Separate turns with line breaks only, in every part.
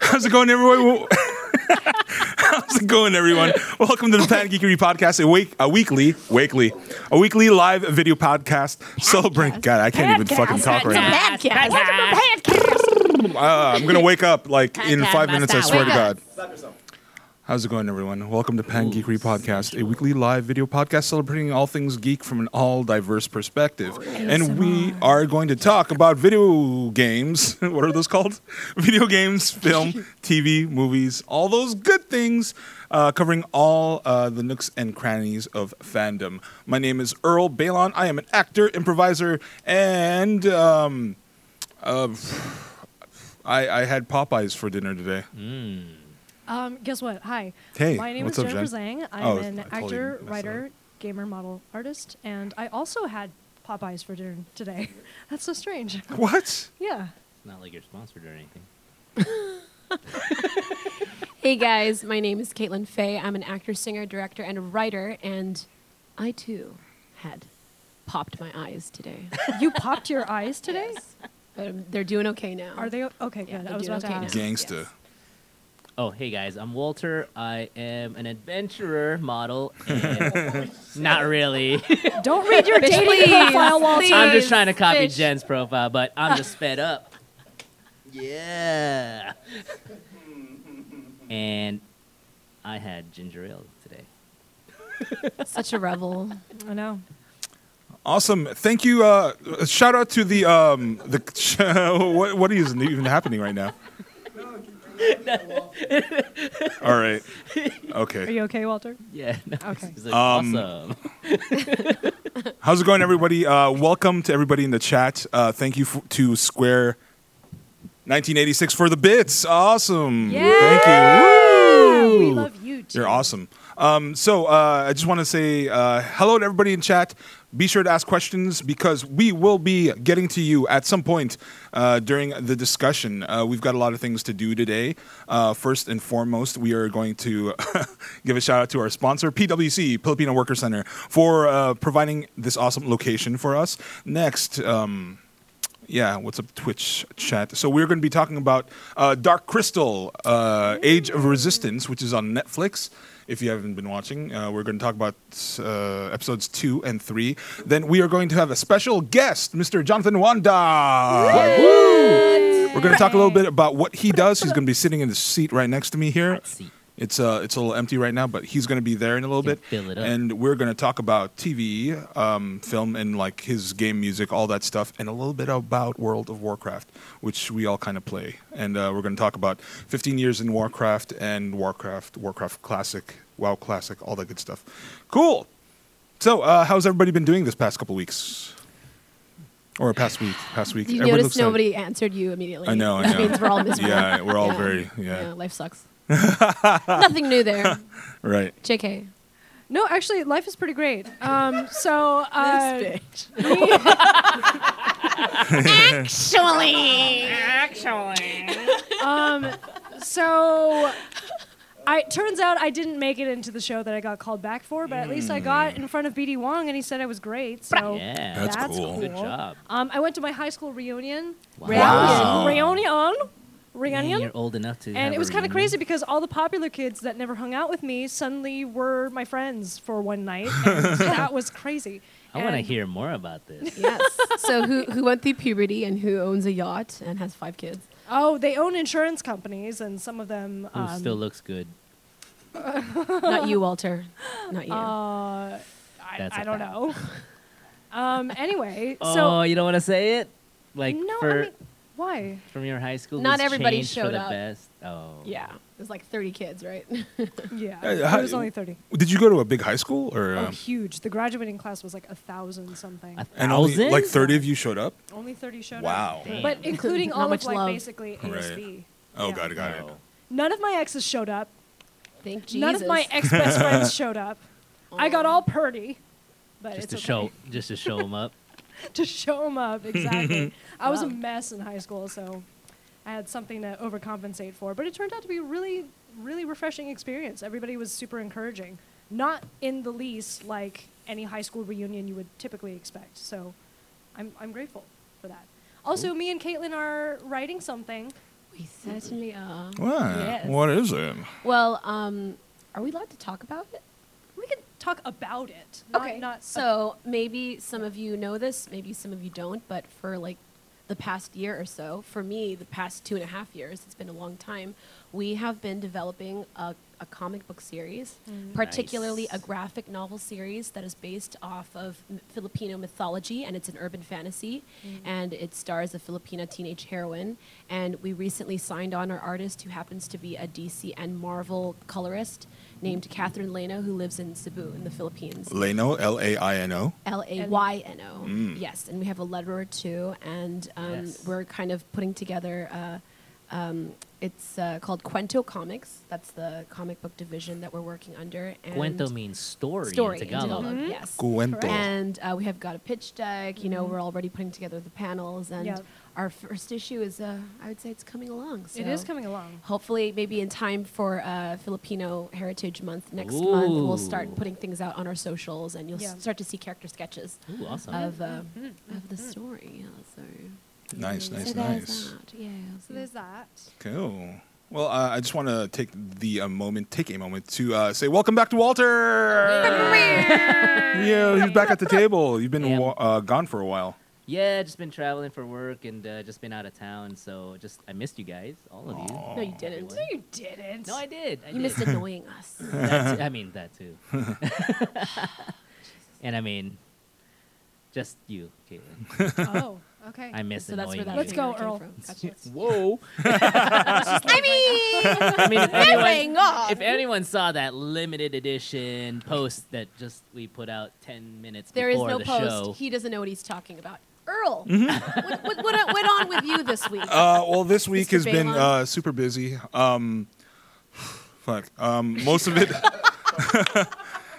it going, everyone? How's it going, everyone? Welcome to the Planet Geekery Podcast, a, week, a weekly, weekly, a weekly live video podcast celebrating. God, I can't even fucking talk right now.
Podcast.
Uh, I'm gonna wake up like in
Podcast
five minutes. I
myself.
swear to
Wake
God. How's it going, everyone? Welcome to Pan Geekery Podcast, a weekly live video podcast celebrating all things geek from an all diverse perspective. And we are going to talk about video games. what are those called? Video games, film, TV, movies, all those good things, uh, covering all uh, the nooks and crannies of fandom. My name is Earl Balon. I am an actor, improviser, and um, uh, I, I had Popeyes for dinner today.
Um, guess what? Hi.
Hey,
My name
what's
is
up,
Jennifer
Jen?
Zhang. I'm
Oh,
an
I totally
actor,
messed that
writer, gamer, model, artist, and I also had Popeyes for dinner today. That's so strange.
What?
Yeah.
Not like you're sponsored or anything.
Hey guys, my name is Caitlin Fay. I'm an actor, singer, director, and writer, and I too had popped my eyes today.
You popped your eyes today?
But um, they're doing okay now.
Are they o- okay?
Yeah,
good.
they're
I was
doing
about
okay
to
now.
ask.
Gangsta.
Oh, hey guys, I'm Walter. I am an adventurer model. And not really.
Don't read your dating profile, Walter.
I'm just trying to copy
Fish.
Jen's profile, but I'm just sped up. Yeah. And I had ginger ale today.
Such a rebel.
I know.
Awesome. Thank you. Uh, shout out to the um, the what what is even happening right now? All right.
Are
Okay.
you okay, Walter?
Yeah. No,
Okay.
It's like
Um,
awesome.
How's it going, everybody? Uh, welcome to everybody in the chat. Uh, thank you f- to Square 1986 for the bits. Awesome. Thank you. Woo!
We love you too.
You're awesome. Um, so uh, I just want to say uh, hello to everybody in chat. Be sure to ask questions because we will be getting to you at some point uh, during the discussion. Uh, we've got a lot of things to do today. Uh, first and foremost, we are going to give a shout out to our sponsor, PWC, Filipino Worker Center, for uh, providing this awesome location for us. Next, um, yeah, what's up, Twitch chat? So we're going to be talking about uh, Dark Crystal, uh, Age of Resistance, which is on Netflix. If you haven't been watching, uh, we're going to talk about uh, episodes two and three. Then we are going to have a special guest, Mr. Jonathan Wanda. We're going to talk a little bit about what he does. He's going to be sitting in the seat right next to me here.
Hot seat.
It's uh, it's a little empty right now, but he's going to be there in a little
Can
bit,
fill it up.
and we're going to talk about TV, um, film, and like his game music, all that stuff, and a little bit about World of Warcraft, which we all kind of play, and uh, we're going to talk about 15 years in Warcraft and Warcraft, Warcraft Classic, WoW Classic, all that good stuff. Cool. So, uh, how's everybody been doing this past couple weeks, or past week? Past week.
You
Everyone
noticed
looks like-
nobody answered you immediately.
I know, I
That
know.
means we're all miserable.
Yeah, we're all very- yeah.
Life sucks. Nothing new there.
Right.
JK.
No, actually, life is pretty great. Um, so uh, so I turns out I didn't make it into the show that I got called back for, but at least I got in front of BD Wong and he said I was great. So
Mm. Yeah.
That's cool.
Good job.
Um, I went to my high school reunion.
Wow.
Wow.
Reunion.
And
Reunion.
you're old enough to. have
And it
a
was kind of
reunion.
crazy because all the popular kids that never hung out with me suddenly were my friends for one night. And that was crazy.
I want to
And
hear more about this.
Yes. so who who went through puberty and who owns a yacht and has five kids?
Oh, they own insurance companies, and some of them.
Who
Um,
still looks good?
Not you, Walter. Not you.
uh, I,
That's
I
a
don't
fact.
know. um, anyway,
oh,
so
you don't want to say it? Like
no, I
for
mean, why?
from your high school.
Not
has
everybody
changed for
showed
the
up.
Best. Oh,
yeah. There's like 30 kids, right?
Yeah,
Uh,
I
how-
was only thirty.
Did you go to a big high school or?
Oh,
um,
huge! The graduating class was like a thousand something.
A
and only
thousand?
like 30 of you showed up.
Only thirty showed
Wow.
up.
Damn.
But including
Not
all of
much
like
love.
basically ASB.
Oh,
Yeah.
got it, got it.
Oh.
None of my exes showed up.
Thank Jesus.
None of my ex best friends showed up. I got all purdy, but
Just
it's
to
okay.
show, just to show them up.
to show them up exactly. I was a
Wow.
mess in high school, so I had something to overcompensate for. But it turned out to be a really, really refreshing experience. Everybody was super encouraging, not in the least like any high school reunion you would typically expect. So I'm I'm grateful for that. Also, me and Caitlin are writing something.
We We certainly are.
What?
Yes.
What is it?
Well, um, are we allowed to talk about it?
We can talk about it. Not, Not
so maybe some of you know this, maybe some of you don't, but for like the past year or so, for me, the past two and a half years, it's been a long time, we have been developing a, a comic book series,
Mm.
particularly
Nice.
a graphic novel series that is based off of m- Filipino mythology and it's an urban fantasy
Mm.
and it stars a Filipina teenage heroine. And we recently signed on our artist who happens to be a DC and Marvel colorist named Catherine Leno who lives in Cebu in the Philippines.
Lano, L A I N O.
L A Y N O. Yes, and we have a letterer too, and um,
Mm. Yes.
we're kind of putting together. Uh, um, it's uh, called Cuento Comics. That's the comic book division that we're working under. And
Cuento means story,
story
in Tagalog.
Mm-hmm.
Yes.
Cuento.
And uh, we have got a pitch deck. You know, we're already putting together the panels, and
Mm-hmm. Yep.
our first issue is. Uh, I would say it's coming along. So
It is coming along.
Hopefully, maybe in time for uh, Filipino Heritage Month next month, we'll
Ooh.
start putting things out on our socials, and you'll
Yeah.
start to see character sketches
Ooh, awesome.
of uh, of the story. Yeah, so
Nice,
so
nice,
there's
nice.
that, Yeah.
So there's that.
Cool. Well, uh, I just want to take the uh, moment, take a moment to uh, say welcome back to Walter. yeah, he's back at the table. You've been
Yeah.
wa- uh, gone for a while.
Yeah, just been traveling for work and uh, just been out of town, so just I missed you guys, all of you.
Aw.
no, you didn't.
Everyone.
You didn't.
No, I did. I
You missed annoying us.
That too- I mean that too. and I mean, just you, Caitlin.
oh, okay.
I miss
So that's where
annoying
Let's
that.
you.
go,
figure came
Earl.
from. Gotcha.
Whoa.
I mean,
I mean, if anyone,
off.
if anyone saw that limited edition post that just we put out ten minutes
There is
before
no
the
post.
show,
He doesn't know what he's talking about. Earl, what, what, what went on with you this week?
Uh, well, this week
Mr.
has been
Balon?
uh, super busy. Um, fuck. Um, most of it.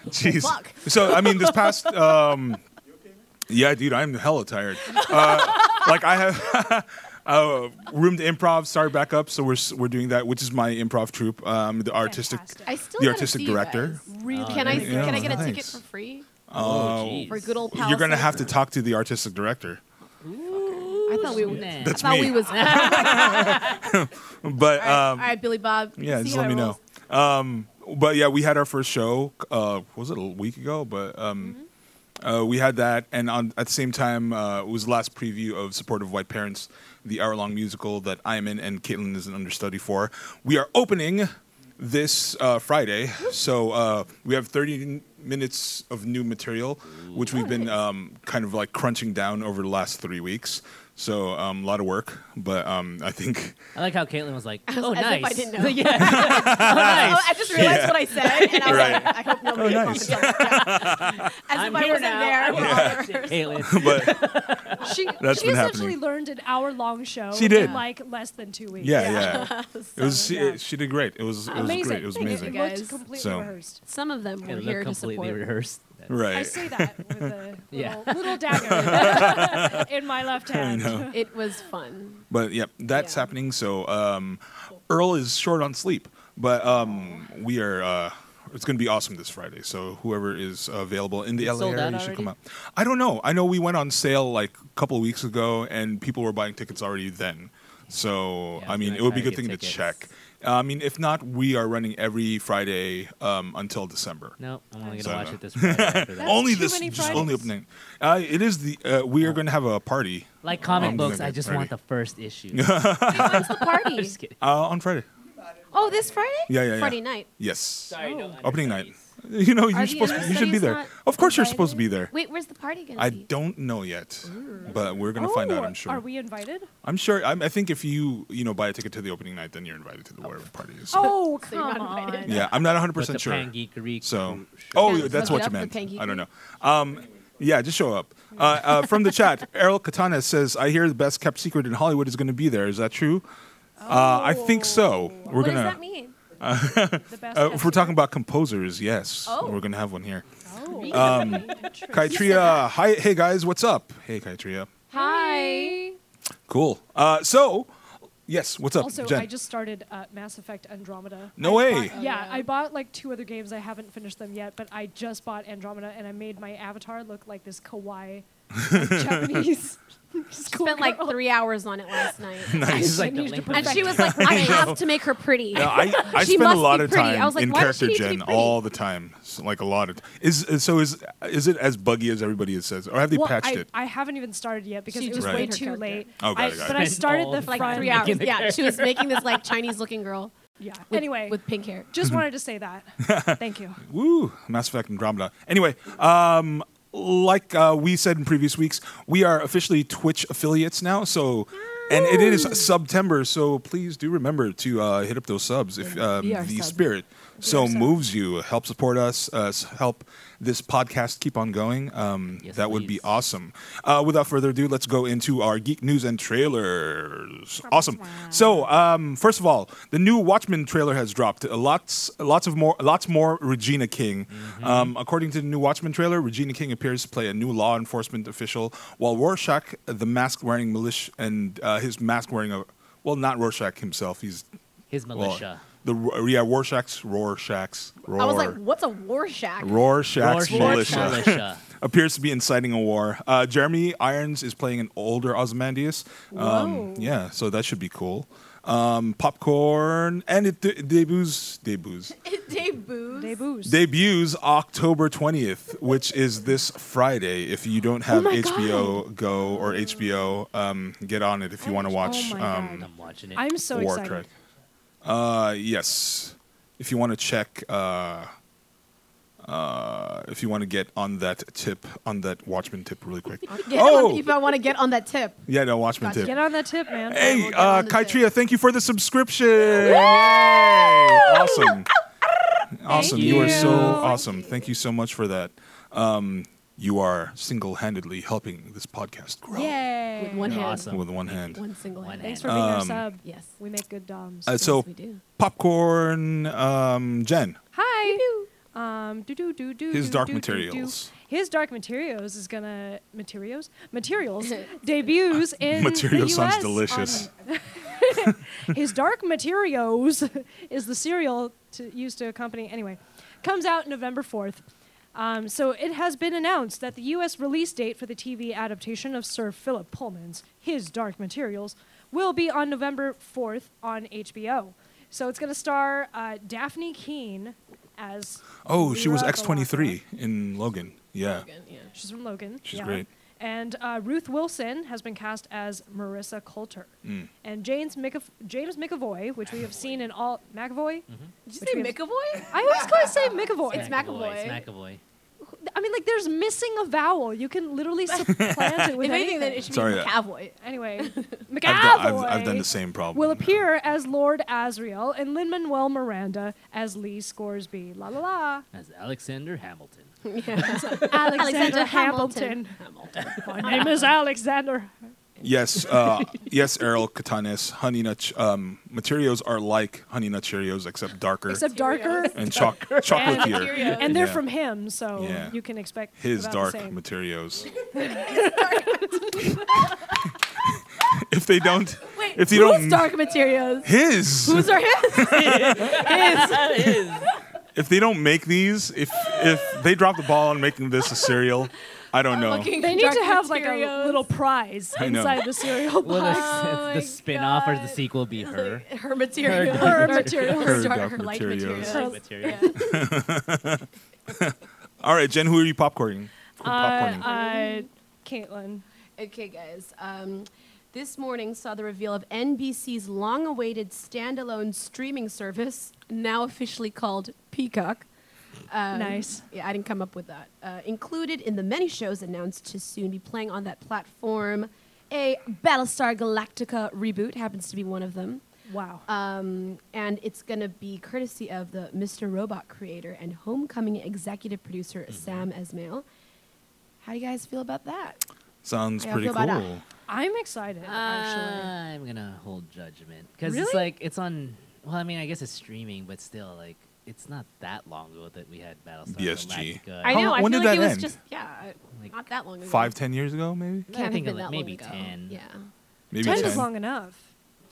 Jeez.
Fuck.
So I mean, this past. Um, yeah, dude, I'm hella tired. Uh, like I have. Uh, room to improv started back up, so we're s- we're doing that, which is my improv troupe. Um, the artistic,
Fantastic.
I still
the
gotta
artistic
see you
director.
guys.
really
Can I
Yeah,
can I get a
thanks.
ticket for free
oh, jeez.
for good old?
You're gonna
Palisades?
have to talk to the artistic director.
I thought we.
Nah.
I
That's
thought
me.
we was. all,
But
right,
um,
all right, Billy Bob.
yeah,
see
just
how
let
it
me know. Um,
rolls.
but yeah, we had our first show. Uh, was it a week ago? But um,
Mm-hmm.
uh, we had that, and on at the same time uh, it was the last preview of "Supportive White Parents," the hour-long musical that I'm in and Caitlin is an understudy for. We are opening this uh, Friday, so uh, we have 30 n- minutes of new material, which we've been um, kind of like crunching down over the last three weeks. So um, a lot of work, but um, I think
I like how Caitlin was like, "Oh,
as if I
nice."
didn't know.
yeah.
Oh, I just realized what I said, and I was
Right.
like, I hope nobody
Oh,
comments on that. As
I'm
if I
here
wasn't
now.
there.
I'm
We're all
watching
rehearsed.
Caitlin.
but.
She,
That's
she
been
essentially
happening.
learned an hour long show
She did.
in like less than two weeks.
Yeah, yeah. It was she,
yeah.
she did great. It was it was
amazing.
great. It was
Thank you,
amazing.
It
guys.
looked completely
So-
rehearsed.
Some of them
It
were here
looked
to
completely
support.
rehearsed.
I
Right.
say that with a little,
Yeah.
little dagger in my left hand.
It was fun.
But yeah, that's
Yeah.
happening. So um, Earl is short on sleep, but um, we are. Uh, it's going to be awesome this Friday. So whoever is available in the
It's
LA
sold
area
out
should
already?
come out. I don't know. I know we went on sale like a couple of weeks ago, and people were buying tickets already then. So
Yeah,
I
I'm
mean,
gonna
it would be a
try
good
to
thing
get
to
tickets.
check. Uh, I mean, if not, we are running every Friday um, until December.
No, I'm only
So-
gonna watch it this Friday after that.
only
too
this
many
just only
Fridays.
opening. Uh, it is the uh, we
Oh.
are going to have a party
Like comic
I'm gonna
books,
get
I just
ready.
want the first issue. I'm
When's the party?
just kidding.
uh, on Friday.
Oh, this Friday?
Yeah, yeah, yeah.
Friday night.
Yes.
Sorry, no
Opening night.
understudies.
You know
Are
you're
the
supposed to, you should be
understudies
there.
not
Of course you're supposed to be there.
Wait, where's the party gonna
I
be?
don't know yet, but we're gonna find out.
Oh,
I'm sure.
Are we invited?
I'm sure. I'm, I think if you you know buy a ticket to the opening night, then you're invited to the wherever party is.
Oh,
So you're not
come on.
invited.
Yeah, I'm not 100
But the
percent sure.
Pangeekery
So,
crew-
oh,
Yeah,
that's what
look it
you
up, the
meant.
Panky
I don't know.
Crew.
Um, yeah, just show up. Uh, uh, from the chat, Errol Katana says, "I hear the best kept secret in Hollywood is going to be there. Is that true? Uh, I think so. We're
Oh. what
gonna.
does that mean?
The best
Uh, if we're talking about composers, yes,
Oh.
we're gonna have one here.
Oh,
Kaitria, hi, hey guys, what's up? Hey, Kaitria,
Hi.
cool. Uh, so, yes, what's up,
also,
Jen?
I just started uh, Mass Effect Andromeda.
no way.
Oh,
yeah,
yeah.
I bought like two other games. I haven't finished them yet, but I just bought Andromeda and I made my avatar look like this kawaii Japanese school
Spent like
girl.
three hours on it last night.
This is like
I
the
need to
link-
put
And she
Perfect.
was like, I have to make her pretty.
No, I, I
She
spend a
must
lot
be
of
pretty. I
time
was like,
in
why does
character
she need to be
gen
pretty?
all the time. So, like a lot of is is- so is is it as buggy as everybody says, or have they
Well,
patched
I,
it?
I haven't even started yet because
She
it
just
was way
made
her
too
character.
late.
Oh, got
I-
it, got
But
it.
I
Spent
started
all
the
the
like
front.
three hours.
the
Yeah, she was making this like Chinese looking girl.
Yeah.
With,
anyway,
with pink hair.
just wanted to say that. Thank you.
Woo! Mass Effect Andromeda. Anyway, um, like uh, we said in previous weeks, we are officially Twitch affiliates now. So, and it is September. So please do remember to uh, hit up those subs if um,
Be our
the
sub.
spirit so
our sub.
moves you. Help support us. Uh, s- help this podcast keep on going. Um,
Yes,
that would be
please.
awesome. Uh, without further ado, let's go into our geek news and trailers. Awesome. So, um, first of all, the new Watchmen trailer has dropped. Uh, Lots, lots of more, lots more Regina King.
Mm-hmm.
Um, according to the new Watchmen trailer, Regina King appears to play a new law enforcement official, while Rorschach, the mask-wearing militia, and uh, his mask-wearing, uh, well, not Rorschach himself. He's
His
well,
militia.
the Ro- yeah, Rorschach's Rorschach's. Roar,
I was like, what's a war shack?
Rorschach's
Rorschach's
militia
militia.
appears to be inciting a war. Uh, Jeremy Irons is playing an older Ozymandias. Um,
Whoa.
yeah, so that should be cool. Um, popcorn, and it de- debuts debuts
Debuts.
Debuts.
debuts October twentieth, which is this Friday. If you don't
Oh
have
my
HBO Go or HBO, um, get on it if you want to
Oh
watch.
my God.
um,
I'm watching it.
I'm so
War
excited.
Trek. Uh, yes, if you want to check. Uh, uh, if you want to get on that tip, on that Watchman tip, really quick.
Get
Oh!
on, if I want to get on that tip.
Yeah, no, Watchman
Gotcha.
tip.
Get on that tip, man.
Hey,
We'll get
uh,
on the
Kaitria, thank you for the subscription. Yay! Awesome. Awesome. You. are so
you.
awesome. Thank you so much for that. Um, you are single handedly helping this podcast grow
Yay.
With one hand.
Awesome.
with one hand.
One single
One
hand.
Thanks
hand.
for being our sub.
Yes.
We make good DOMs.
Um, Uh, so,
Yes, we do.
popcorn, um, Jen.
Hi. Um, do do do do.
His
do,
Dark
do, do, do.
Materials.
His dark materials is gonna materials materials debuts in
Material
the
sounds
US
delicious.
on- His dark materials is the cereal to, used to accompany. Anyway, comes out November fourth. Um, so it has been announced that the U.S. release date for the TV adaptation of Sir Philip Pullman's *His Dark Materials* will be on November 4th on HBO. So it's going to star uh, Daphne Keene as
Oh, she was
Mira
X23 in Logan. Yeah.
Yeah.
She's from Logan.
She's great.
And uh, Ruth Wilson has been cast as Marissa Coulter.
Hmm.
And James, McAv- James McAvoy, which we have seen in all. McAvoy?
Did
Which we
you say
have-
McAvoy?
I always gotta say McAvoy.
It's
It's
McAvoy.
McAvoy.
I mean, like, there's missing a vowel. You can literally supplant it with
If anything, then it should
Sorry,
be
uh,
McAvoy.
Anyway,
I've,
McAvoy
done, I've, I've done the same problem.
will appear as Lord Asriel and Lin Manuel Miranda as Lee Scoresby. La la la.
As Alexander Hamilton.
Alexander, Hamilton.
Hamilton.
My name is Alexander.
Yes, uh, yes, Errol Katanis. Honey Nut Ch- um, materials are like Honey Nut Cheerios, except darker
Except darker.
and choc-
And-
chocolatier.
And they're
Yeah.
from him, so
Yeah.
you can expect
His
about
dark
The same.
materials. if they don't,
Wait,
if you
who's
don't,
Dark Materials?
his. Oh.
Who's are his?
if they don't make these, if if they drop the ball on making this a cereal, I don't know.
Looking
they need
Dark
to have like a
Materials.
little prize
I know.
inside the cereal
Will
box.
the, the
Oh my
spin-off or the
God.
sequel be her?
her materials.
Her materials.
Her
Dark-
dark
her light
materials.
materials.
Her-
Material.
All right, Jen, who are you popcorning?
Uh,
popcorning?
uh, Caitlin.
Okay, guys. Um, this morning saw the reveal of NBC's long awaited standalone streaming service, now officially called Peacock. Um,
Nice.
Yeah, I didn't come up with that. Uh, included in the many shows announced to soon be playing on that platform, a Battlestar Galactica reboot happens to be one of them.
Wow.
Um, and it's going to be courtesy of the Mr. Robot creator and Homecoming executive producer, Sam Esmail. How do you guys feel about that?
Sounds
I
pretty
feel bad.
cool.
I'm excited,
Uh,
actually.
I'm gonna hold judgment because
Really?
it's like it's on. Well, I mean, I guess it's streaming, but still, like it's not that long ago that we had Battlestar
BSG.
Galactica.
I
How
know.
long-
I
when
feel
did
like
that
it was
end?
just yeah,
Like
not that long ago.
Five, ten years ago, maybe,
Can't
I think
have been
it was
that
maybe
long ago.
ten.
Yeah.
maybe
Ten
ten.
is long enough.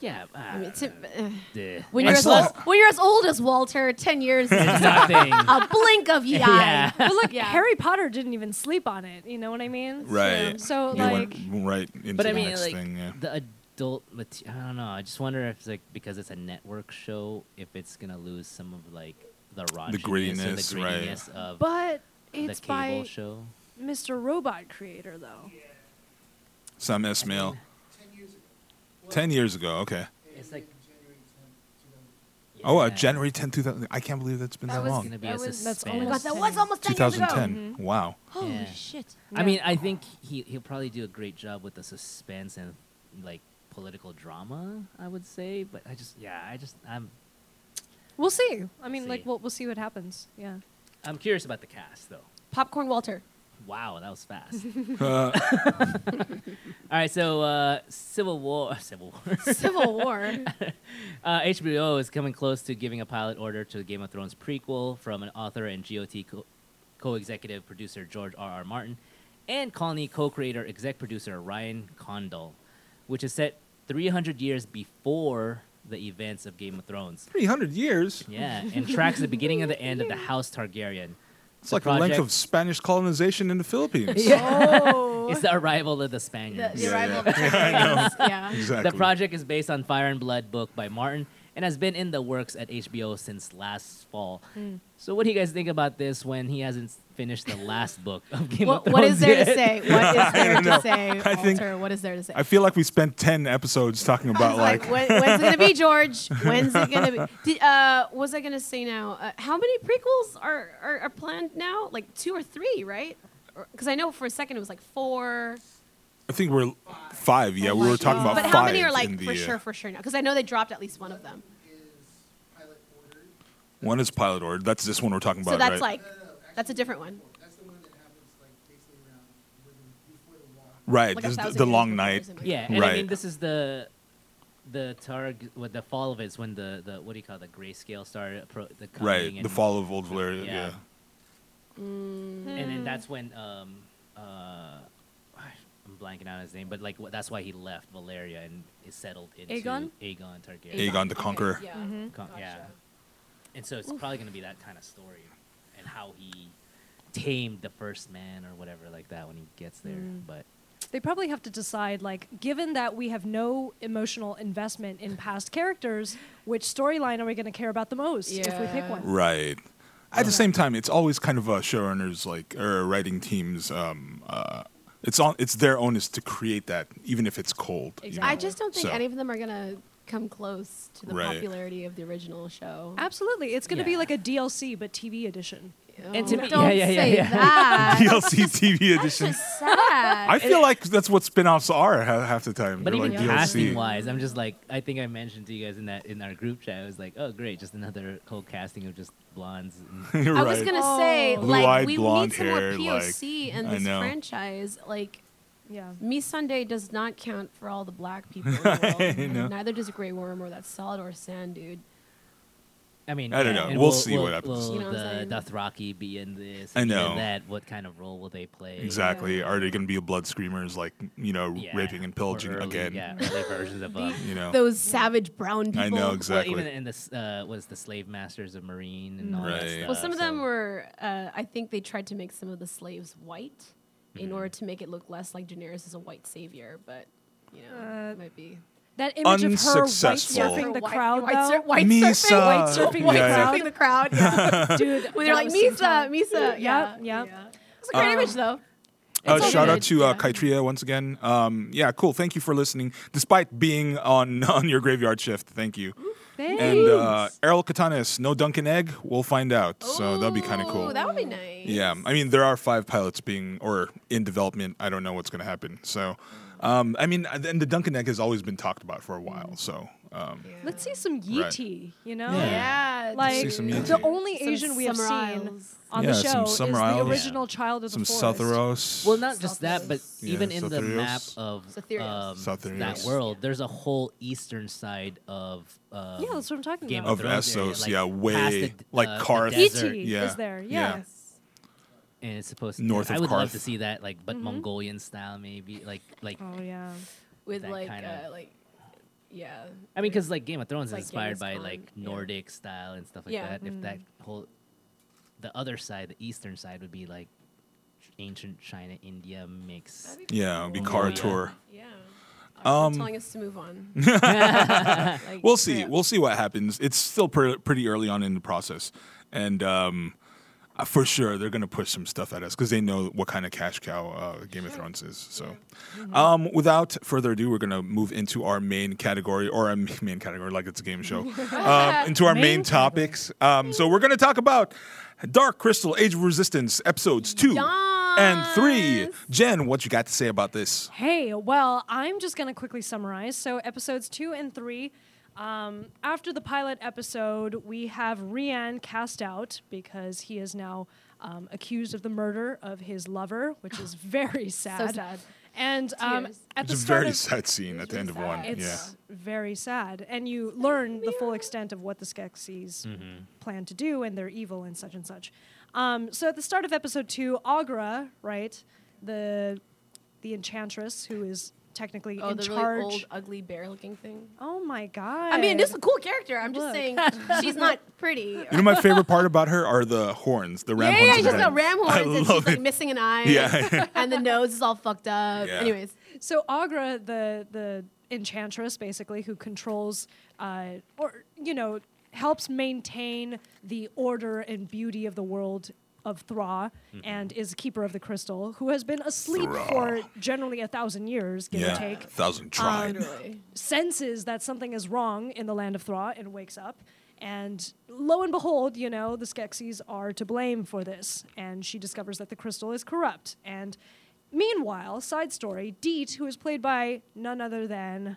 Yeah. Uh,
I mean, to, uh,
duh.
when you're
I
as
saw-
old, when you're as old as Walter, ten years,
It's
is
nothing.
a blink of the
Yeah.
eye.
Well, look,
Yeah.
Harry Potter didn't even sleep on it. You know what I mean?
Right.
So,
They
like,
went right into
But I
the
mean,
next
like
thing. Yeah.
the adult material. I don't know. I just wonder if, like, because it's a network show, if it's gonna lose some of like the raunchiness or the
grittiness, right.
grittiness of
but
the
it's
cable
by
show.
Mr. Robot creator, though.
Some Ismail. Ten years ago. Okay.
It's like
Oh, uh,
Yeah.
January 10, 2000. I can't believe that's been that,
That was-
long.
gonna be
That
a
was-
suspense.
that's
Oh my god, that
Insane.
was almost ten years ago.
2010. Wow.
Holy
Yeah.
shit!
I
Yeah.
mean, I think he he'll probably do a great job with the suspense and like political drama. I would say, but I just yeah, I just I'm
We'll see. I mean,
See.
like, we'll, we'll see what happens. Yeah.
I'm curious about the cast though.
Popcorn Walter.
Wow, that was fast.
Uh,
All right, so uh, Civil War, Civil War.
Civil War.
Uh, HBO is coming close to giving a pilot order to the Game of Thrones prequel from an author and GOT co- co-executive producer George R. R. Martin and Colony co-creator exec producer Ryan Condal, which is set 300 years before the events of Game of Thrones.
300 years?
Yeah, and tracks the beginning and the end of the House Targaryen.
It's
The
like the length
project-
of Spanish colonization in the Philippines.
Oh.
It's the arrival of the
The,
Spaniards.
the
Yeah,
arrival
yeah.
of the Targaryens. yeah.
Exactly.
The project is based on Fire and Blood book by Martin and has been in the works at HBO since last fall.
Hmm.
So what do you guys think about this when he hasn't finished the last book of Game
What,
of Thrones?
what is there to
yet?
say? What is there
know.
to say,
I
Walter?
think-
what is there to say?
I feel like we spent 10 episodes talking
I
about,
was
like,
like, when, when's it gonna be, George? When's it gonna be? Did, uh, what was I gonna say now? Uh, how many prequels are, are are planned now? Like two or three, right? Because I know for a second it was like four.
I think we're five. Yeah,
Oh
we
my
were talking
God.
about
But
five.
how many are
in
like
the,
for
uh,
sure, for sure now? Because I know they dropped at least one of them.
One is pilot order. That's this one we're talking about.
So that's
right?
like, that's a different one.
That's the one that happens like basically around within, before the war.
Right.
Like a
this is the,
thousand
the
years
long
before
night.
something like
Yeah,
that.
and I
Right.
mean this is the the targ with the fall of it is when the, the what do you call it, the grayscale started pro, the coming
Right.
and,
The fall of Old Valeria.
Yeah.
Yeah.
Hmm.
and then that's when um uh I'm blanking out his name, but like wh- that's why he left Valeria and is settled into
Aegon?
Aegon Targaryen.
Aegon the
Okay,
Conqueror.
yeah.
Mm-hmm.
Con- Mm-hmm. Yeah.
Gotcha.
And so it's probably going to be that kind of story and how he tamed the first man or whatever like that when he gets there.
Mm.
But
They probably have to decide, like, given that we have no emotional investment in past characters, which storyline are we going to care about the most if we pick
Yeah.
one?
Right. At the same time, it's always kind of a showrunners like or a writing team's. Um, uh, it's on. It's their onus to create that, even if it's cold. you know?
Exactly.
I just don't think
So-
any of them are gonna come close to the
Right.
popularity of the original show.
Absolutely. It's going to be
Yeah.
like a DLC, but TV edition.
And to
Oh,
me-
don't
yeah, yeah, yeah,
say
yeah.
that.
DLC TV edition.
Just sad.
I feel like that's what spin-offs are ha- half the time.
but
They're
even
like
casting
DLC.
wise, I'm just like I think I mentioned to you guys in that in our group chat. I was like, oh great, just another whole casting of just blondes. And
You're
I was
right.
gonna say,
Oh.
like,
Blue-eyed,
we
blonde
need some more
hair,
POC in
I
this
know.
franchise. Like,
Yeah.
Me Sunday does not count for all the black people. In the world. and Neither does Grey Worm or that solid or sand dude.
I mean,
I don't
yeah,
know.
and
We'll
will-
see what
will-
happens.
Will
You know what I'm
the Dothraki be in this?
I
be in
know.
that. What kind of role will they play?
Exactly.
Yeah.
Are they going to be a blood screamers like you know
Yeah,
raping and
or
pillaging
early-
again?
Yeah, early versions of um,
You know.
Those savage brown people.
I know exactly.
Well, even in this uh, was the slave masters of marine and all that
Right.
stuff.
Well, some of them
so-
were. Uh, I think they tried to make some of the slaves white
Mm-hmm.
in order to make it look less like Daenerys is a white savior, but you know,
Uh,
it might be.
That image of her white
Unsuccessful.
surfing the
White-
crowd,
white,
though.
sur- white
Misa.
surfing,
White surfing
White
white
Yeah, yeah.
surfing the crowd. Yeah.
Dude,
when
that
they're like
was some
Misa,
time.
Misa. Yeah,
Yep, yep.
yeah. It's a great image though.
Uh,
It's all
shout out
good.
to uh,
Yeah.
Kaitria once again. Um, yeah, cool. Thank you for listening, despite being on on your graveyard shift. Thank you.
Thanks.
And uh, Errol Katanis, no Duncan Egg. We'll find out. So that'll be kind of cool.
Ooh, That would be nice.
yeah, I mean there are five pilots being or in development. I don't know what's going to happen. So, um, I mean, and the Duncan Egg has always been talked about for a while. So, um,
Yeah.
Let's see some
Right.
Yeti, you know?
Yeah.
Yeah.
Like,
see some
the
Yeti.
only
Some
Asian we have
Summer
seen
Isles.
on
Yeah,
the
some
show is
Summer Isles.
the
Yeah.
original child of
some
the forest.
Southeros.
Well, not just that, but
Sotherios.
even
Yeah,
in the map
Sotherios.
of um,
Sotherios.
that
Sotherios.
world, there's a whole eastern side of um,
Yeah, that's what I'm talking
Game
about.
Of
of, Thrones area,
Essos,
like,
yeah, way-
past the,
like
uh, the
Karth.
desert,
Yeti
Yeah.
is there,
Yeah.
yeah.
and it's supposed to.
North
I
of
would love
Karth.
to see that,
Mm-hmm.
like, but Mongolian style, maybe, like, like
Oh, yeah.
with
that
like
kinda-
uh, like yeah.
I mean, because like Game of Thrones
Like
is inspired by
Genghis
like
Khan, yeah.
Nordic style and stuff like
Yeah. mm-hmm.
that. If that whole, the other side, the Eastern side, would be like ancient China, India mix.
That'd be
Yeah, it'd be
cool.
car
Oh, Yeah.
tour.
Yeah. Um, telling us to move on. Like,
We'll see.
yeah.
We'll see what happens. It's still pre- pretty early on in the process, and um, uh, for sure they're going to push some stuff at us because they know what kind of cash cow uh, Game of Thrones is. So,
Mm-hmm.
um, without further ado, we're going to move into our main category or our m- main category, like it's a game show, um, into our main,
Main category.
topics. Um, so we're going to talk about Dark Crystal: Age of Resistance episodes two and three.
Yes.
Jen, what you got to say about this?
Hey, well, I'm just going to quickly summarize. So, episodes two and three. Um, after the pilot episode, we have Rian cast out because he is now um, accused of the murder of his lover, which is very sad.
sad.
And um,
Tears.
at
It's a
the start
very
of,
sad scene at the end of
really
one.
sad.
Yeah.
it's very sad. And you learn the full extent of what the Skeksis
Mm-hmm.
plan to do and their evil and such and such. Um, so at the start of episode two, Agra, right, the the enchantress who is technically
Oh,
in
the
charge.
really old, ugly bear-looking thing.
oh my god!
I mean, this is a cool character. I'm
Look.
just saying, she's not pretty.
You know, my favorite part about her are the horns, the ram
yeah, yeah,
horns.
she's
at the
got
end.
ram horns,
I
and she's
love
like
it.
missing an eye,
Yeah.
and the nose is all fucked up.
Yeah.
Anyways,
so Agra, the the enchantress, basically who controls, uh, or you know, helps maintain the order and beauty of the world of Thra, and is keeper of the crystal, who has been asleep
Thra.
for generally a thousand years, give or take.
thousand tried.
literally.
senses that something is wrong in the land of Thra and wakes up. And lo and behold, you know, the Skeksis are to blame for this. And she discovers that the crystal is corrupt. And meanwhile, side story, Deet, who is played by none other than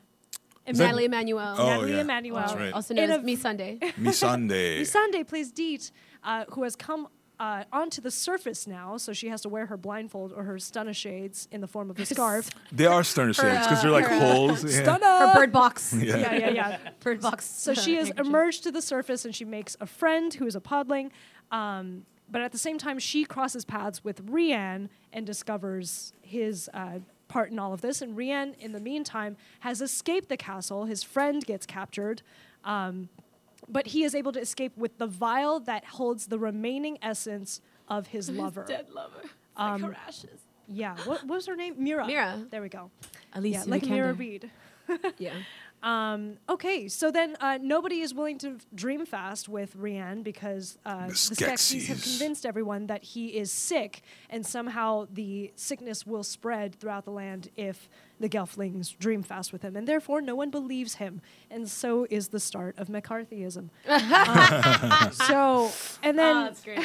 that-
Natalie Emanuel,
Oh,
Natalie
yeah.
Emmanuel.
That's right.
also
in
known
a
as Me Sunday.
Misande.
Sunday plays Deet, uh, who has come uh, onto the surface now, so she has to wear her blindfold or her stunner shades in the form of a scarf.
They are stunner shades because they're like holes. Yeah.
Her bird box.
Yeah.
Uh, Yeah, yeah, yeah.
Bird box.
So she has
handkerchief.
emerged to the surface and she makes a friend who is a podling. Um, but at the same time, she crosses paths with Rian and discovers his uh, part in all of this. And Rian, in the meantime, has escaped the castle. His friend gets captured. Um, but he is able to escape with the vial that holds the remaining essence of his lover.
Dead lover.
Um,
like her ashes.
Yeah. What, what was her name? Mira.
Mira.
There we go.
Alicia
yeah, like Mira
Vikander.
Reed.
Yeah.
Um, okay, so then uh, nobody is willing to f- dream fast with Rian because uh, the,
The
Skeksis have
Skeksis.
convinced everyone that he is sick, and somehow the sickness will spread throughout the land if the Gelflings dream fast with him, and therefore no one believes him, and so is the start of McCarthyism. Um, so, and then
oh, that's great.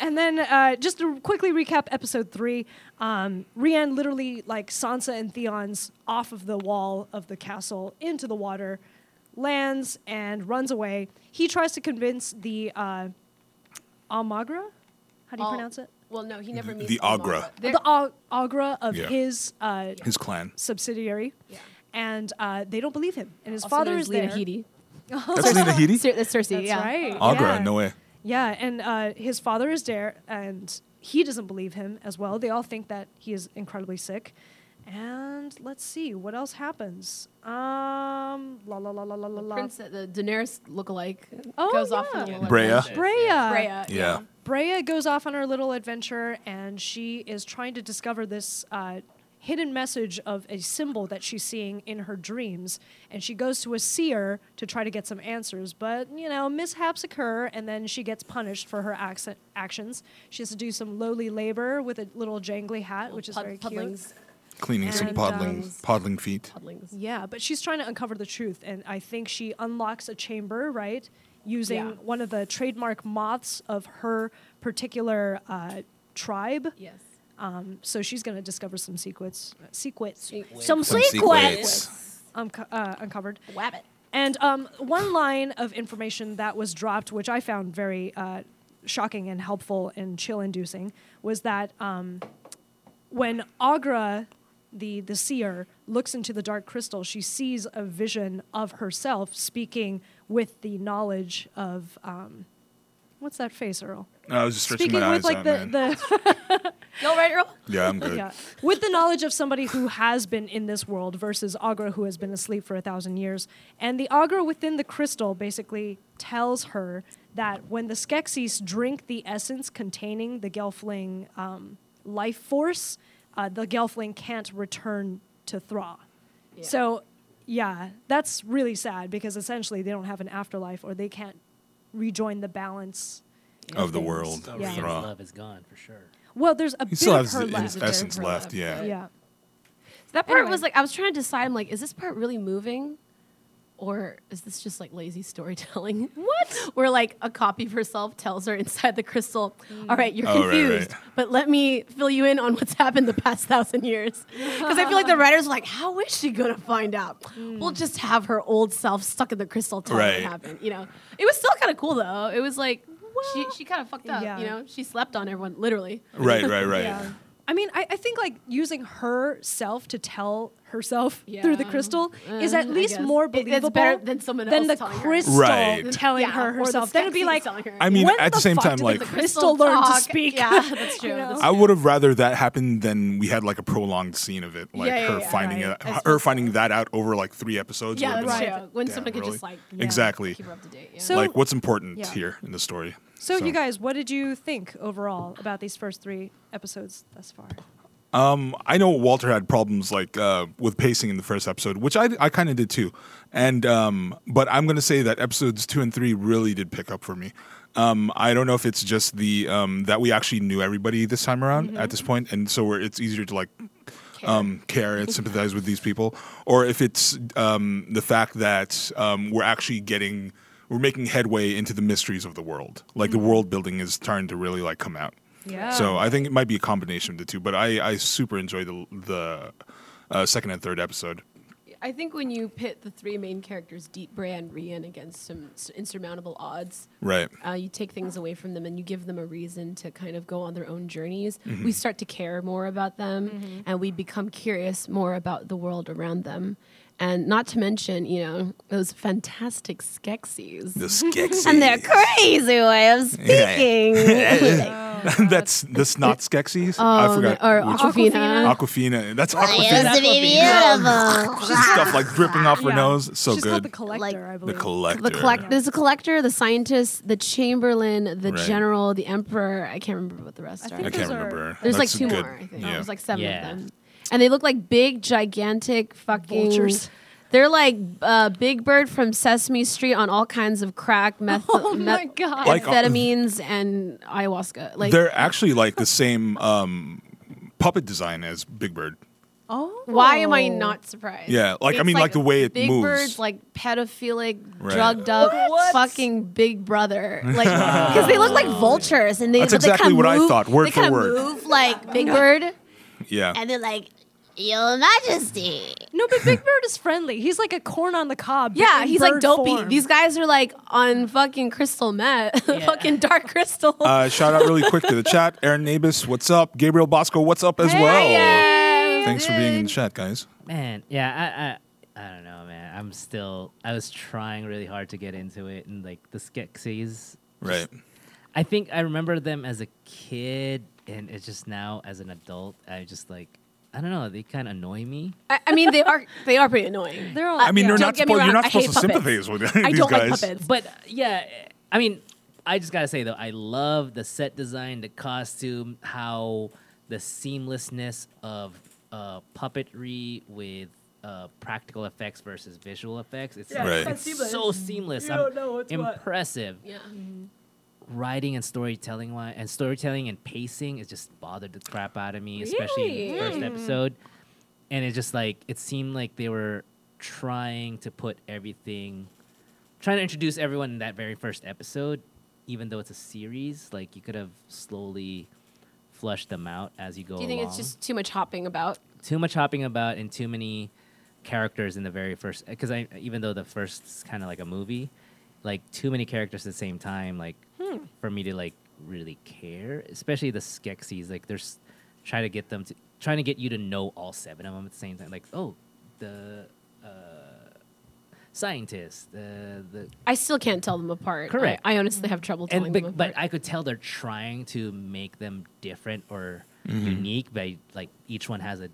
and then uh, just to quickly recap episode three, um, Rianne literally like Sansa and Theon's off of the wall of the castle into the water, lands and runs away. He tries to convince the uh, Almagra, how do you
Al-
pronounce it?
Well, no, he never
The-
meets
the
Almara.
Agra.
They're-
the Al- Agra of
Yeah.
his uh,
His clan.
subsidiary.
Yeah.
And uh, they don't believe him. And his
also
father
known
is
as Lena
there.
Headey.
That's Lena Headey?
Cer- That's Cersei.
That's
yeah.
right.
Agra,
yeah.
no way.
Yeah, and uh, his father is there, and he doesn't believe him as well. They all think that he is incredibly sick. And let's see what else happens. Um, la la la la la la la.
Princess, uh, the Daenerys lookalike
Oh,
goes off in a
yeah.
little
Brea.
adventure.
Brea.
Brea.
Yeah.
Brea goes off on her little adventure, and she is trying to discover this uh, hidden message of a symbol that she's seeing in her dreams. And she goes to a seer to try to get some answers, but you know, mishaps occur, and then she gets punished for her accent, actions. She has to do some lowly labor with a little jangly hat, which is
Pud-
very cute.
puddlings.
Cleaning some
And,
podling,
um,
podling feet.
Puddlings.
Yeah, but she's trying to uncover the truth, and I think she unlocks a chamber, right? Using
Yeah.
one of the trademark moths of her particular uh, tribe.
Yes.
Um, so she's going to discover some secrets. Secrets.
Secrets.
Some,
Some
secrets.
secrets.
Unco- uh, uncovered.
Wabbit.
And um, one line of information that was dropped, which I found very uh, shocking and helpful and chill inducing, was that um, when Agra, the, the seer, looks into the dark crystal, she sees a vision of herself speaking with the knowledge of. Um, what's that face, Earl?
I was just stretching
Speaking
my eyes
with like
out,
the,
man.
the
You all right, Earl?
Yeah, I'm good.
Yeah. With the knowledge of somebody who has been in this world versus Agra who has been asleep for a thousand years. And the Agra within the crystal basically tells her that when the Skeksis drink the essence containing the Gelfling um, life force, uh, the Gelfling can't return to Thra.
Yeah.
So, yeah, that's really sad because essentially they don't have an afterlife or they can't rejoin the balance.
Of the
things.
world.
So
Yeah.
Rian's love is gone for sure.
Well, there's a
He
bit
still
of
has
her
his
left.
left.
essence
Her
left.
left,
Yeah.
Yeah.
That part
Anyway.
was like I was trying to decide. I'm like, is this part really moving, or is this just like lazy storytelling? What? Where like a copy of herself tells her inside the crystal, "All right, you're
Oh, right, right.
confused, but let me fill you in on what's happened the past thousand years." Because I feel like the writers are like, "How is she gonna find out? We'll just have her old self stuck in the crystal telling
Right.
what happened." You know, it was still kind of cool though. It was like. She, she kind of fucked up,
Yeah.
you know. She slept on everyone, literally.
Right, right, right.
Yeah. I mean, I, I think like using herself to tell herself through the
Yeah.
crystal is at
Uh, I
least
guess.
more
It- that's
believable
better than someone
than
else
the
telling her.
crystal
Right.
telling
Yeah,
her
or the
herself. Then it'd be
Skeksis
like,
telling her.
I mean,
when
at the same
fuck
time,
did
like-
the crystal learn to
talk.
speak.
Yeah, that's true.
You know?
That's
I would have rather that happened than we had like a prolonged scene of it, like
Yeah, yeah,
her
yeah.
finding
Right.
it,
That's
her finding that out over like three episodes.
Yeah,
would've
that's
been
Right.
like,
true. When
Damn,
someone could
really?
just like
Exactly.
keep her up to date. Yeah.
So-
like what's important
Yeah.
here in the story.
so, you guys, what did you think overall about these first three episodes thus far?
I know Walter had problems like uh, with pacing in the first episode, which I, I kind of did too. And um, but I'm gonna say that episodes two and three really did pick up for me. Um, I don't know if it's just the um, that we actually knew everybody this time around at this point, and so we're, it's easier to like um, care and sympathize with these people, or if it's um, the fact that um, we're actually getting we're making headway into the mysteries of the world. Like the world building is starting to really like come out.
Yeah.
So
Oh.
I think it might be a combination of the two, but I, I super enjoyed the the uh, second and third episode.
I think when you pit the three main characters, Deep Bray and Rian, against some s- insurmountable odds,
Right.
uh, you take things away from them and you give them a reason to kind of go on their own journeys.
Mm-hmm.
We start to care more about them and we become curious more about the world around them. And not to mention, you know, those fantastic Skeksis.
The Skeksis.
and their crazy way of speaking.
That's the Snot Skeksis. I
Um,
forgot.
or
which-
Aquafina.
Aquafina. That's Aquafina.
That's what we-
Stuff like dripping off her
Yeah.
nose. So
She's
good.
called the collector,
Like-
I
The
believe.
collector.
The collect- there's a collector, the scientist, the chamberlain, the
Right.
general, the emperor. I can't remember what the rest
I
are.
I
think
can't
Those are-
remember.
There's
That's
like two
good.
more. I think
Yeah.
there's like seven
Yeah.
of them, and they look like big, gigantic fucking
Vultures.
They're like uh, Big Bird from Sesame Street on all kinds of crack, meth,
Oh
meth-
my god.
Like- uh,
amphetamines, and ayahuasca. Like
They're actually like the same um, puppet design as Big Bird.
oh.
Why am I not surprised?
Yeah, like, I mean, like, the way it
Big
moves.
Bird's like pedophilic,
Right.
drugged up, fucking Big Brother, like because they look like vultures and they.
That's
but they
exactly
kinda
what I
move-
thought, word
they
for
kinda
word.
Move like Big Bird.
Yeah.
And they're like, Your Majesty.
No, but Big Bird is friendly. He's like a corn on the cob. but
Yeah,
in
he's like
bird
dopey.
form.
These guys are like on fucking crystal meth,
Yeah.
fucking dark crystal.
Uh, shout out really quick to the chat. Aaron Nabis, what's up? Gabriel Bosco, what's up as well? Thanks for being in the chat, guys.
Man, yeah, I, I, I don't know, man. I'm still, I was trying really hard to get into it, and like the Skeksis.
Right.
I think I remember them as a kid, and it's just now as an adult, I just like, I don't know, they kind of annoy me.
I, I mean, they are they are pretty annoying. Uh,
They're all.
I mean,
yeah.
you're
Don't
not
get me
supposed you're
wrong,
not
I hate
supposed to
puppets.
sympathize with these
I don't like
guys.
puppets.
But uh, yeah, I mean, I just gotta say though, I love the set design, the costume, how the seamlessness of uh, puppetry with uh, practical effects versus visual effects. It's,
Yeah, Right.
it's so seamless. I'm impressive.
Yeah.
Writing and storytelling wi- and storytelling and pacing it just bothered the crap out of me, especially in the
Hmm.
first episode. And it just like it seemed like they were trying to put everything trying to introduce everyone in that very first episode, even though it's a series, like you could have slowly flushed them out as you go
Do you think
along.
it's just too much hopping about?
too much hopping about and too many characters in the very first because I even though the first is kind of like a movie, like too many characters at the same time, like for me to like really care, especially the Skeksis, like there's trying to get them to trying to get you to know all seven of them at the same time, like oh the uh, scientist, the the
I still can't tell them apart.
Correct.
I, I honestly have trouble telling
and
them
but,
apart.
but I could tell they're trying to make them different or
Mm-hmm.
unique, but like each one has a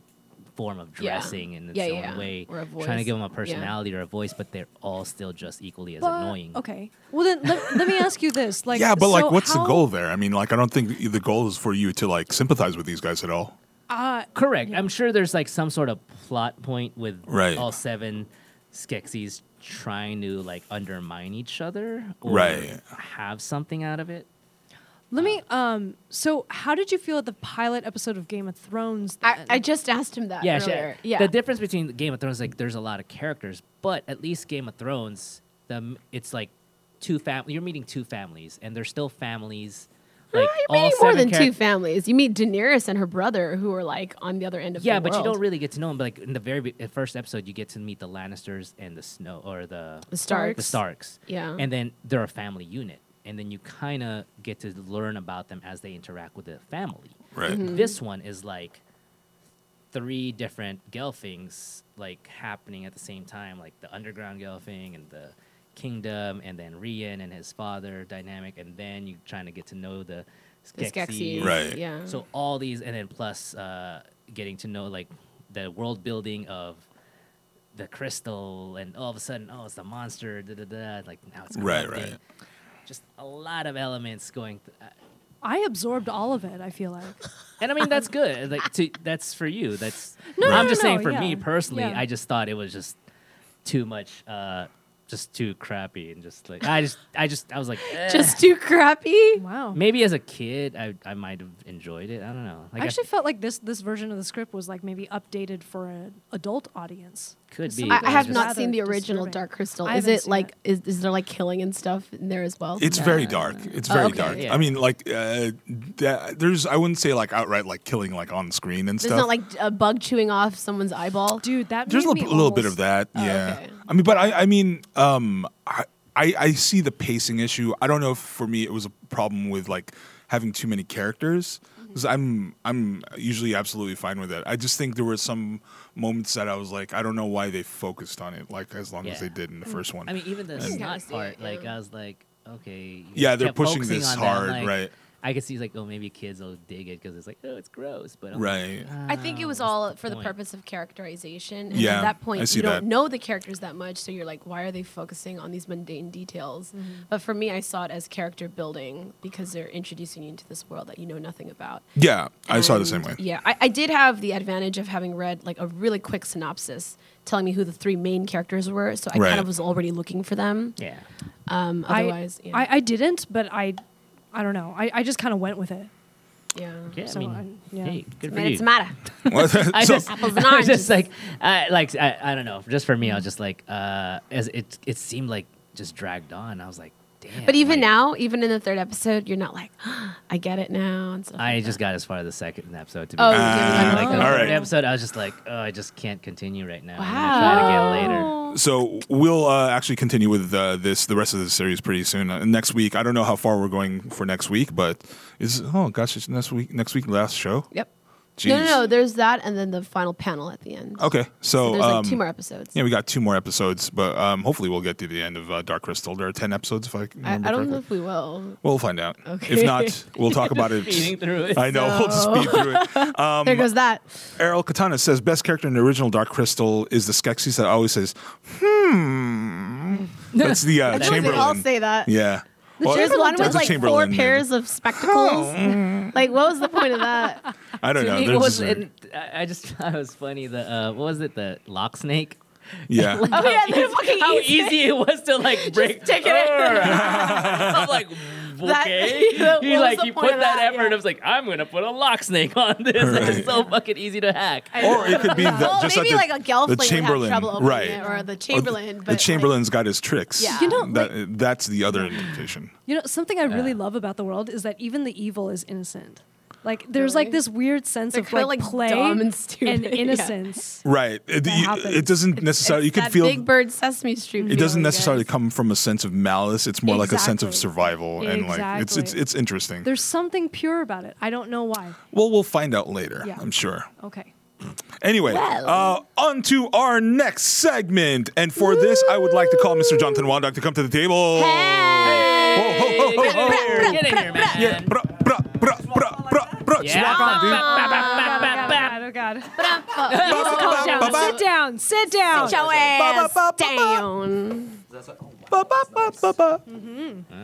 form of
Yeah.
dressing in its
Yeah,
own
yeah, yeah.
way,
Or a
trying to
voice.
give them a
Yeah.
personality or a voice, but they're all still just equally as
But-
annoying.
Okay. Well, then let, let me ask you this: like,
yeah, but like,
so
what's
how-
the goal there? I mean, like, I don't think the goal is for you to like sympathize with these guys at all.
Uh,
Correct. I'm sure there's like some sort of plot point with
Right.
all seven Skeksis trying to like undermine each other or
Right.
have something out of it.
let me. Um. So, how did you feel at the pilot episode of Game of Thrones?
I,
then?
I just asked him that
yeah,
earlier.
sure.
Yeah.
The difference between Game of Thrones, like, there's a lot of characters, but at least Game of Thrones, the it's like two families. You're meeting two families, and they're still families.
Well,
Like all
you're meeting more
seven
than
charac-
two families. You meet Daenerys and her brother, who are like on the other end of
Yeah,
the
but you
world.
don't really get to know them. But like in the very be- uh, first episode, you get to meet the Lannisters and the Snow or the
the Starks.
the Starks.
Yeah.
and then they're a family unit, and then you kind of get to learn about them as they interact with the family.
Right.
Mm-hmm.
This one is like three different Gelfings like happening at the same time, like the underground Gelfing and the kingdom, and then Rian and his father dynamic, and then you trying to get to know the
The Skeksis.
Skeksis.
Right.
Yeah.
So all these, and then plus uh, getting to know like the world building of the crystal, and all of a sudden, oh, it's the monster, da da da. Like now it's
Right,
corrupted.
right.
Just a lot of elements going, th- uh,
I absorbed all of it. I feel like.
and I mean that's good. Like to, that's for you. That's
No,
I'm
no,
just
no,
saying for
yeah,
me personally,
yeah.
I just thought it was just too much. Uh, just too crappy and just like I just I just I was like eh.
just too crappy.
Wow.
maybe as a kid I, I might have enjoyed it I don't know like
I
I-
actually felt like this this version of the script was like maybe updated for an adult audience.
Could
Some
be,
of
I,
but
it
I
it's
have
was
just-
not seen the
rather
original
disturbing.
Dark Crystal.
I
Is
haven't
it
seen
like
it.
is is there like killing and stuff in there as well?
It's very dark. It's very
Oh, okay.
dark.
Yeah.
I mean, like, uh, that, there's I wouldn't say like outright like killing like on screen and
There's
stuff.
not like a bug chewing off someone's eyeball.
Dude, that
there's a
made
little,
me
little bit of that.
almost-
Oh,
yeah.
okay.
I mean, but I I mean, um, I I I see the pacing issue. I don't know if for me it was a problem with like having too many characters.
Mm-hmm.
'Cause I'm I'm usually absolutely fine with it. I just think there were some moments that I was like, I don't know why they focused on it like as long as
Yeah. Mm.
they did in the first one.
I mean, even the
And-
Yeah, I
snot
see
part,
it,
like
yeah.
I was like, okay. you
Yeah, they're
kept
pushing
focusing
this
on that,
hard,
like,
right.
I could see like, oh, maybe kids will dig it because it's like, oh, it's gross, but I'm like, "Oh."
right.
I think it was
what's
all
the
for the
point?
purpose of characterization. And
Yeah,
at that
I
point,
see
you don't
that.
know the characters that much, so you're like, why are they focusing on these mundane details?
Mm-hmm.
But for me, I saw it as character building because they're introducing you into this world that you know nothing about.
Yeah, I saw it the same
And,
way.
Yeah, I, I did have the advantage of having read like a really quick synopsis telling me who the three main characters were, so I
Right.
kind of was already looking for them.
yeah.
Um,
I-
otherwise, yeah,
I, I didn't, but I I don't know. I, I just kind of went with it.
yeah.
Yeah,
So
I mean,
I- yeah.
hey, good for
Man,
you.
um, it's matter.
I
So-
just,
Apples and
I was
oranges.
just like, I, like I, I don't know. Just for me, I was just like, uh, as it, it seemed like just dragged on. I was like, damn.
But even
like,
now, even in the third episode, you're not like, I get it now. And stuff
I
like
just
that.
got as far as the second episode to be
Oh,
honest.
yeah.
like the
all
third
right.
episode, I was just like, oh, I just can't continue right now. I'm gonna try it again later.
Oh.
So we'll uh, actually continue with uh, this the rest of the series pretty soon. Uh, next week, I don't know how far we're going for next week, but is oh gosh, it's next week next week last show.
Yep.
Jeez.
No, no, no. There's that, and then the final panel at the end.
Okay,
So
so,
there's
um,
like two more episodes.
Yeah, we got two more episodes, but um, hopefully we'll get to the end of uh, Dark Crystal. There are ten episodes, if I can
I,
remember
I don't know
correctly.
if we will.
We'll find out.
Okay.
If not, we'll talk about it.
Speeding through it.
I know. We'll just
So-
speed through it. Um,
there goes that.
Errol Katana says best character in the original Dark Crystal is the Skeksis that always says, "Hmm." That's the uh,
I
I
think
think they all
Chamberlain.
say that.
Yeah. Well,
There's one
that's
with
a
like four
Chamberlain name.
pairs of spectacles. like, what was the point of that?
I don't
To
know.
me,
There's
what was
a-
it, I I just thought it was funny. The uh, what was it? The lock snake.
yeah.
Oh yeah, they fucking
How
eat it.
easy it was to like break.
take it in.
I'm like,
That-
okay.
What
you
was
like
the
you
point
put
of
that,
that?
effort.
Yeah.
I was like, I'm gonna put a lock snake on this. It's so fucking easy to hack.
Or it could be the,
Well,
just
maybe
that
like
the,
a Gelfling
the
would have
Chamberlain,
trouble opening
right?
it, or the
Or th-
Chamberlain. but
Oh, the
like-
Chamberlain's got his tricks.
Yeah.
You know,
that, that's the other indication.
You know, something I really
Yeah.
love about the world is that even the evil is innocent. Like there's
Really?
like this weird sense
They're
of
kinda,
like,
like,
play
dumb and stupid, yeah.
innocence.
Right. It, you-
happens.
it doesn't necessarily. You
It's
could
that
feel.
Big Bird Sesame Street.
it doesn't
feeling,
necessarily
guys.
come from a sense of malice. It's more like a sense of
Exactly.
survival, and like it's it's
Exactly.
it's interesting.
There's something pure about it. I don't know why.
well, we'll find out later.
Yeah.
I'm sure.
Okay.
Anyway, uh, on to our next segment, and for this, I would like to call Mr. Jonathan Wandock to come to the table. Oh, Ho, ho, ho, ho, ho.
Get in here, man.
Yeah, bruh, bruh, bruh, bruh, bruh. Brooch,
Yeah.
rock on, dude.
Oh, God. Oh, God.
Ba-
Calm down.
ba- ba-
Sit down. Sit down.
Sit your ass down.
That's what, oh
ba- ba- ba- ba-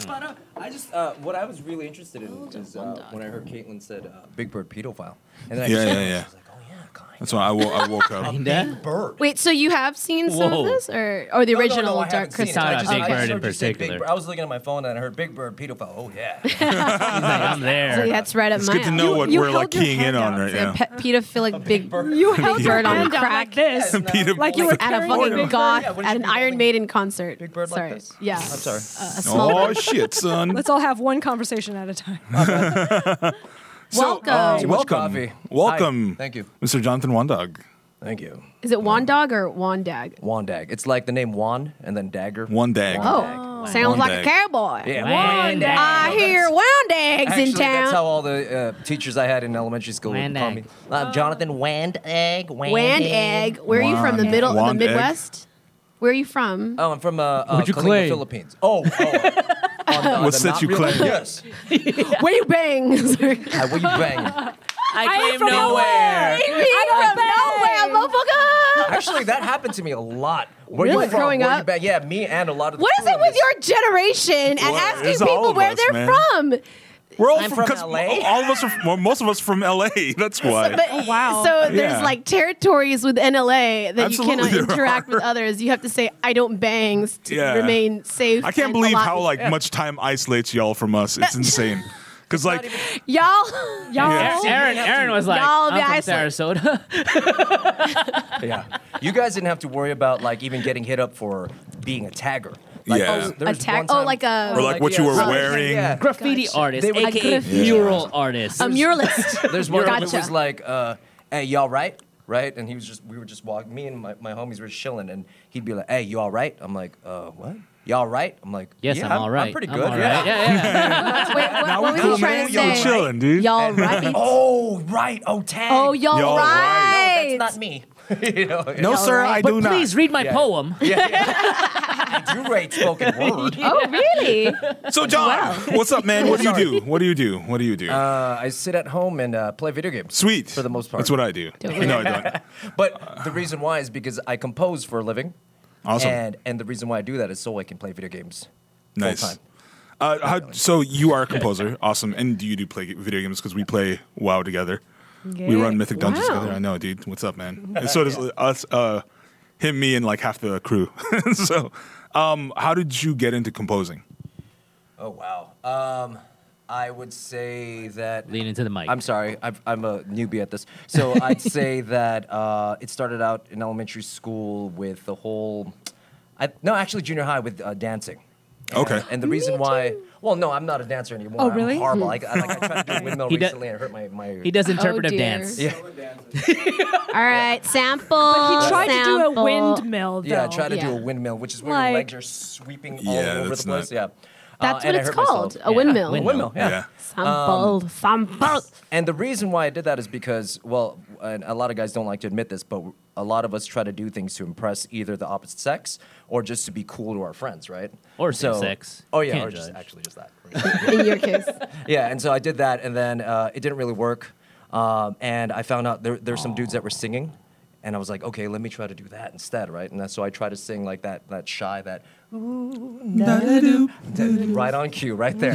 ba.
I just uh, what I was really interested in is uh, when I heard Caitlin said uh, Big Bird pedophile, and then I
Yeah,
just-
yeah, yeah.
I was like, oh yeah, kind
That's why I, wo- I woke up.
of.
Yeah.
Big Bird.
Wait, so you have seen some
Whoa.
of this, or or the
No, no, no,
original
I
Dark
haven't seen it.
Crystal?
Saw it on
just-
Big
just
Bird in
heard you say Big
particular.
Bird. I was looking at my phone and I heard Big Bird pedophile. Oh yeah.
He's like, I'm there.
So that's right up
It's
my
good to know
alley.
what
you
we're like
held your
keying in
hand
on
out.
right
A
now.
pe- pedophilic big bird.
You held
Big
your
bird on
hand out
crack.
like this.
Yes.
Peter
Like you were
At a
carrying
fucking
Big Bird.
goth,
Yeah, what
at
is
an
it,
Iron
big-
Maiden concert.
Big bird like
sorry.
this?
Yeah.
I'm sorry.
A, a small
Oh
bird.
shit, son.
Let's all have one conversation at a time.
Welcome.
uh,
Too much coffee.
welcome, welcome.
Hi. Thank you.
Mr. Jonathan Wandog.
Thank you.
Is it Wandog or Wandag?
Wandag. It's like the name Wand and then dagger.
One dag.
Oh,
Wandag.
sounds like
Wandag.
a cowboy.
Yeah.
Wandag.
I hear Wandags
Actually,
in town.
that's how all the uh, teachers I had in elementary school would call me.
Wandag.
Uh, Jonathan Wand Egg. Wand,
Wand egg.
Egg.
Where are you from? The
Wand-
middle, the
Wand egg.
Midwest. Where are you from?
Oh, I'm from uh, uh,
What'd you
Kalinga,
claim?
Philippines. Oh, oh. On- on
What
the
set
not
you
real-
claim?
Yes.
Where you bang? Sorry.
Hi, where you banging?
I
am
came
from
nowhere.
I don't from nowhere, motherfucker.
Actually, that happened to me a lot. Where
Really?
you from?
Growing
where
up?
You bang? Yeah, me and a lot of. the
What is
crew
it
in
with
this-
your generation and
Well,
asking
it's all
people
of
where
us,
they're
man.
from?
We're all
I'm
from,
from
'cause
LA.
All, all of us are. From, well, most of us are from LA. That's why.
But,
Oh, wow.
So there's
Yeah.
like territories within LA that
Absolutely,
you cannot
there
interact
are.
with others. You have to say "I don't bangs" to
Yeah.
remain safe.
I can't
and
believe
alive.
how like much time isolates y'all from us. It's insane. Because like,
y'all.
Y'all.
Yeah.
Aaron, Aaron was like,
Y'all be
I'm from
isolated."
Sarasota.
Yeah. You guys didn't have to worry about like even getting hit up for being a tagger. Like,
Yeah.
oh, there was
A tag-
one
oh,
time-
like a-
Or like what you were
something-
wearing.
Yeah.
graffiti artist,
They were-
aka
graffiti
mural artist.
A muralist.
There's one that
Gotcha.
was like, uh, "Hey, y'all right? Right?" And he was just, we were just walking. Me and my, my homies were chilling, and he'd be like, "Hey, you all right?" I'm like, "Uh, what? Y'all right?all I'm like,
Yes,
yeah,
I'm all right.
I'm pretty good.
all
yeah."
right. Yeah, yeah.
Wait, what,
now
what
we
was
cool,
he trying
man.
to
Yo, we
say?
chilling, dude.
Y'all right?
Oh, right. Oh, tag.
Oh, y'all,
Y'all
right.
No, that's not me. you know, yeah.
no, sir, I do
But
not.
please read my
Yeah.
poem.
Yeah, yeah. I do rate spoken word.
Oh, really?
So, John, what's up, man? What do you do? What do you do? What do you do?
Uh, I sit at home and uh, play video games.
Sweet.
for the most part.
That's what I do.
Don't
no, I don't.
But the reason why is because I compose for a living.
Awesome.
And and the reason why I do that is so I can play video games. full
Nice.
time.
Uh, how, so you are a composer, awesome, and do you do play video games? Because we play WoW together. We
Yeah.
run Mythic Dungeons
Wow.
together. I know, dude. What's up, man? And so does us, uh, him, me, and like half the crew. so, um, how did you get into composing?
Oh wow. Um, I would say that.
Lean into the mic.
I'm sorry, I've, I'm a newbie at this. So I'd say that uh, it started out in elementary school with the whole, I, no, actually junior high with uh, dancing. And-
Okay.
And the reason why, well, no, I'm not a dancer anymore.
Oh,
I'm
really?
horrible. Like, I, like, I tried to do a windmill
He do-
recently and it hurt my, my
He does interpretive
dear.
dance.
Yeah. All right, sample. But
He tried to do a windmill, though.
Yeah, try to do
Yeah.
a windmill, which is where
Like-
your legs are sweeping all
Yeah,
over
that's
the place.
not-
Yeah. Uh,
That's what
and I
it's
hurt myself.
called. A
Yeah,
windmill.
windmill.
Windmill, Um, yeah.
Yeah.
Sample. sample.
And the reason why I did that is because, well, and a lot of guys don't like to admit this, but a lot of us try to do things to impress either the opposite sex or just to be cool to our friends, right?
Or same sex.
Oh yeah,
Can't
or just
judge.
actually just that.
In your case.
yeah, and so I did that, and then uh, it didn't really work. Um, and I found out there there's some dudes that were singing, and I was like, okay, let me try to do that instead, right? And that's, so I tried to sing like that, that shy, that right on cue, right there.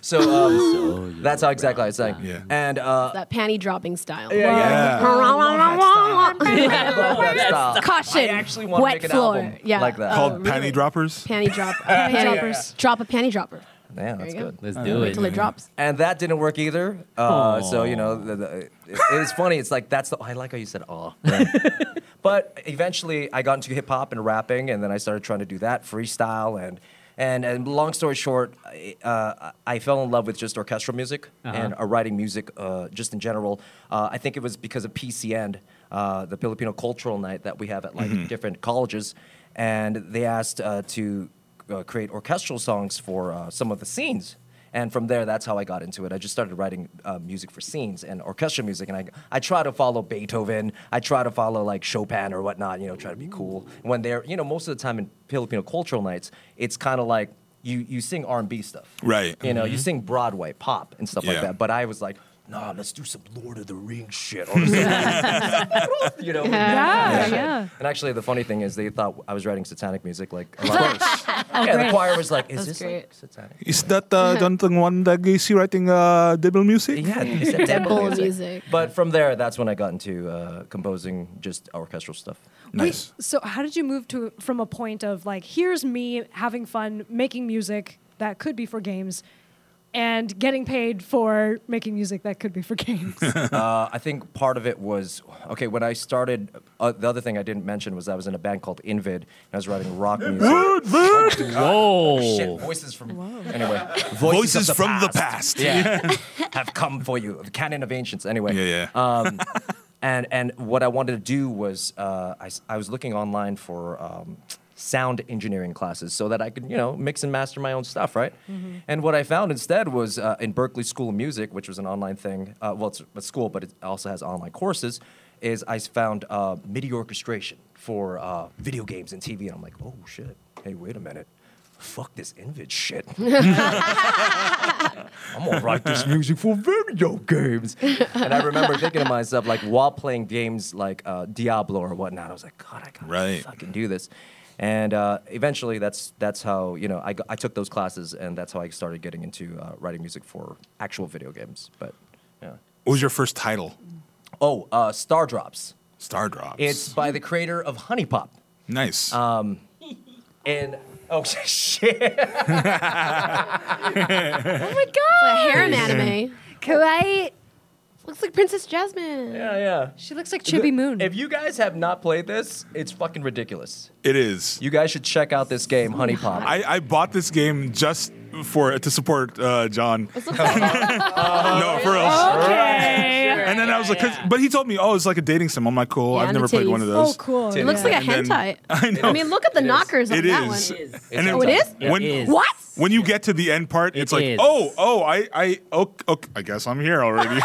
so, um, that's how exactly I sang.
Yeah.
And uh,
That panty dropping style.
yeah. Yeah.
that style. I
Caution.
actually want to
Wet
make an
floor.
album
yeah.
like that.
Called
Oh, really?
Panty Droppers.
Panty drop. Panty droppers. Drop a panty dropper.
yeah, that's
you go.
good.
Let's do
Until it
it.
drops.
And that didn't work either. Uh, so you know, the, the, it, it's funny. It's like that's the. I like how you said "oh." Right? but eventually, I got into hip hop and rapping, and then I started trying to do that freestyle and. And, and long story short, I, uh, I fell in love with just orchestral music and uh, writing music uh, just in general. Uh, I think it was because of PCN, uh, the Filipino Cultural Night that we have at like different colleges, and they asked uh, to uh, create orchestral songs for uh, some of the scenes. And from there, that's how I got into it. I just started writing uh, music for scenes and orchestral music, and I I try to follow Beethoven. I try to follow like Chopin or whatnot. You know, try to be cool. When they're you know most of the time in Filipino cultural nights, it's kind of like you you sing R&B stuff.
Right. Mm-hmm.
You know, you sing Broadway pop and stuff
Yeah.
like that. But I was like, nah, let's do some Lord of the Rings shit. Or something. you know.
Yeah, yeah.
And actually, the funny thing is, they thought I was writing satanic music. Like, a lot of, yeah, the
Oh, great.
choir was like, "Is
That's
this
great.
like satanic?"
Is that uh, Jonathan one that you see writing uh, devil music?
Yeah, it's satanic
Temple
music.
music.
But from there, that's when I got into uh, composing just orchestral stuff.
Nice.
Wait, so how did you move to from a point of like here's me having fun making music that could be for games and getting paid for making music that could be for games?
Uh, I think part of it was okay. When I started, uh, the other thing I didn't mention was I was in a band called Invid, and I was writing rock music. Shit, Oh.
Whoa.
voices from anyway, voices,
Voices
of the
from the
past.
past.
Yeah, have come for you, the canon of ancients. Anyway,
Yeah, yeah.
Um, and and what I wanted to do was uh, I, s- I was looking online for um, sound engineering classes so that I could you know mix and master my own stuff, right? And what I found instead was uh, in Berkeley School of Music, which was an online thing. Uh, well, it's a school, but it also has online courses. Is I s- found uh, MIDI orchestration for uh, video games and TV, and I'm like, oh shit! Hey, wait a minute. Fuck this Invid shit. I'm gonna write this music for video games. and I remember thinking to myself, like while playing games like uh, Diablo or whatnot, I was like, God, I gotta
Right.
fucking do this. And uh, eventually, that's that's how you know I, got- I took those classes, and that's how I started getting into uh, writing music for actual video games. But yeah.
What was your first title?
Oh, uh, Star Drops.
Star Drops.
It's by the creator of Honey Pop,
nice.
and oh shit.
a harem anime.
Kawaii.
Looks like Princess Jasmine.
Yeah, yeah.
she looks like Chibi Moon.
If you guys have not played this, it's fucking ridiculous.
it is.
You guys should check out this game, Honey Pop.
I, I bought this game just for to support uh, John. no, for real.
okay.
And then I was like, 'cause- but he told me, oh, it's like a dating sim. I'm like, cool.
Yeah,
I've
and the
never played one
titties.
of those.
Oh, cool.
It
It looks
yeah.
like a
And then-
hentai. I,
know.
mean, look at the knockers on
It
that
is.
one.
And
Oh, it is?
It
when,
is.
What?
When you get to the end part,
It
it's like,
is.
oh, oh, I, I, okay, okay, I guess I'm here already.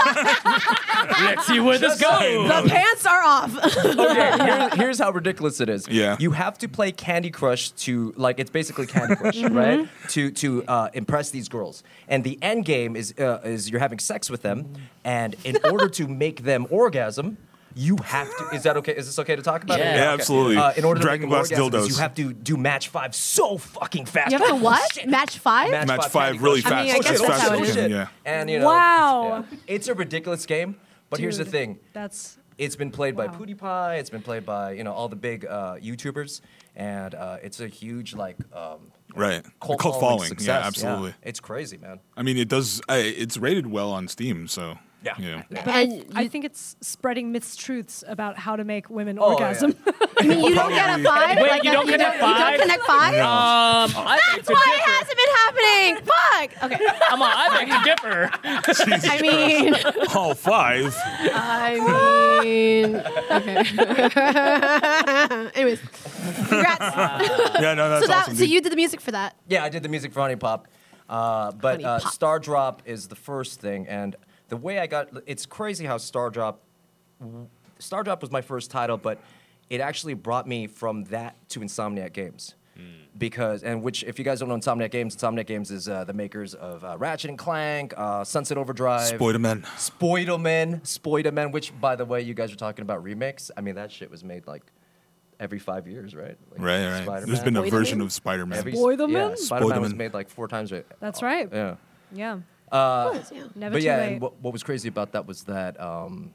Let's see where this goes.
The pants are off.
okay, here- here's how ridiculous it is.
Yeah.
You have to play Candy Crush to like it's basically Candy Crush,
Mm-hmm.
right? To to uh, impress these girls, and the end game is uh, is you're having sex with them, and in order to make them orgasm. You have to. Is that okay? Is this okay to talk about?
Yeah.
it?
Yeah,
okay.
absolutely.
Uh, in order to
Dragon
make them
Blast
orgasm is
dildos.
you have to do match five so fucking fast.
You have to
Oh,
what?
shit.
Match five?
Match,
Match
five,
five really
I mean,
Candy Crush.
I
fast,
guess
as
that's
fast
how
as
it
you
is.
can. Yeah.
And you know,
Wow.
yeah. it's a ridiculous game. But here's the
Dude,
thing:
That's
it's been played by
Wow.
PewDiePie. It's been played by you know all the big uh, YouTubers, and uh, it's a huge like um,
Right. Cult
cult, following.
following, yeah,
success.
absolutely.
It's crazy, man.
I mean, it does. I, it's rated well on Steam, so
Yeah.
you know.
But I, you,
I think it's spreading mistruths about how to make women
Oh,
orgasm.
I mean, you don't get a five?
Wait,
like
you
I-
don't connect five?
You don't connect five?
Um, I beg
That's
to
why it
differ.
hasn't been happening. Fuck. Okay.
Come on, I beg to differ.
I mean,
All five.
I mean, okay. Anyways, congrats.
Yeah, no, that's
so that,
awesome.
so
dude.
you did the music for that.
Yeah, I did the music for Honey Pop, uh, but
Honey
uh,
Pop.
Star Drop is the first thing, and the way I got it's crazy how Star Drop, Star Drop was my first title, but it actually brought me from that to Insomniac Games. Because and which, if you guys don't know, Insomniac Games, Insomniac Games is uh, the makers of uh, Ratchet and Clank, uh, Sunset Overdrive,
Spoiderman.
Spoiderman, Spoiderman. Which, by the way, you guys are talking about remakes. I mean, that shit was made like every five years, right? Like,
Right, right. There's
Spider-Man.
been a
Spoiderman?
version of Spider-Man.
Every,
Spoilerman?
Yeah, Spider-Man was
Spoilerman.
made like four times. Right?
That's right.
Yeah. Uh,
Yeah.
Yeah.
Never
But
too
yeah,
late.
and what, what was crazy about that was that um,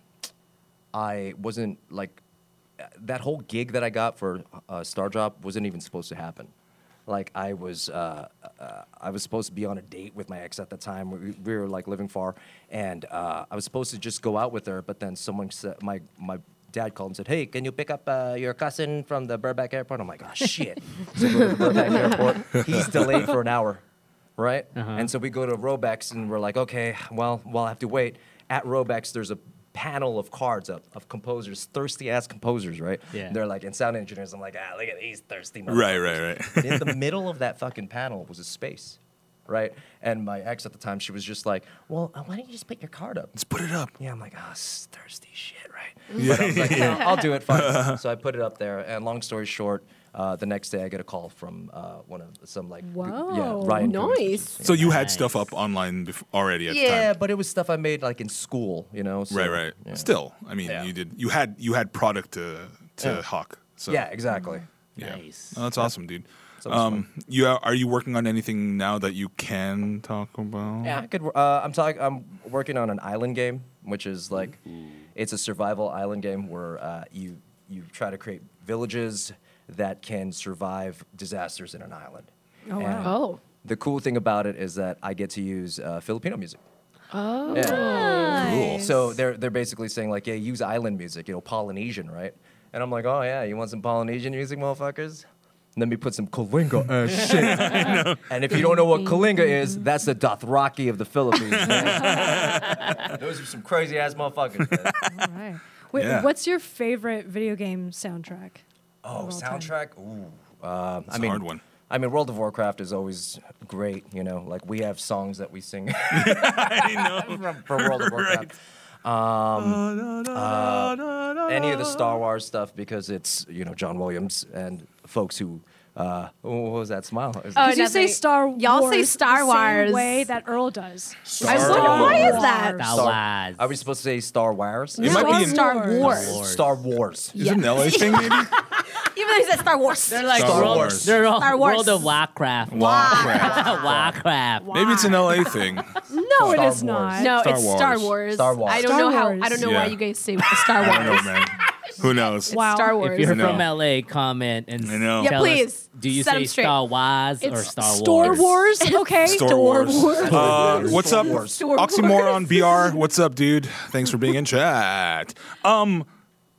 I wasn't like that whole gig that I got for uh, Star Drop wasn't even supposed to happen. Like I was, uh, uh, I was supposed to be on a date with my ex at the time. We, we were like living far, and uh, I was supposed to just go out with her. But then someone said, my my dad called and said, "Hey, can you pick up uh, your cousin from the Burbank airport?" I'm like, "Oh shit!" so I go to the Burbank airport. He's delayed for an hour, right? And so we go to Robex, and we're like, "Okay, well, we'll have to wait." At Robex, there's a panel of cards of, of composers, thirsty ass composers, right?
Yeah.
They're like, and sound engineers, I'm like, ah, look at these thirsty.
Right, right, right.
motherfuckers." In the middle of that fucking panel was a space, right? And my ex at the time, she was just like, well, uh, why don't you just put your card up?
Let's put it up.
Yeah, I'm like, ah, this is thirsty shit, right? But I was like, no, I'll do it, fine. so I put it up there, and long story short, Uh, the next day, I get a call from uh, one of some like b- yeah
Whoa.
Ryan. Coons.
Nice.
So you had
Nice.
stuff up online bef- already at the
Yeah,
time.
but it was stuff I made like in school, you know. so,
right, right.
yeah.
Still, I mean,
Yeah.
you did. You had you had product to to
Yeah.
hawk. So
Yeah, exactly.
Mm-hmm.
yeah.
Nice.
No, that's awesome, dude.
So much
Um, you are, are you working on anything now that you can talk about?
Yeah, I could. Uh, I'm talking. I'm working on an island game, which is like,
Mm-hmm.
it's a survival island game where uh, you you try to create villages that can survive disasters in an island.
Oh,
And
wow.
Oh.
The cool thing about it is that I get to use uh, Filipino music.
Oh.
Cool. So they're they're basically saying like, yeah, use island music, you know, Polynesian, right? And I'm like, oh yeah, you want some Polynesian music, motherfuckers? Let me put some Kalinga ass shit. And if you don't know what Kalinga
Mm-hmm.
is, that's the Dothraki of the Philippines. man. Those are some crazy ass motherfuckers. man.
All right. Wait,
Yeah.
what's your favorite video game soundtrack?
Oh,
Of all time.
soundtrack. Ooh, uh,
It's
I
a
mean,
hard one.
I mean, World of Warcraft is always great. You know, like we have songs that we sing
I know.
from, from World of Warcraft. Um,
Oh,
uh, any of the Star Wars stuff because it's you know John Williams and folks who uh, oh, what was that smile? Is
Oh,
Did you say
nothing.
Star
Y'all say
Wars
Star
the
Wars.
same way that Earl does?
Star
I was like, why is
Wars.
that?
That
Star-
was.
Are we supposed to say Star Wars?
It
No,
might be
it's
in-
Star
Star
Wars.
Wars.
Star Wars.
Is it an LA thing, maybe?
Even though he said Star Wars.
They're like
Star
World,
Wars.
They're all
Star Wars.
World of Warcraft.
Wow.
Warcraft.
Maybe it's an LA thing.
No, it
Star
is not.
no,
Star
it's
Wars.
Star Wars.
Star Wars.
I don't
Star
know
Wars.
how. I don't know why
Yeah.
you guys say Star
I don't
Wars.
know, man. Who knows?
It's
Wow.
Star Wars.
If you're
No.
from LA, comment and
I know.
Yeah,
tell us,
please.
do you
Set
say
'em straight.
Star Wars or
It's
Star Wars?
Star Wars. Okay,
Star Wars.
Wars.
Uh, what's up,
Star Wars.
Oxymoron BR? What's up, dude? Thanks for being in chat. Um,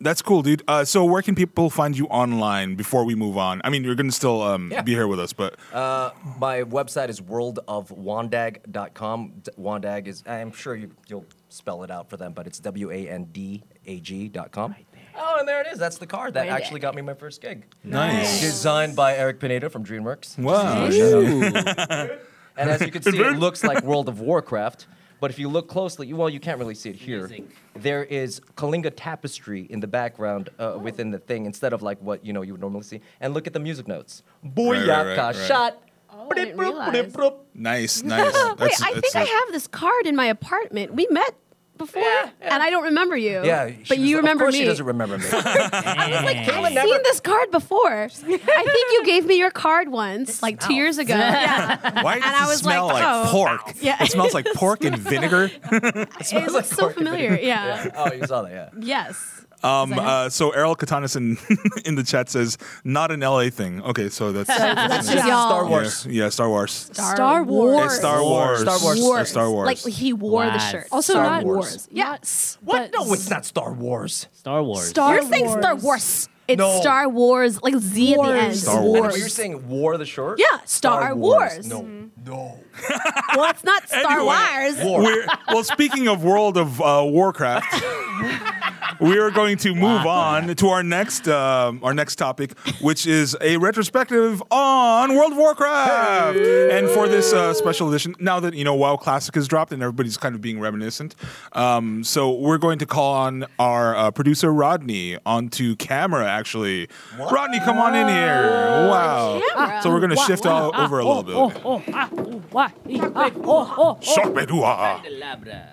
that's cool, dude. Uh, so where can people find you online before we move on? I mean, you're gonna still um,
Yeah.
be here with us, but
Uh, my website is worldofwandag.com. D- Wandag is. I'm sure you, you'll spell it out for them, but it's W A N D A G dot com. Oh, and there it is. That's the card that
Wandag.
actually got me my first gig.
nice.
Designed by Eric Pineda from DreamWorks.
Wow.
And as you can see, it looks like World of Warcraft. But if you look closely, well, you can't really see it here.
Amazing.
There is Kalinga tapestry in the background uh, within the thing instead of like what you know you would normally see. And look at the music notes.
right, right,
Booyaka
right.
shot.
Oh, I didn't realize.
Nice, nice.
Wait,
That's-
I think
that's
I
it.
have this card in my apartment. We met before, and I don't remember you.
Yeah, she
but
was-
you remember
of course
me.
She doesn't remember me.
I was like,
I've seen this card before. I think you gave me your card once, like two years ago. yeah,
Why does
I
it
was like,
smell like,
oh.
pork?
Yeah.
It smells like pork and vinegar.
it looks so familiar. Yeah.
Yeah. Oh, you saw that, yeah.
Yes.
Um, uh, so Errol Katanis in, in the chat says, not an LA thing. Okay, so that's,
That's just y'all.
Star
yeah,
Wars.
yeah, Star Wars.
Star Wars.
It's Star Wars.
Star Wars.
It's Star Wars.
Like he wore the
Wars.
shirt.
Also
Star
not
Wars. Yeah.
Yes.
What?
but
No, it's not Star Wars.
Star Wars.
Star
You're saying Star Wars. It's
No.
Star Wars, like Z at the end.
Wars. Star
Wars.
And you're saying war the short?
Yeah, Star Wars. Mm-hmm.
No, no.
Well, it's not Star Wars.
War.
We're, well, speaking of World of uh, Warcraft, we are going to move on to our next um, our next topic, which is a retrospective on World of Warcraft. And for this uh, special edition, now that you know WoW Classic has dropped and everybody's kind of being reminiscent, um, so we're going to call on our uh, producer Rodney onto camera. Actually, Rodney, come on in here. Wow.
Camera.
So we're going to shift all over a little bit.
Oh, oh, ah, oh, wah, ee, ah, oh, oh, oh.
Shock-me-doo-ah.
Candelabra.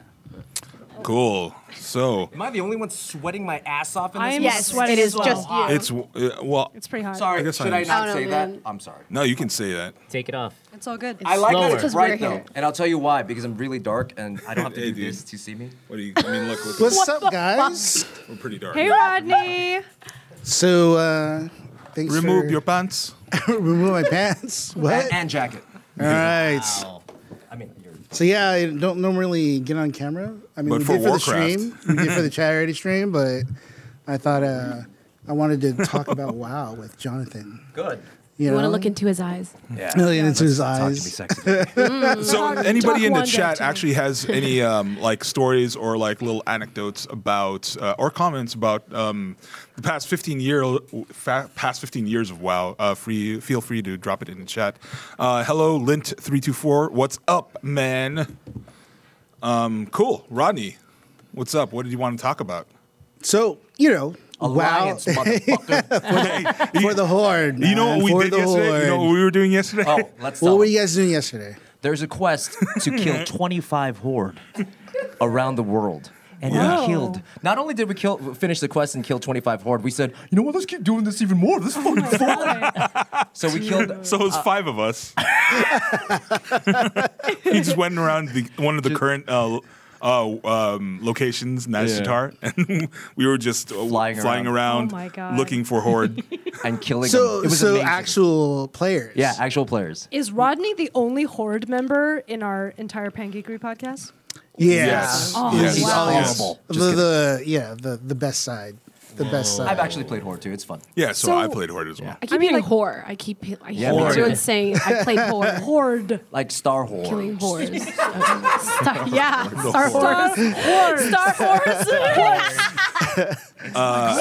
Cool. So
Am I the only one sweating my ass off in
I am
movie?
Yes,
sweating
it is
as well.
just you.
it's uh, well.
It's pretty hot.
I
Sorry,
guess
should
I
I
am.
not
I don't
say
know,
that?
man.
I'm sorry.
No, you can say that.
Take it off.
It's all good.
I like
slower.
that
It's
it's
'cause
bright
we're
though,
here.
And I'll tell you why, because I'm really dark and I don't have to
Hey,
do
dude.
this to see me.
What do you? I mean, look, look
What's up, guys?
we're pretty dark.
hey, Rodney.
So, uh, thanks
Remove
for-
your pants.
remove my pants. What?
And, and jacket.
All right.
Wow.
I mean, you're,
So yeah, I don't normally get on camera. I mean,
But
we
for
did for
Warcraft.
the stream, we did for the charity stream, but I thought uh, I wanted to talk about WoW with Jonathan.
good.
You,
You
know?
want to look into his eyes.
Yeah.
Really into his
Talk to me
eyes.
sexy.
So,
Talk- talk
anybody in the
one day
chat
to me.
actually has any um, like stories or like little anecdotes about uh, or comments about um, the past fifteen year fa- past fifteen years of WoW? Uh, free, feel free to drop it in the chat. Uh, hello, Lint three two four. What's up, man? Um, cool, Rodney. What's up? What did you want to talk about?
So you know,
Alliance, motherfucker.
for the horde.
You know
man,
what we
for
did
the
yesterday? You know
horde.
what we were doing yesterday?
Oh, let's
what
tell
were
them.
you guys doing yesterday?
There's a quest to kill 25 horde around the world. And
Wow.
we killed. Not only did we kill, finish the quest and kill 25 horde, we said, you know what? Let's keep doing this even more. This is fucking fun.
Right.
So we killed.
So it was five of us. he just went around the, one of the current uh, uh, um, locations, Nazitar, and we were just uh,
Flying
around,
Oh my God.
looking for Horde.
and killing.
So,
them. It was
so
amazing.
actual players.
Yeah, actual players.
Is Rodney the only Horde member in our entire Pangeekery podcast?
yeah.
Yes.
Oh,
Yes.
He's wow.
horrible.
The,
Just
the yeah, the the best side, the best side.
I've actually played horde too. It's fun.
yeah, so,
So-
I played Horde as well.
I keep
I mean,
hearing
like-
whore. I keep he- I hear
Whore.
everyone saying I played whore.
Horde.
Like Star Wars.
Killing whores. Okay. Star, yeah. Star
whore.
whores.
Horde.
Star whores.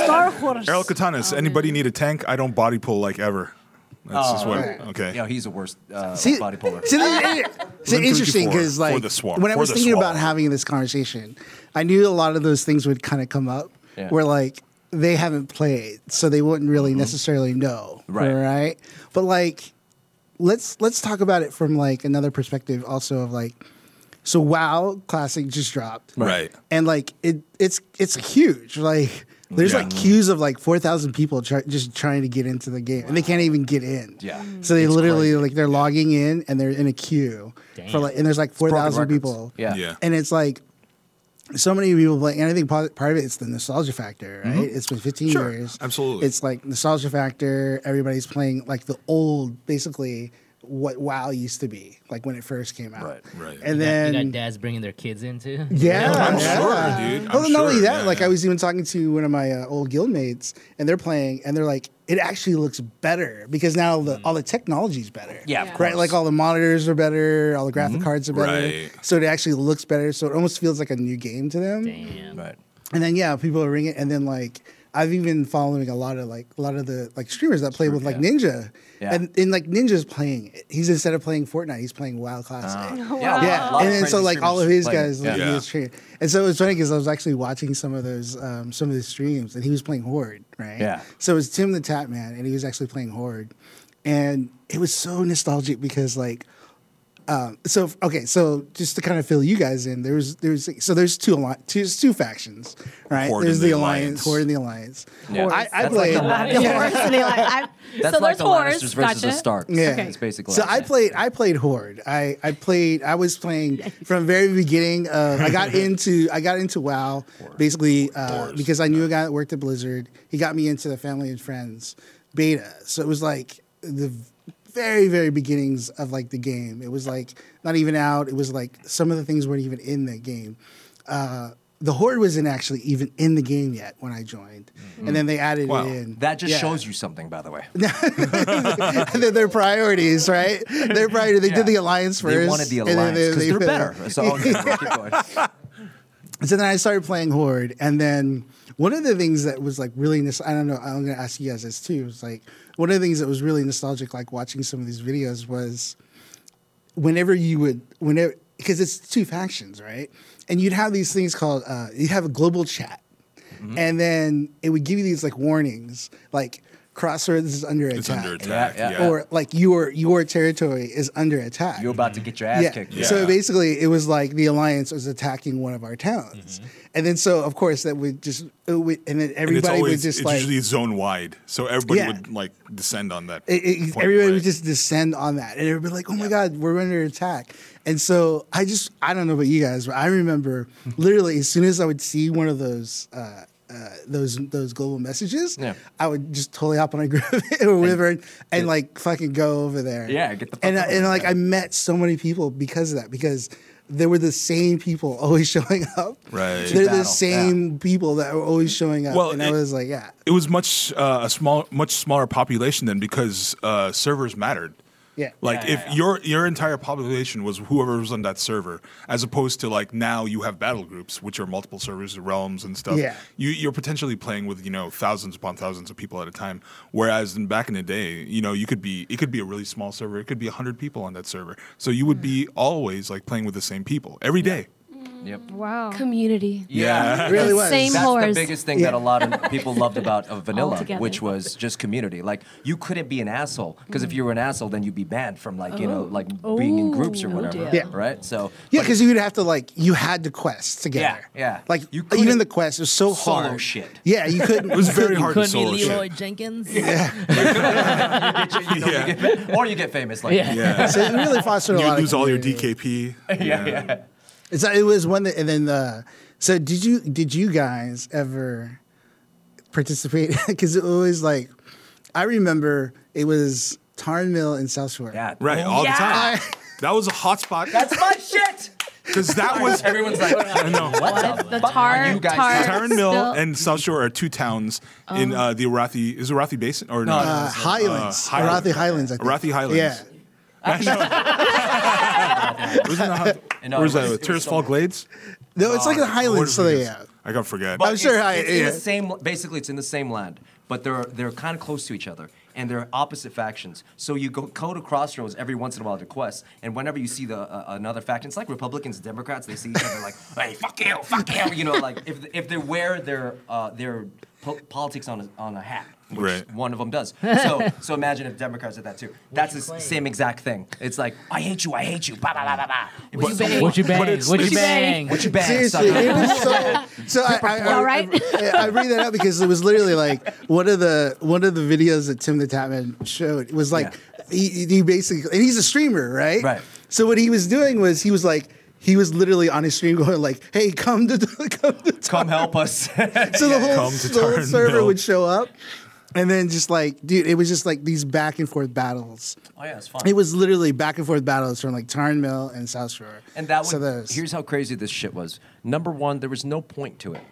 Star Horse.
Errol Katanis,
Oh,
anybody need a tank? I don't body pull like ever. That's just what. Okay.
Yeah, he's the worst uh,
See-
body puller.
See, this, it's
Limb
interesting
3D4
because,
for
like,
the swap,
when I
for
was
the
thinking
swap.
about having this conversation, I knew a lot of those things would kind of come up.
Yeah.
Where like they haven't played, so they wouldn't really
Mm-hmm.
necessarily know,
Right.
Right. But like, let's let's talk about it from like another perspective, also of like, so WoW Classic just dropped,
Right.
and like it it's it's huge like there's
Yeah.
like queues of like 4000 people try, just trying to get into the game and they can't even get in
Yeah. Mm.
so they
It's
literally
crazy.
like they're logging in and they're in a queue for
Damn.
like and there's like
Broken
4000
records.
people
Yeah.
Yeah.
and it's like so many people play, and I think part part of it it's the nostalgia factor, right? It's been 15
Sure,
years,
absolutely.
It's like nostalgia factor. Everybody's playing like the old, basically what WoW used to be, like when it first came out,
Right,
right.
And
You
then
got dads bringing their kids in too.
yeah,
Oh, I'm
yeah.
sure, dude. I'm
Well, not only
sure,
that,
yeah,
like
yeah.
I was even talking to one of my uh, old guildmates, and they're playing, and they're like, it actually looks better because now the, all the technology's better.
Yeah, of Yeah.
right.
course.
Like all the monitors are better, all the graphic
Mm-hmm.
cards are better,
Right.
so it actually looks better. So it almost feels like a new game to them.
Damn.
Right.
And then yeah, people are ringing, and then like I've even following a lot of like a lot of the like streamers that play with like
yeah.
Ninja,
Yeah.
and, and like Ninja's playing. it. He's instead of playing Fortnite, he's playing WoW Classic.
Ah. a
Yeah,
lot of
Uh, and then so
crazy
like all of
streamers
his
playing.
guys, like,
Yeah.
he was training. And so it was funny because I was actually watching some of those, um, some of the streams, and he was playing Horde, right?
Yeah.
So it was Tim the Tap Man, and he was actually playing Horde, and it was so nostalgic because like, um, so okay, so just to kind of fill you guys in, there was there's so there's two alli- two, there's two factions, right?
Horde
there's
and
the
the Alliance.
Alliance, Horde and the Alliance.
Yeah.
I, I
That's like
played.
the Lannisters.
Yeah.
That's
so there's
like the
whores.
Lannisters versus the
Gotcha.
Starks.
Yeah,
Okay. It's basically.
So
like
I
that.
played. I played Horde. I I played. I was playing from very beginning. Of, I got into. I got into WoW basically uh,
Whores.
because I knew a guy that worked at Blizzard. He got me into the Family and Friends beta. So it was like the very very beginnings of like the game. It was like not even out. It was like some of the things weren't even in the game. Uh, the Horde wasn't actually even in the game yet when I joined, and then they added
Wow.
it in.
Mm-hmm. That just
Yeah
shows you something, by the way.
their, their priorities, right? Their priority. They
Yeah.
did the alliance first.
They wanted the
and then
alliance because
they-
they, are
they-
better. So okay, keep going.
So then I started playing Horde, and then one of the things that was like really, nos- I don't know, I'm gonna ask you guys this too. Was like one of the things that was really nostalgic, like watching some of these videos, was whenever you would, whenever because it's two factions, right? And you'd have these things called, uh, you have a global chat,
Mm-hmm.
and then it would give you these like warnings, like Crossroads is under attack,
it's under attack.
Yeah,
Yeah,
yeah.
or like your your territory is under attack.
You're about to get your ass
yeah.
kicked.
So
Yeah.
basically, it was like the alliance was attacking one of our towns,
Mm-hmm.
and then so of course that would just it would, and then
And it's
everybody
always
would just
it's
like
usually zone wide, so everybody
Yeah.
would like descend on that.
it, it-
point,
everybody
right?
would just descend on that, and everybody like, "Oh my God, we're under attack!" And so I just I don't know about you guys, but I remember literally as soon as I would see one of those. Uh, uh, those those global messages,
Yeah.
I would just totally hop on a group or whatever, and, and like fucking go over there.
Yeah, get the fuck
and I-
over
and
there.
like I met so many people because of that because they were the same people always showing up.
Right.
they're the
Battle,
same people that were always showing up.
Well,
and I
it-
was like, yeah,
it was much uh, a small, much smaller population then because uh, servers mattered.
yeah,
Like
Yeah,
if
yeah, yeah.
your your entire population was whoever was on that server, as opposed to like now you have battle groups, which are multiple servers, realms, and stuff.
Yeah.
you, you're potentially playing with you know thousands upon thousands of people at a time. Whereas in back in the day, you know you could be it could be a really small
Hmm.
server, it could be hundred people on that server, so you would be always like playing with the same people every day.
Yep.
Wow.
Community.
Yeah.
Really was.
Same
That's the
horse.
biggest thing that a lot of people loved about uh, Vanilla,
Altogether.
which was just community. Like you couldn't be an asshole because if you were an asshole, then you'd be banned from like you know like being in groups or
Oh,
whatever,
dear.
Yeah.
right? So
Yeah,
but
because you'd have to like you had to quest together.
yeah.
Like
You
even
couldn't
the quest was so
solo
hard.
shit.
Yeah, you couldn't.
It was very hard to
Couldn't
solo
be Leroy
shit.
Jenkins.
you know, you get fa- or you get famous. Like
Yeah.
Yeah.
So it really fostered a
You
lot.
lose
of
all your
community.
DKP.
yeah, yeah.
It's like- it was one that, and then the. So did you did you guys ever participate? Because it was like, I remember it was Tarn Mill in South Shore.
Yeah.
Right, all
Yeah.
the time. That was a hot spot
That's my shit.
because that was
Everyone's like,
I know.
what
The
fuck
tar,
are you guys
tar,
Tarn Mill
spill-
and South Shore are two towns in
Oh.
uh, the Arathi. Is Arathi Basin or no?
Uh, Highlands,
Uh, Highlands.
Arathi Highlands, I think.
Arathi Highlands.
Yeah,
Wasn't that
doing?
how,
No,
or is
it was-
that
it was
Terrace
so
Fall
bad.
Glades?
no, it's like the Highlands. So
Lord
yeah,
forgives. I got forget.
But
I'm sure
it's,
I-
it's in the
yeah.
same. Basically, it's in the same land, but they're they're kind of close to each other, and they're opposite factions. So you go, go to crossroads every once in a while to quest, and whenever you see the uh, another faction, it's like Republicans, and Democrats. They see each other like, hey, fuck you, fuck you. You know, like if if they wear their uh, their po- politics on a, on a hat. Which
Right.
one of them does. So, so imagine if Democrats did that too. That's the s- same exact thing. It's like, I hate you, I hate you, blah, blah, blah, blah, blah. Would you bang?
What you bang?
it's-
What you
it's-
bang?
Would you bang?
Seriously,
sucker?
it was so. So I, I, I,
All right.
I, I bring that up because it was literally like one of the one of the videos that Tim the Tapman showed was like
Yeah.
he, he basically and he's a streamer, right?
Right.
So what he was doing was he was like he was literally on his stream going like, "Hey, come to come to."
Come help us.
So the whole,
Come to
the whole
Tarn
server
Hill.
would show up, and then just like, dude, it was just like these back and forth battles.
Oh yeah, it's fun.
It was literally back and forth battles from like Tarn Mill and South Shore.
and that was
so those.
here's how crazy this shit was. Number one, there was no point to it.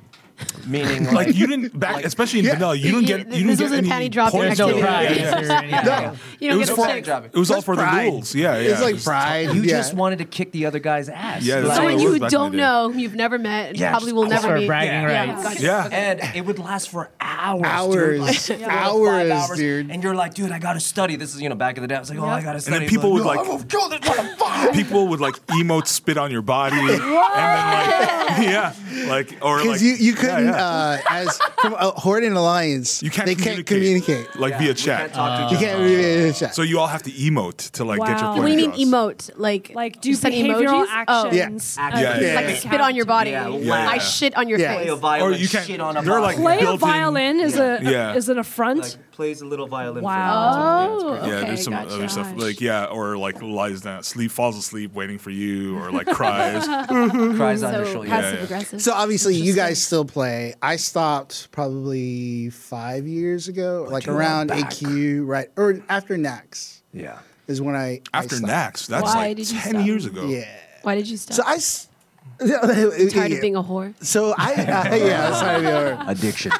Meaning like,
Like you didn't back, especially in vanilla. You didn't
you-
get. You
this
didn't
wasn't
get any
panty drop
points
There's
to
no
it.
prize.
Yeah.
or anything.
no,
You don't
It
get
was
a
fun.
pick.
It was all
That's
for
pride.
the rules. Yeah, yeah.
It's like pride.
you
yeah.
just wanted to kick the other guy's ass.
Yeah, that's all
Like-
it
Someone
was
you
back in
don't
the day.
know, you've never met, and
Yeah,
probably
just
will
ask
never
for
meet.
bragging rights.
gotcha.
yeah.
and it would last for hours. dude.
hours,
Like, four or five
hours,
hours,
dude.
And you're like, dude, I gotta study. This is you know back in the day. I was like, oh, I gotta
And
study.
then people would
But-
like, people would like emote spit on your body, and then like, yeah, like or like
Because you, you couldn't,
yeah, yeah.
Uh, as from uh, Horde and Alliance,
you can't
they
communicate,
can't communicate.
like
Yeah,
via
we can't
chat.
talk to each
you
other.
can't really uh, chat.
So you all have to emote to like get your
Wow.
point
What do you mean
across.
emote? Like,
Like do
you send
behavioral
emojis? Oh.
actions.
Yeah.
uh,
Yeah,
yeah,
Like
yeah.
spit on your body.
Yeah,
yeah.
I shit on your
Yeah.
Play a
face.
violin.
Or you can't-
Shit on a
they're like-
violin.
Play a
Built-in-
violin is a
Yeah.
is an affront.
like plays a little violin.
Wow.
For you.
Oh,
Yeah,
okay,
there's some
gotcha.
other stuff like yeah, or like lies down, sleep falls asleep waiting for you, or like cries. Oh.
cries on your
So
shoulder.
passive aggressive.
So obviously, you guys still play. I stopped probably five years ago, like
you are
around
back.
AQ, right, or after Nax
Yeah.
is when I I
After
stopped.
Nax, that's
Why
like
did you
ten
stop?
years ago.
Yeah.
Why did you stop?
So I. s- Tired
tired of being a whore.
So I. Uh, yeah, I was tired of being a-
Addiction.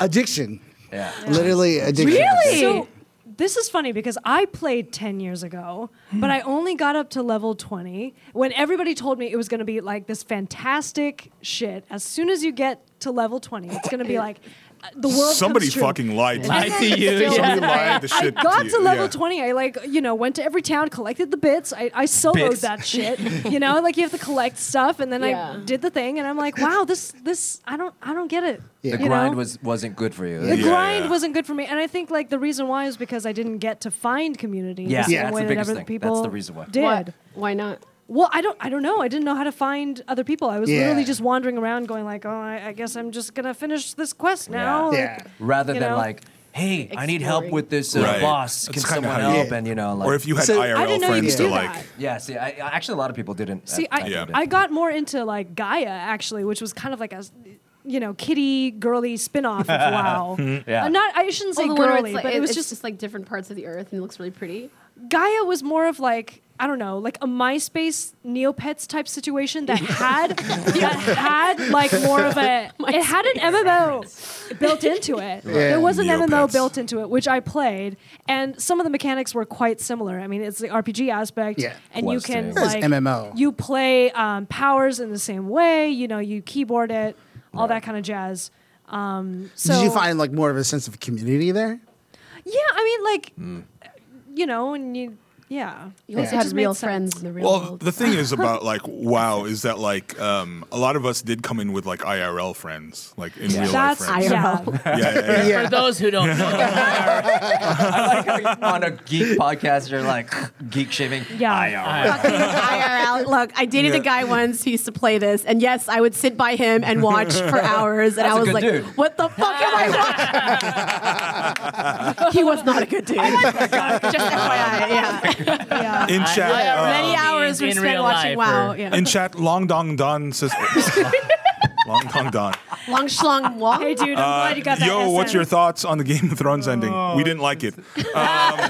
addiction.
yeah.
Literally addiction.
Really?
So this is funny because I played 10 years ago, but I only got up to level 20 when everybody told me it was going to be like this fantastic shit. As soon as you get to level 20, it's going to be like uh, the world
Somebody
comes true.
fucking lied. to
Lied
you.
to you.
Still-
Somebody
Yeah.
lied the
I
shit.
got
you.
to level
Yeah.
20. I like, you know, went to every town, collected the bits. I, I soloed
Bits.
that shit. You know, like you have to collect stuff and then
Yeah.
I did the thing and I'm like, wow, this this I don't I don't get it.
Yeah.
The
You
grind
know?
was wasn't good for you.
The
Yeah,
grind
yeah.
wasn't good for me, and I think like the reason why is because I didn't get to find community.
Yeah,
the same
Yeah. that's
way
the
that
biggest
other
thing. That's
People
the reason why.
Did
Why? Why not?
well. I don't. I don't know. I didn't know how to find other people. I was
Yeah.
literally just wandering around, going like, "Oh, I, I guess I'm just gonna finish this quest now."
Yeah.
Like,
Rather
You
than
know?
like, hey, I need help
Exploring.
with this uh,
Right.
boss.
That's
Can
kinda
someone
how you-
help? And you know, like,
Or if you had
So- I
IRL
I didn't know you
friends
could
to
do
like,
that.
yeah, see, I, I- actually a lot of people didn't.
See,
back
I,
in the day.
I got more into like Gaia actually, which was kind of like a, you know, kitty girly spin-off of WoW.
Yeah.
Uh, not I shouldn't say
Well, the one where
girly,
it's like,
but it was
it's
just
just like different parts of the earth and it looks really pretty.
Gaia was more of like I don't know, like a MySpace Neopets type situation that had that had like more of a it had an MMO built into it. There was an MMO
Neopets.
built into it, which I played, and some of the mechanics were quite similar. I mean, it's the RPG aspect,
Yeah.
and you
Questing.
can
It's
like
MMO.
You play um, powers in the same way. You know, you keyboard it, all that kind of jazz. Um, so
Did you find like more of a sense of community there?
yeah, I mean, like, you know, and you Yeah.
You also
It
had
just made
real
sense.
friends in the real
Well,
world.
the thing is about like wow is that like um, a lot of us did come in with like IRL friends, like in real life
That's
friends.
yeah.
Yeah, yeah, yeah.
For those who don't know,
on a geek podcast, you're like geek shaming.
Yeah.
IRL. Look, I dated
Yeah.
a guy once who used to play this, and yes, I would sit by him and watch for hours, and I
a
was
good
like,
dude.
"What the fuck am I watching?" he was not a good dude. Just FYI, yeah.
yeah.
In chat, uh,
Many
means
hours were
Um, in
spent
real
watching
life
WoW.
or-
Yeah.
in chat, Long Dong Don says, Long Dong Don.
Long schlong wong.
Hey, dude, I'm glad you got that.
Uh,
Oh,
Yo, what's your
essence.
thoughts on the Game of Thrones ending? We didn't like it. Um,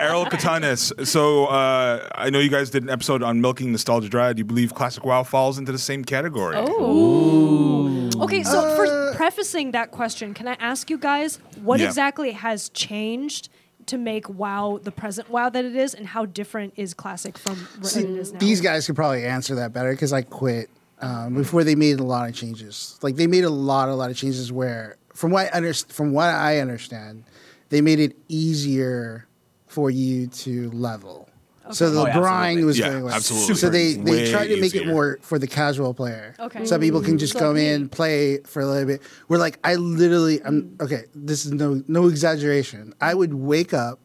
Errol Katanis. So uh, I know you guys did an episode on milking nostalgia dry. Do you believe classic WoW falls into the same category?
Oh. Okay, so for prefacing that question, can I ask you guys what
Yeah.
exactly has changed to make WoW the present WoW that it is, and how different is classic from what it is now?
These guys could probably answer that better because I quit um, before they made a lot of changes. Like they made a lot, a lot of changes where, from what I under, from what I understand, they made it easier for you to level. So the
Oh, yeah,
grind
absolutely.
was
Yeah,
going away.
absolutely.
So they, they
Way
tried to make it
easier.
more for the casual player.
Okay.
So people can just
So
come
me.
in, play for a little bit. We're like, I literally, I'm
Mm.
okay. This is no no exaggeration. I would wake up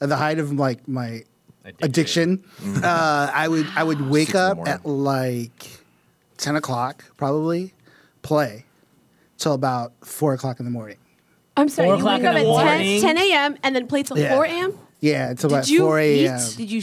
at the height of like my addiction, uh, I would I would wake
Six in the
up at like ten o'clock probably, play till about four o'clock in the morning.
I'm sorry.
Four
You
o'clock
wake
in
up
the
at
morning.
10, 10 a.m. and then play till
Yeah.
4 a.m.
Yeah, till about
Did you
four
eat?
a.m.
Did you?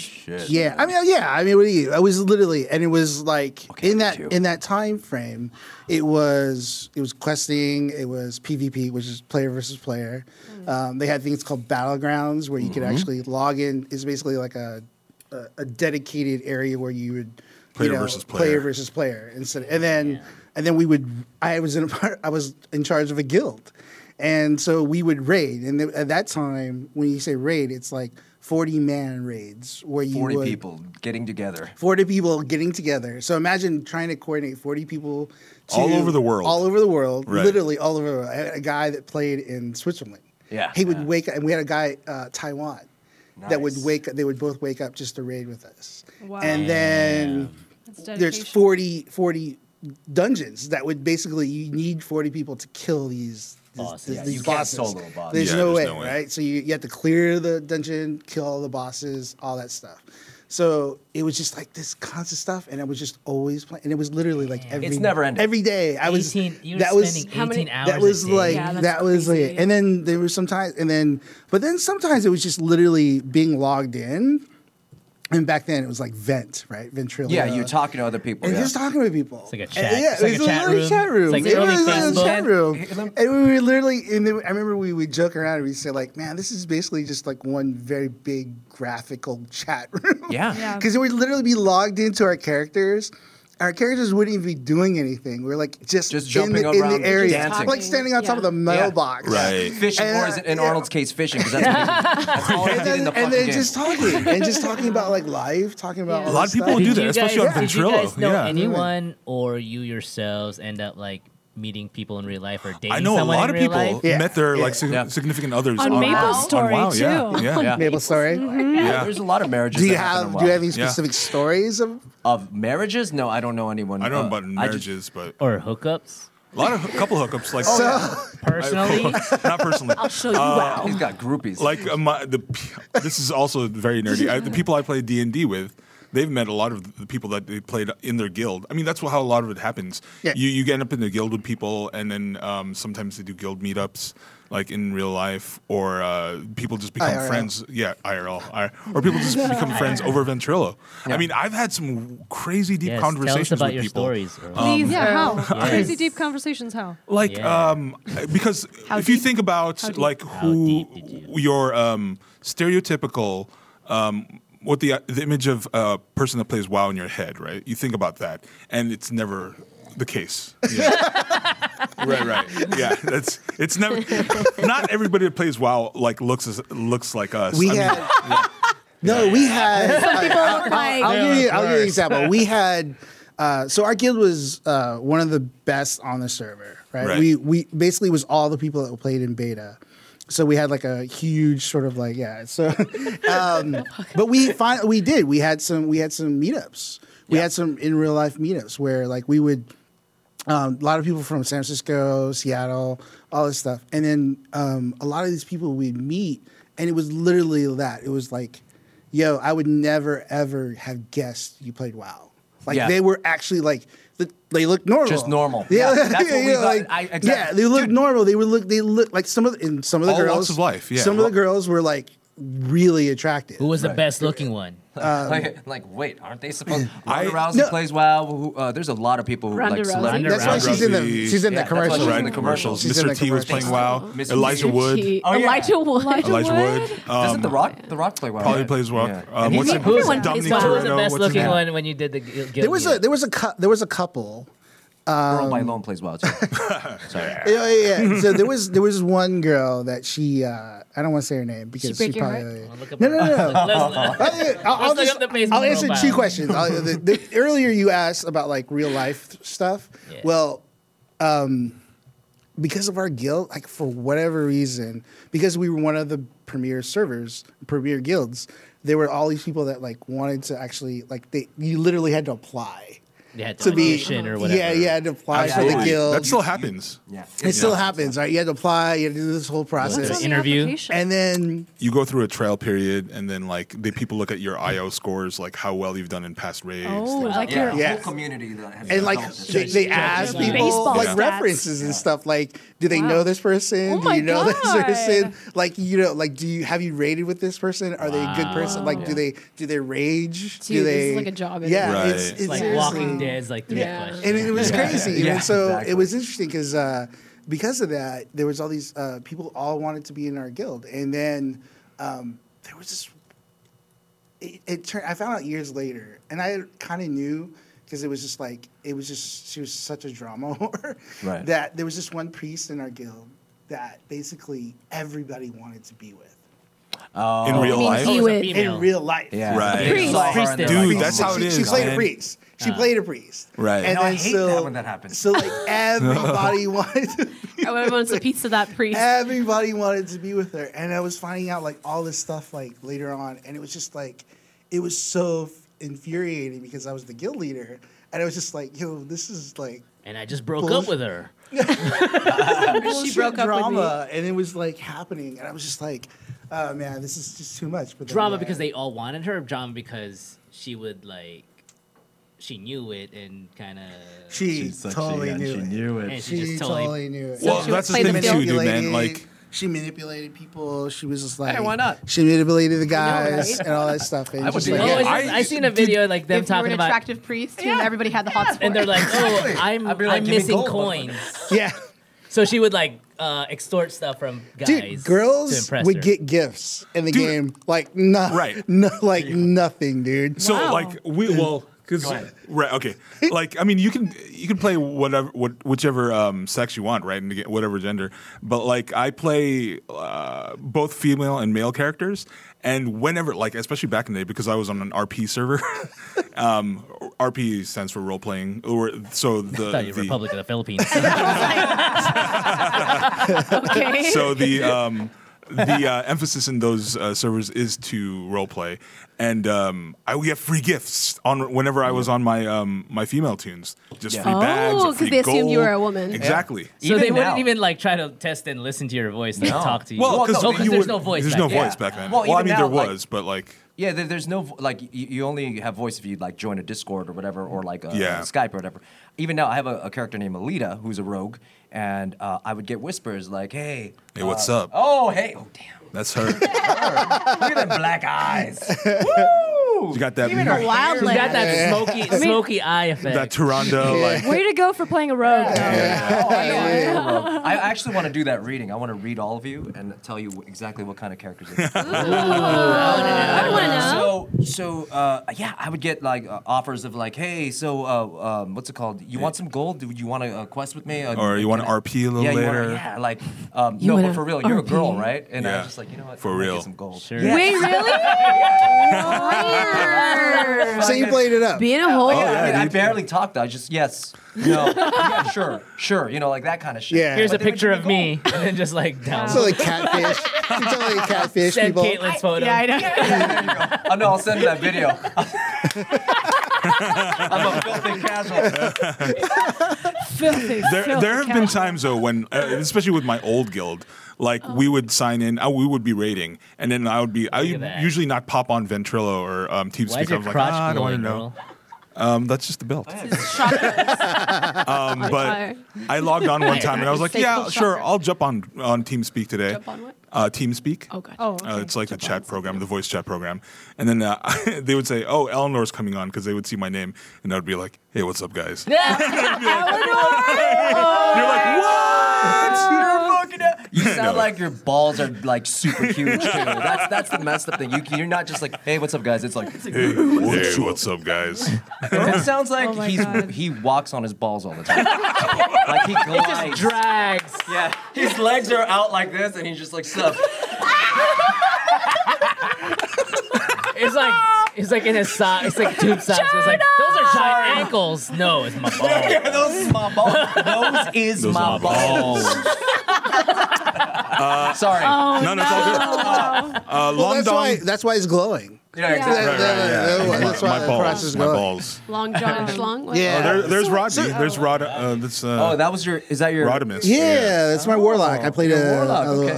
Yeah, I mean, yeah, I mean, what do you? I was literally, and it was like
Okay,
in that
two.
in that time frame, it was it was questing, it was PvP, which is player versus player.
Mm.
Um, they had things called battlegrounds where you
Mm-hmm.
could actually log in. It's basically like a, a a dedicated area where you would
Player
you know,
versus player.
player versus player instead, and then and then we would. I was in a part. I was in charge of a guild. And so we would raid, and th- at that time, when you say raid, it's like forty man raids where you
Forty
would,
people getting together.
40 people getting together. So imagine trying to coordinate 40 people to-
All over the world.
All over the world.
Right.
Literally all over the world. I had a guy that played in Switzerland.
Yeah.
He would
Yeah.
wake up, and we had a guy, uh, Taiwan, that would
Nice.
wake up. They would both wake up just to raid with us.
Wow.
And then
That's
there's
dedication.
40, 40 dungeons that would basically, you need 40 people to kill these. these-
Bosses.
these
You can't
bosses.
solo a boss.
There's,
Yeah,
no,
there's
way,
no way.
right? So you, you have to clear the dungeon, kill all the bosses, all that stuff. So it was just like this constant stuff, and I was just always playing, and it was literally like every
It's never-ending.
Every day, I was
18 you were
that was
spending
how many-
18 hours
that was
a day.
like
Yeah, that's
that was
crazy.
like, and then there was sometimes, and then but then sometimes it was just literally being logged in, and back then it was like vent, right? Ventrilo.
Yeah, you're talking to other people.
And
yeah.
just talking with people. It's
like a chat.
yeah,
It's like
it
a
was
chat
literally
room.
chat room.
It's like
it
early
was like a
Facebook.
chat room. And we were literally, and then, I remember we would joke around and we'd say like, "Man, this is basically just like one very big graphical chat room."
yeah.
Yeah.
Because we'd literally be logged into our characters. Our characters wouldn't even be doing anything. We're like just,
Just
in
jumping
the, in
around,
the area,
dancing.
like standing on top of the mailbox,
Right.
Fishing,
And,
or is it in
yeah.
Arnold's case, fishing? Because that's, that's all I
And
did in
then,
the fucking
and then
game.
just talking, and just talking about like life, talking about
Yeah.
A
all
lot
this
of people
stuff.
do
Did
that,
you
especially on
guys- Did you guys
Ventrilo.
know
Yeah.
anyone or you yourselves end up like meeting people in real life or dating
I know a
someone
lot
in
of
real
people
life?
Yeah.
met their like sig-
Yeah.
significant others
On Maple
Wow.
Story,
on wow,
too.
Yeah, yeah.
Yeah.
Maple story.
yeah. There's a lot of marriages.
Do you
that happen
have
in
do you
WoW.
have any
Yeah.
specific stories of
of marriages? No, I don't know anyone.
I don't know
uh,
about
I just-
marriages, but
Or hookups?
a lot of a couple hookups. Like
Personally?
not personally.
Show you wow.
He's got groupies.
like uh, my, the this is also very nerdy. I, the people I play D and D with, they've met a lot of the people that they played in their guild. I mean, that's how a lot of it happens.
Yeah.
You you get up in the guild with people, and then um, sometimes they do guild meetups, like in real life, or uh, people just become
IRL.
friends. Yeah, IRL, I- or people just become friends over Ventrilo. I mean, I've had some crazy deep
Yes,
conversations
tell us
with
about your
people. Um,
stories. Earl.
Please,
Yeah,
Earl.
how?
Yes.
crazy deep conversations. How?
like
Yeah.
um because if you
deep?
think about
deep?
like
How
who
deep did you-
your um stereotypical um what the the image of a person that plays WoW in your head, right? You think about that, and it's never the case. Yeah. right, right. Yeah, that's it's never. Not everybody that plays WoW like looks as, looks like us.
we
I mean,
had no we had I,
Like,
will give you I'll give you an example we had uh, so our guild was uh, one of the best on the server right,
Right.
we we basically was all the people that played in beta so we had like a huge sort of like yeah. So, um, but we fin- we did. We had some we had some meetups. We had some in real life meetups where like we would um, a lot of people from San Francisco, Seattle, all this stuff. And then um, a lot of these people we'd meet, and it was literally that. It was like, yo, I would never, ever have guessed you played WoW. Like,
Yeah.
they were actually like, th- they looked normal.
Just normal.
Yeah,
Yeah, that's what
you
we
know,
thought.
like,
I- exactly.
yeah, they looked normal. They were look. They looked like some of the, and some of the
All walks
girls.
of life, yeah.
Some of the girls were like really attractive.
Who was the best looking one?
like, like, wait, aren't they supposed?
I-
Ronda Rousey
No.
plays WoW. Who, uh, there's a lot of people who
Ronda
like
Rousey.
celebrities.
Ronda
That's why
Rousey.
she's in the
Rousey.
she's in
Yeah,
the
that's why she's
commercials.
in
Right in the commercials.
She's in
Mr.
the
T was playing
commercials.
WoW.
Mr. T.
Elijah Wood.
Oh, yeah.
Elijah Wood.
Elijah Wood.
Doesn't
Um,
the Rock? The Rock play WoW.
Probably
right?
plays well.
Yeah.
Um, what's
like,
his-
everyone
Dominic
plays well.
Who was
Toretto,
the best
what's his
looking
name?
one when you did the gu- guild
There was a
meet?
there was a cou- there was a couple.
Girl by Lone plays WoW too. Sorry.
Yeah, yeah, yeah. So there was there was one girl that she uh, I don't want to say her name because she,
break your heart?
probably
Look up
no
her-
no no. no.
Let's-
I'll, I'll
look
just-
up the Facebook
I'll answer
profile.
two questions. I'll, the, the, earlier you asked about like real life th- stuff.
Yeah.
Well, um, because of our guild, like for whatever reason, because we were one of the premier servers, premier guilds, there were all these people that like wanted to actually like they you literally had to apply
They had
to be
audition or whatever.
Yeah, you had to apply for the
Absolutely.
guild.
That still happens.
Yeah.
It still happens, right? You had to apply, you had to do this whole
What's
process.
on the interview.
and then
You go through a trial period, and then like the people look at your IO scores, like how well you've done in past raids.
Oh,
things
like
Yeah.
your
the
Yeah.
Whole community that has
and like
developed this.
they, they ask
judges.
people
Baseball
like
stats.
references and stuff like do they
Wow.
know this person
Oh
do
my
you know
God.
this person like you know like do you have you rated with this person are they a good person like do they do they rage do
Dude,
they
this is like a job interview.
yeah
Right.
it's,
It's
it's
like
seriously-
Walking Dead's like three
Yeah.
questions.
and it, it was crazy you know,
Yeah,
and so
exactly.
it was interesting because uh, because of that there was all these uh, people all wanted to be in our guild and then um, there was this it, it turned i found out years later and i kind of knew because it was just like it was just she was such a drama whore
Right.
that there was this one priest in our guild that basically everybody wanted to be with
in real
mean,
life.
he
Oh, it's a
would-
female.
in real life
Yeah.
Right.
They
Priest.
saw her
Priest
and they're
did.
like,
Dude,
"Oh,
that's
she,
how it
she,
is.
She played
man.
a priest. She played a priest.
Right.
And
No,
I
then
hate
so,
that when that happens.
So like everybody wanted to
Everyone wants a piece of that priest.
everybody wanted to be with her and i was finding out like all this stuff like later on and it was just like it was so f- infuriating because i was the guild leader and i was just like yo this is like
And I just broke up
Bullshit.
with her.
bullshit
broke up with me.
drama and it was like happening and i was just like oh man this is just too much but then,
Drama
yeah.
because they all wanted her. or Drama because she would like, she knew it and kind of.
she totally knew it.
and
she,
she just
totally,
totally. Oh,
knew it
Well,
she would
that's the
play the
thing too, dude, man.
manipulated-
Like,
she manipulated people. She was just like,
why not?
She manipulated the guys and all that stuff. And
I would
just
do
like,
that.
Oh, it's
I-
just- I seen a video like them
If you were
talking
an
about,
attractive priest, and everybody had the hot spot.
and they're like, "Oh, I'm
I'd be like,
I'm
"Give me
missing
gold,
coins."
yeah.
So she would like uh, extort stuff from guys.
Dude,
to
girls
impress
would
her.
get gifts in the
Dude.
game like no,
Right.
no, like nothing, dude.
so
Wow.
like we well, because right, okay, like I mean, you can you can play whatever what whichever um, sex you want, right, and get whatever gender. But like I play uh, both female and male characters, and whenever like especially back in the day because I was on an RP server. um, RP stands for role playing, or so the,
Thought you were
the
Republic of the Philippines.
okay.
so the um, the uh, emphasis in those uh, servers is to roleplay, and um, I would get free gifts on whenever I was on my um, my female tunes, just
Yeah.
free
Oh,
bags. or
'cause
free
they assumed you
gold.
were a woman.
Exactly.
so
Even
they
now.
wouldn't even like try to test and listen to your voice, like
No.
talk to you.
Well,
Well,
because
no, 'cause
there's no voice
There's
back
no
then.
voice back then.
Well,
Well, I
even
mean, there
now, like-
was, but like,
Yeah, there, there's no vo- like you, you only have voice if you like join a Discord or whatever or like a,
Yeah.
Skype or whatever. Even now, I have a, a character named Alita who's a rogue, and uh, I would get whispers like, "Hey,
Hey, what's
uh,
up?"
Oh, hey, oh damn,
that's her.
look at the black eyes. Woo!
You got that
Even her
Wild
hair-
You got that smoky, smoky eye effect.
that Toronto like.
Way to go for playing a rogue.
Oh, I, know, I am a rogue. I actually want to do that reading. I want to read all of you and tell you wh- exactly what kind of characters. it is.
I want to know.
So, so uh, yeah, I would get like uh, offers of like, hey, so uh, um, what's it called? You want some gold? Do you want to uh, quest with me? Uh,
Or you want to
can I-
RP a little
yeah, you
later?
wanna, yeah, like um,
You
no, but
wanna
for real, you're a girl,
RP?
right? And I
Yeah.
was just like, you know what?
For
I'm gonna
real.
get some gold.
Sure.
Yeah.
Wait, really?
So you played it up.
Being a whore.
Yeah, I, mean, I
Oh, dude.
barely talked. I just yes, No, yeah, sure, sure. You know, like that kind of shit.
Yeah.
Here's
But
a
they would
picture
give
of me, and then just like down.
So like catfish. it's all like catfish
Send
people.
Caitlin's photo.
Yeah, I know.
Oh no, I'll send you that video. I'm a filthy casual.
Filthy.
There,
filthy
there have been
cat.
times though when, uh, especially with my old guild, like we
Oh.
would sign in, uh, we would be raiding, and then I would be, I
Look at that.
usually not pop on Ventrilo or um, TeamSpeak.
Why is
I
your
was like,
crotch
ah, I don't want
glowing,
to know.
girl?
Um, that's just the build. Um, but
fire.
I logged on one time and I was like,
Fake
yeah,
little
sure,
shocker.
I'll jump on on TeamSpeak today.
Jump on what?
Uh, TeamSpeak.
Oh, gotcha.
Oh,
Uh,
okay.
it's like the chat program, the voice chat program. And then uh, they would say, oh, Eleanor's coming on because they would see my name. And I would be like, hey, what's up, guys? You're like, what?
You sound like your balls are like super huge too. That's that's the messed up thing. You, you're not just like, hey, what's up, guys? It's like,
Hey, hey, what's up, guys?
it sounds like
Oh my
he's
God.
he walks on his balls all the time. like he glides.
Drags.
yeah, his legs are out like this, and he's just like stuff.
It's like it's like in his sock. It's like tube socks. It's like those are giant ankles. No, it's my ball.
Yeah, those is my balls. Those is
Those
my,
are my balls.
balls. Sorry.
no, no, it's all good. Uh,
Well,
Long
that's
Dong.
why. That's why it's glowing.
yeah, exactly.
That- that-
My-
That's why
my
the
balls.
process is
my
going.
balls.
Long John Schlong. What?
Oh,
Yeah.
there, there's Rodney. there's Rod. Uh, that's uh,
Oh, that was your. Is that your?
Rodimus.
Yeah, that's my warlock. I played
you're
a,
a warlock,
a-
okay.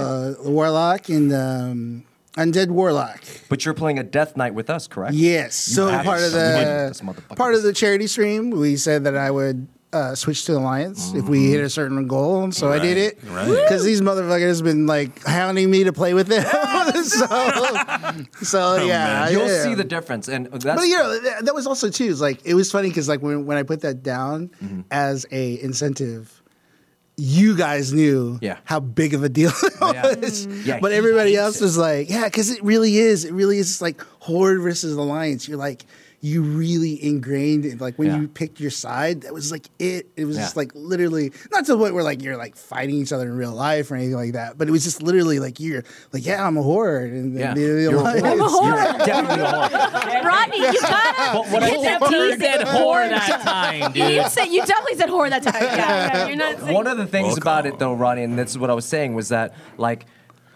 a warlock and um, undead warlock.
But you're playing a Death Knight with us, correct?
Yes. So
have
part of
some money, this
the
motherfucker.
part of the charity stream, we said that I would uh, switch to alliance if we hit a certain goal, and so I did it.
Right.
Because these motherfuckers have been like hounding me to play with them. so, so yeah,
man.
I-
You'll
yeah.
see the difference, and that's
But you know that, that was also too. It's like it was funny because like when, when I put that down
Mm-hmm.
as a incentive, you guys knew
Yeah. Oh,
how big of a deal it
yeah. Mm.
was.
Yeah,
but
he
everybody
hates
else
it.
was like, yeah, because it really is. It really is just like horde versus alliance. You're like you really ingrained it. Like when
Yeah.
you picked your side, that was like it. It was just
Yeah.
like literally not to the point where like you're like fighting each other in real life or anything like that. But it was just literally like you're like yeah, I'm a horde and
Yeah.
the, the
You're a
alliance.
whore.
I'm a whore.
You're definitely a whore.
Rodney, you gotta.
But what I-
you,
Except he
definitely
said
said,
whore that time,
you,
dude.
said, you definitely said whore that time. Yeah, yeah, you're not saying.
One of the things
Welcome.
about it, though, Ronnie, and this is what I was saying, was that like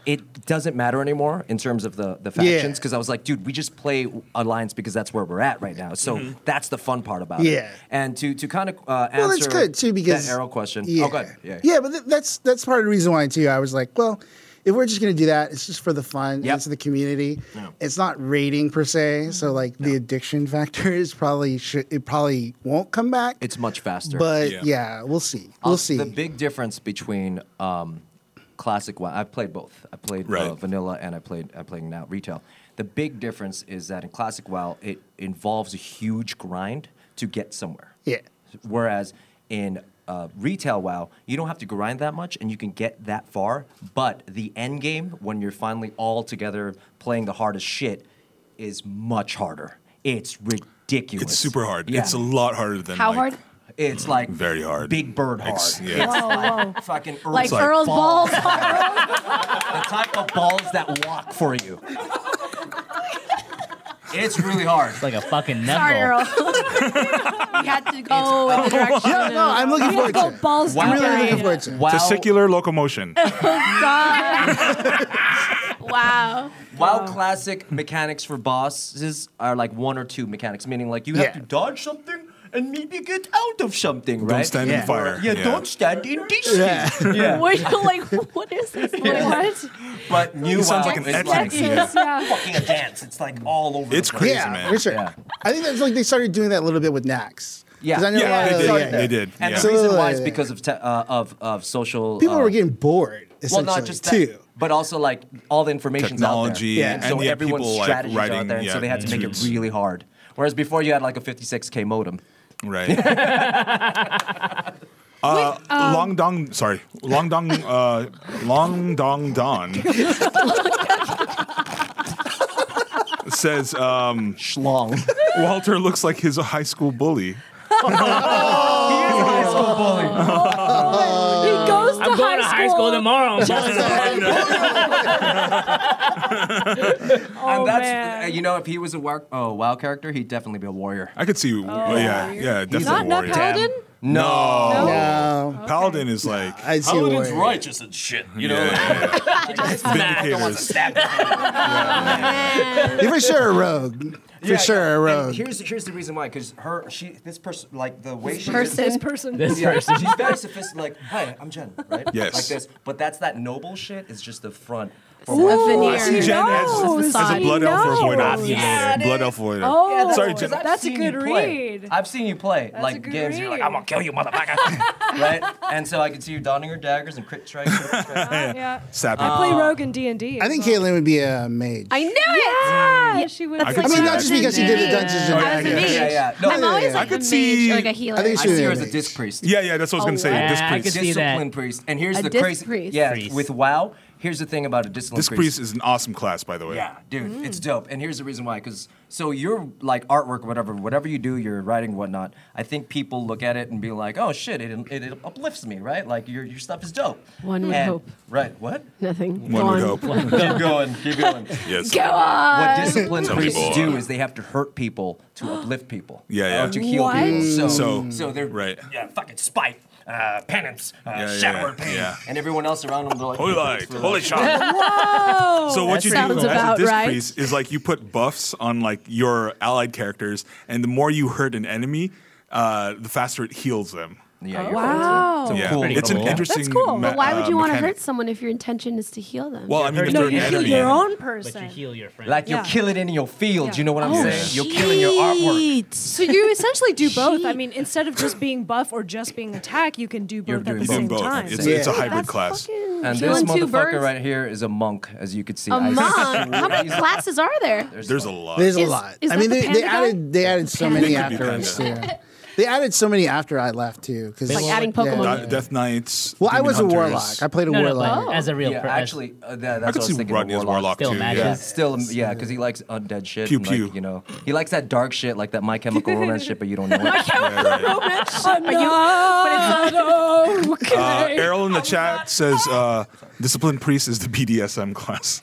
it doesn't matter anymore in terms of the the
Yeah.
factions. Because I was like, dude, we just play alliance because that's where we're at right now. So that's the fun part about it.
Mm-hmm. Yeah.
And to to kind of uh, answer
well, it's good too because
that arrow question.
Yeah,
Oh, good. Yeah.
but th- that's that's part of the reason why too. I was like, well, if we're just gonna do that, it's just for the fun. and
Yep.
It's the community.
No.
It's not rating per se. So like the addiction factor is probably should it probably won't come back.
It's much faster.
but
Yeah.
yeah. we'll see. We'll
I'll-
see.
The big difference between um, classic wine. I played both. I played uh,
Right.
vanilla and I played I played now retail. The big difference is that in classic WoW, it involves a huge grind to get somewhere.
yeah.
Whereas in uh, retail WoW, you don't have to grind that much and you can get that far. But the end game, when you're finally all together playing the hardest shit, is much harder. It's ridiculous.
It's super hard.
Yeah.
It's a lot harder than
How
like,
hard?
It's like
Very hard.
Big bird hard.
Ex- yeah.
It's like fucking Earl's
Like
like
Earl's balls.
the type of balls that walk for you. It's really hard.
It's like a fucking
Sorry,
nipple.
Earl. we had to go in the direction.
Yeah, no, I'm looking
We had to
forward to
go
it.
balls
Wow.
I'm really
down.
looking forward to it.
Wow,
Testicular locomotion.
Wow.
wow, classic mechanics for bosses are like one or two mechanics, meaning like you have
Yeah.
to dodge something and maybe get out of something, right?
Don't stand
Yeah.
in fire.
Yeah, don't stand in this. Yeah.
We're like, what is this? Like, what?
But new
sounds
WoW
like an
is
etching.
like
Yeah.
Yeah.
fucking a dance. It's like all over.
It's
the place.
crazy,
yeah,
man.
for sure.
Yeah.
I think that's like they started doing that a little bit with Nax. 'Cause
Yeah.
I know a
Yeah,
lot
they
of-
did.
yeah,
They did.
And
yeah.
the reason why is
Absolutely.
because of te- uh, of of social.
People
uh,
were getting bored.
well,
Essentially,
not just that,
too.
but also like all the information's
Technology
out there.
and-
so
and, yeah,
everyone's
people, like,
strategies are out
writing,
there, and
yeah,
so they had to make it
tweets.
really hard. Whereas before you had like a 56k modem.
Right. Uh, Long Dong, sorry, Long Dong, uh, Long Dong Don says um,
Schlong. he is
Walter looks like his high school bully.
a high school bully.
he goes to
I'm
high
going to high school tomorrow. I'm going to-
Oh,
and that's
man.
uh, you know if he was a war- oh wow character, he'd definitely be a warrior.
I could see, yeah, yeah, definitely
Not
a
not
warrior.
paladin.
No.
No?
Oh.
No,
Paladin is like
I see a
Paladin's
warrior.
righteous and shit. You know,
yeah,
wants
vindicators.
to stab you.
Yeah, for sure a rogue. For
Yeah,
sure a
and
rogue.
Here's here's the reason why, because her she this person like the way she
This person.
This
Yeah,
person.
she's very sophisticated. Like, hi, I'm Jen, right?
Yes.
Like this, but that's that noble shit. It's just the front.
A veneer.
I see Jen as,
knows.
as a blood elf or void
knows.
off.
Yeah,
Blood elf void elf.
Oh,
Sorry,
Because
Jen.
I've
That's a
seen you
good
play.
read.
I've seen you play
That's a
like
good
games. You're like,
read.
I'm gonna kill you, motherfucker, right? And so I could see you donning her daggers and crit strikes. crit strikes.
yeah.
Sap.
Uh,
I play rogue in D and D.
I think Caitlyn would be a mage.
I knew it.
Yeah, she would.
I could
I mean,
see
not
that.
just because she did the
Yeah.
Oh,
Dungeons and
I was a
Dragons.
mage.
Yeah, yeah. No,
I'm
yeah,
always
yeah.
like
I could
a
see-
mage or like a healer.
I think
I
she
see her
would
as a
mage.
disc priest.
Yeah, yeah, that's what I was gonna say.
wow.
This
Yeah, I
priest.
could see that.
Disciplined priest. And here's
A
the
disc
crazy.
priest.
Yeah,
Priest.
with WoW, here's the thing about a disciplined
This priest is an awesome class, by the way.
Yeah, dude,
Mm.
it's dope. And here's the reason why, because so your like artwork, whatever, whatever you do, your writing, whatnot. I think people look at it and be like, oh shit, it it, it uplifts me, right? Like your your stuff is dope.
One would
And-
hope.
Right. What?
Nothing.
One would hope.
keep going. Keep going.
Yes.
Go on.
What disciplined
Tell me
priests
more.
do is they have to hurt people to uplift people.
Yeah, yeah.
Or to heal
What?
people. So,
So-
so, they're
right.
Yeah, fucking spite, uh, penance, uh,
Yeah, yeah,
shower pain,
yeah.
and everyone else around them. They're like,
Holy light, holy shot.
Whoa.
So what
That
you do
sounds
as a
about
disc
right.
priest is like you put buffs on like your allied characters, and the more you hurt an enemy, uh, the faster it heals them.
Yeah, you're
Wow.
right. It's a- it's a
Yeah,
cool
Pretty
it's an
cool.
interesting.
That's cool.
me-
But why would
uh,
you want to
mechanic.
hurt someone if your intention is to heal them?
Well, I mean, if
No,
they're an
you
you
heal
heal
enemy,
your own
But
person.
you heal your friend.
Like
Yeah.
you'll kill it in your field.
Yeah.
You know what I'm
Oh,
saying? You're killing your artwork.
So you essentially do both. I mean, instead of just being buff or just being attack, you can do both
You're
at
doing
the
you do
same
both.
both.
time.
It's,
Yeah.
it's a hybrid
That's
class.
fucking
And this
killing two
motherfucker
birds.
right here is a monk, as you can see.
A
I-
monk. How many classes are there?
There's a lot.
There's a
Is-
lot.
is
I
that
mean,
the
they, they
panda guy?
added they added so many
It could be
afterwards. too. They added so many after I left too, because
Like adding Pokemon.
Di- Death Knights.
Well, I
Demon
was a
Hunters.
warlock. I played a
No, no,
warlock.
but as a real
Yeah,
person.
actually, uh, tha- that's
I
what
could
was
see
thinking
Rodney
of
as warlock
Still
too.
magic.
Yeah,
Yeah.
Yes.
still, yeah, because he likes undead shit.
Pew
and,
pew.
Like, you know, he likes that dark shit, like that My Chemical Romance shit, but you don't know. it.
Uh, Errol in the chat says, uh, "Disciplined priest is the BDSM class."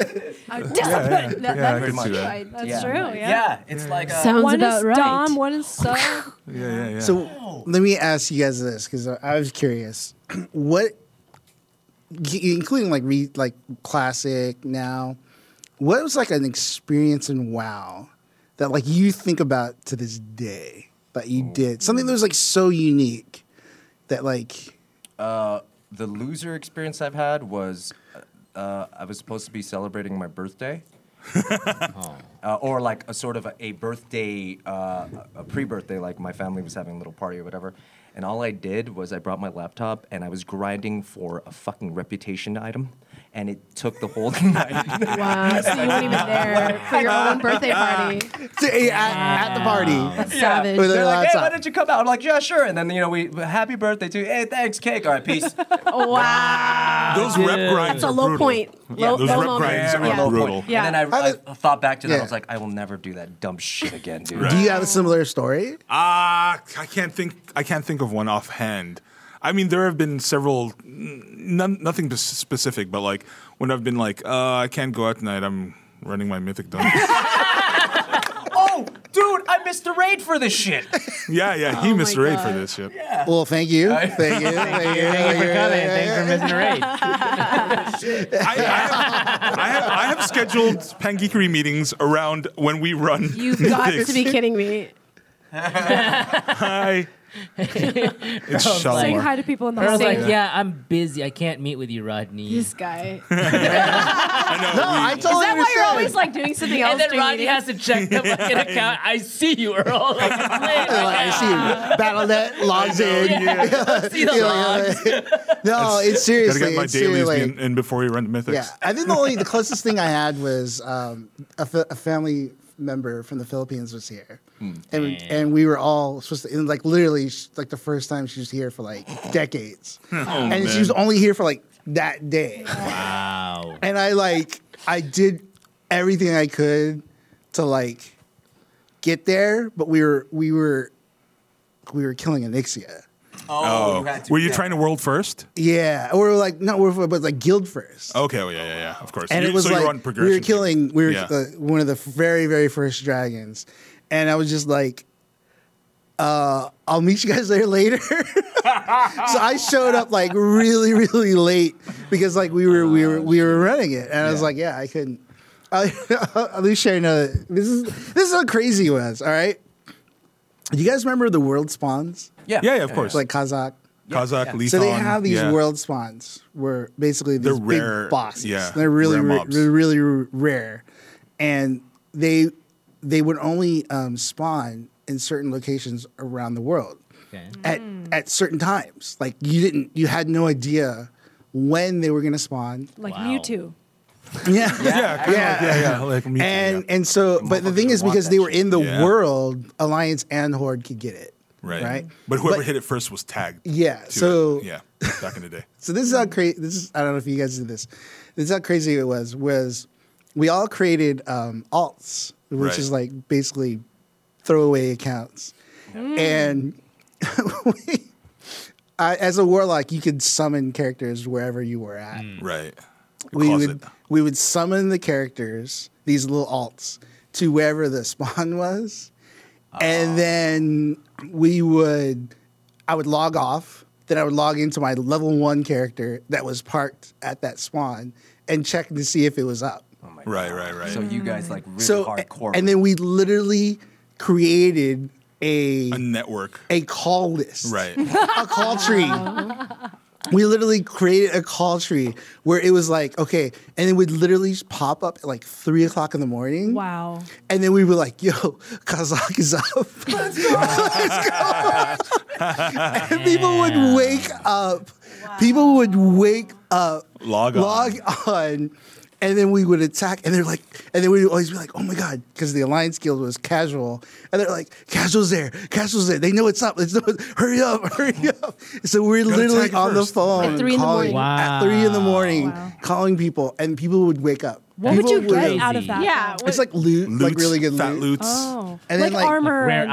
Discipline. That-
Yeah, I
that-
could see that.
I-
That's
Yeah.
true. Yeah.
Yeah, it's like uh,
Sounds
One
about
is
right.
Dom, one is sub.
Yeah, yeah, yeah.
So let me ask you guys this, because I was curious, what, g- including like re, like classic now, what was like an experience in WoW that like you think about to this day that
Oh.
you did something that was like so unique that like
the loser experience I've had was uh, I was supposed to be celebrating my birthday.
Oh.
uh, or like a sort of a, a birthday, uh, a pre-birthday, like my family was having a little party or whatever. And all I did was I brought my laptop and I was grinding for a fucking reputation item, and it took the whole night.
Wow. So you weren't even there for your own birthday party.
at, at the party.
Savage.
With
They're
their
like, hey, why
laptop.
don't you come out? I'm like, yeah, sure. And then you know, we happy birthday to you. Hey, thanks, cake. All right, peace.
Wow.
Those rep grinds
It's a
are
low
brutal.
point.
Yeah,
Low,
those
low
rep
moment.
grinds are
Very
yeah.
low
brutal.
point.
Yeah.
And then I, I thought back to that.
Yeah.
I was like, I will never do that dumb shit again, dude.
Do you have a similar story?
Ah, I can't think. I can't think of one offhand. I mean, there have been several. n- None, nothing p- specific, but like when I've been like, uh, I can't go out tonight. I'm running my mythic dungeon.
Oh, dude, I missed a raid for this shit.
yeah, yeah.
Oh
He missed a raid for this shit.
Well, thank you, thank you, thank you,
Thank you for coming. Thanks for missing the raid.
I, I, have, I, have, I have scheduled Pangeekery meetings around when we run.
You've got
mythics.
to be kidding me.
Hi. it's
Saying
Shalimar.
hi to people in the
I was
hallway.
like, yeah, I'm busy. I can't meet with you, Rodney.
This guy.
I know.
No, I
we-
totally
Is that why you're
understand.
always like doing something else?
And then
during
Rodney
meetings?
has to check the fucking account. I see you, Earl. Like, it's late.
They're like, I see you. Battle.net logs in.
see the
Yeah,
log.
yeah, yeah. no, it's
Gotta
seriously.
get my
it's seriously
dailies
like,
in, in before we run to mythics.
yeah, I think the only the closest thing I had was um, a, fa- a family member from the Philippines was here, and and we were all supposed to and like literally sh- like the first time she was here for like decades, and she was only here for like that day,
Wow.
and I like I did everything I could to like get there, but we were we were we were killing Anixia.
Oh, you had to,
Were you
yeah.
trying to world first?
Yeah, we were like no, we were but like guild first.
Okay, well, yeah, yeah, yeah, of course.
and
You-
it was
Oh, so you were on
like we
progression
were killing we were
Yeah.
uh, one of the very very first dragons and i was just like uh, I'll meet you guys there later. so I showed up like really, really late because like we were we were we were running it, and I was like, yeah, I couldn't. I'll, at least share another. This is this is how crazy it was. All right, do you guys remember the world spawns?
Yeah.
Yeah, yeah, of course.
It's like Kazakh.
Kazakh, Lethon.
So they have these
yeah.
world spawns where basically these
They're
big
rare,
bosses.
yeah,
they're really
rare
ra-
mobs.
they're really r- rare, and they they would only um, spawn in certain locations around the world
Okay.
at at certain times. Like you didn't you had no idea when they were going to spawn.
Like
Wow.
Mewtwo.
Yeah.
Yeah, kinda like- yeah, yeah, Like me too,
And
yeah.
and so, but the
motherfuckers
thing is,
want
because
that
they were in the
Yeah.
world, Alliance and Horde could get it,
right,
Right.
But whoever
But-
hit it first was tagged.
Yeah,
to
so-
it. yeah, back in the day.
So this is how crazy. This is I don't know if you guys did this. This is how crazy it was. Was we all created um, alts, which
Right.
is like basically throwaway accounts, and we, I, as a warlock, you could summon characters wherever you were at
Right.
we
Closet.
would we would summon the characters, these little alts, to wherever the spawn was,
Ah.
and then we would I would log off. Then I would log into my level one character that was parked at that spawn and check to see if it was up.
Oh my
Right,
God.
right, right.
So you guys like really
so
hardcore.
and then we literally created a
a network.
a call list
Right.
a call tree. We literally created a call tree where it was like, okay, and it would literally just pop up at like three o'clock in the morning.
Wow.
And then we were like, yo, Kazakh is up. Let's go. and people would wake up. People would wake up,
Log on.
log on, and then we would attack. And they're like, and then we would always be like, oh my God, because the Alliance Guild was casual. And they're like, casual's there, casual's there. They know it's up. It's hurry up, hurry up. So we're
Gotta
literally
attack
on the
first.
phone
At three in the
calling
morning.
at three in the morning,
Wow.
calling people, and people would wake up.
What would
People
you get
would-
out of that?
Yeah.
though?
it's like loot, like
Loots,
really good
fat
loot.
loots.
Oh.
And
like,
then, like-
armor
Rare
and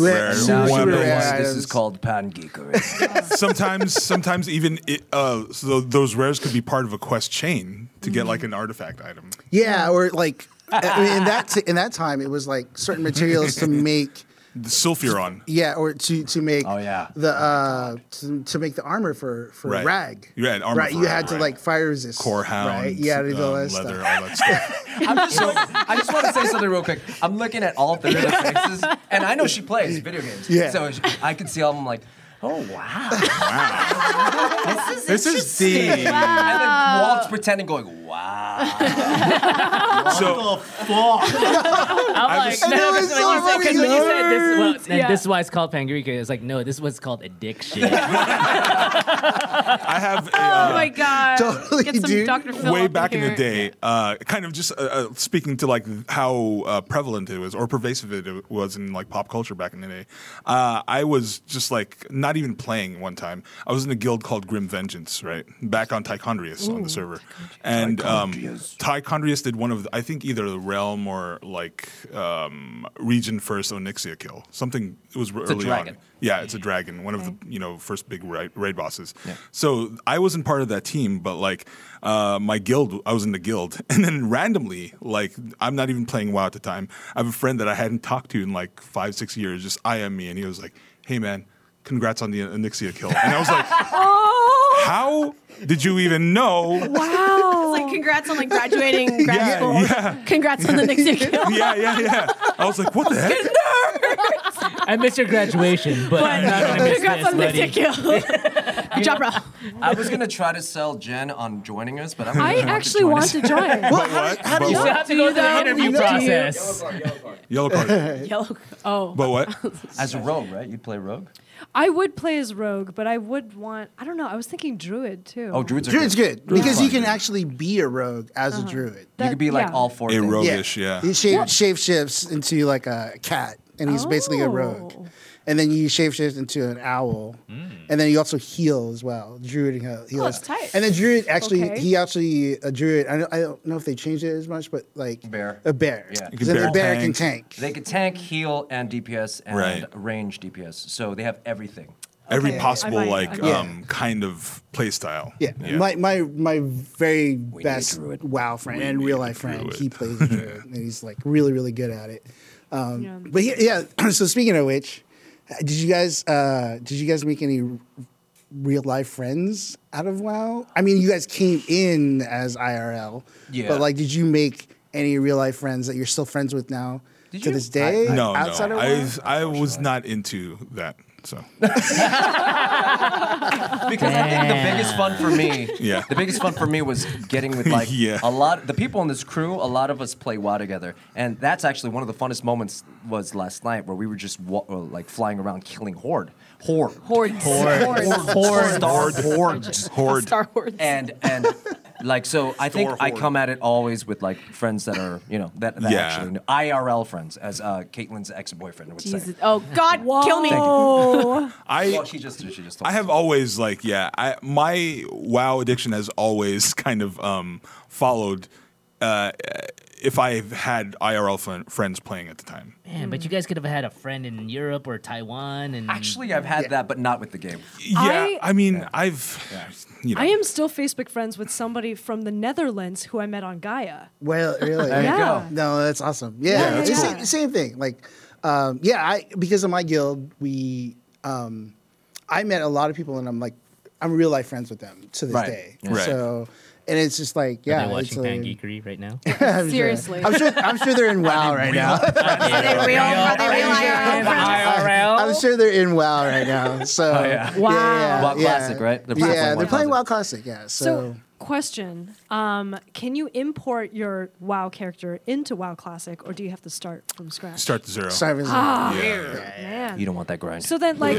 weapons.
Rare,
now
super
you know
rare
why this
items.
is called pan geekery.
sometimes, sometimes even it, uh, so those rares could be part of a quest chain to get like an artifact item.
Yeah, or like I mean, in that in that time, it was like certain materials to make.
The Sylphuron.
Yeah, or to to make.
Oh, yeah.
The uh to, to make the armor for for
Right.
rag.
You had armor
Right,
for
you
rag,
had to
right.
like fire resist.
Core hound,
Right. You had to do all
um,
that
leather,
stuff.
all that stuff.
I'm just, I just want to say something real quick. I'm looking at all three of the faces, and I know she plays video games.
Yeah.
So she- I can see all of them like, oh, wow.
wow,
This is,
this is deep.
And then Walt's pretending, going, wow.
So
I'm like,
was-
no,
And
it
because when you
was so
said, 'cause when you said this, is well,
weird.
and
Yeah.
this is why it's called Pangrica. It's like, no, this is what's called addiction.
I have a,
Oh
uh,
my God.
Totally,
Get some
dude.
Dr. Phil
way
up
back in, the
here.
day, uh, kind of just uh, uh, speaking to like how uh, prevalent it was or pervasive it was in like pop culture back in the day. Uh, I was just like not even playing one time. I was in a guild called Grim Vengeance, right? Back on Tychondrius on the server, and um, Tychondrius did one of the, I think either the realm or like um, region first Onyxia kill something. It was
a
early
dragon.
on. Yeah, it's a dragon, one of the you know first big raid, raid bosses.
Yeah.
So I wasn't part of that team, but like uh, my guild, I was in the guild, and then randomly, like I'm not even playing WoW at the time. I have a friend that I hadn't talked to in like five, six years, just IM me, and he was like, "Hey man, congrats on the Onyxia kill," and I was like,
Oh.
"How did you even know?"
It's like congrats on like graduating grad
Yeah,
school.
yeah.
Congrats on the next year.
Yeah, yeah, yeah. I was like, "What the heck?"
I missed your graduation, but, I'm not gonna miss
Congrats
this,
on the next
buddy.
year. Good job, bro.
I was going to try to sell Jen on joining us, but I'm
I actually want to join.
Well, how,
what? But
how do you?
You still have to go through the
Yeah.
interview
Yeah.
process.
Yellow card.
Yellow. Oh.
But what?
As a rogue, right? You'd play rogue?
I would play as rogue, but I would want. I don't know. I was thinking druid too.
Oh, druids are
Druid's good because
Fun.
you can actually be a rogue as a druid.
You could be like
yeah.
all four
A
things.
roguish, yeah.
He shave, shave shifts into like a cat, and he's basically a rogue.
Oh.
And then you shape shift into an owl,
Hmm.
and then you also heal as well. Druid heal- heals.
that's tight.
And then druid actually,
Okay.
he actually a druid. I don't, I don't know if they changed it as much, but like
Bear.
a bear.
Yeah. You
can
Then
bear
the bear can
tank.
tank.
They could tank, heal, and DPS, and
Right.
range DPS. So they have everything.
Every
Okay,
possible
I might-
like
I might.
um, kind of play style.
yeah. my my my very
need a
best
druid.
WoW friend
We
and
need
real
a
life friend.
druid.
He plays a druid, and he's like really really good at it. Um,
Yeah.
But he, yeah, so speaking of which, Did you guys uh, did you guys make any real life friends out of WoW? I mean, you guys came in as IRL,
Yeah.
But like, did you make any real life friends that you're still friends with now
Did
to
you?
this day?
no,
outside
no,
of WoW?
I, I was not into that. So
Because I think the biggest fun for me,
Yeah.
the biggest fun for me was getting with like
Yeah.
a lot. The people in this crew, a lot of us play WoW together, and that's actually one of the funnest moments was last night where we were just wa- uh, like flying around killing horde, horde,
Hordes. Hordes.
Star hordes,
horde.
Star Hordes.
and and like so. I think
Store
I
horde.
come at it always with like friends that are you know that, that
Yeah.
actually know, IRL friends, as uh, Caitlin's ex boyfriend would
Jesus.
say.
Oh, God, kill me.
Oh,
I
Well, she just she just. Told
I
us.
have always like yeah, I my wow addiction has always kind of um followed uh if I've had IRL fun- friends playing at the time.
Man, but you guys could have had a friend in Europe or Taiwan, and
Actually, I've had that, but not with the game.
Yeah, I,
I-
mean, I've you know
I am still Facebook friends with somebody from the Netherlands who I met on Gaia.
Well, really?
There you
Yeah. go.
No, that's awesome. Yeah,
that's
it's
cool.
sa- same thing. Like, um, yeah, I because of my guild, we, um, I met a lot of people, and I'm like, I'm real life friends with them to this
Right.
day.
Right.
So, and it's just like,
Am
yeah,
I
it's
watching Fan
like-
Geekery right now.
I'm sure-
Seriously.
I'm sure. I'm sure they're in WoW right now.
Are they real? Are they real
Asian IRL?
I'm sure they're in WoW right now. So,
Oh, yeah.
Wow.
WoW Classic, right? They're
yeah,
playing WoW
they're playing
Classic.
WoW Classic. Yeah.
So,
So,
question: um, Can you import your WoW character into WoW Classic, or do you have to start from scratch?
start to zero.
Cyrus-
Ah.
yeah.
man.
You don't want that grind.
so then, like,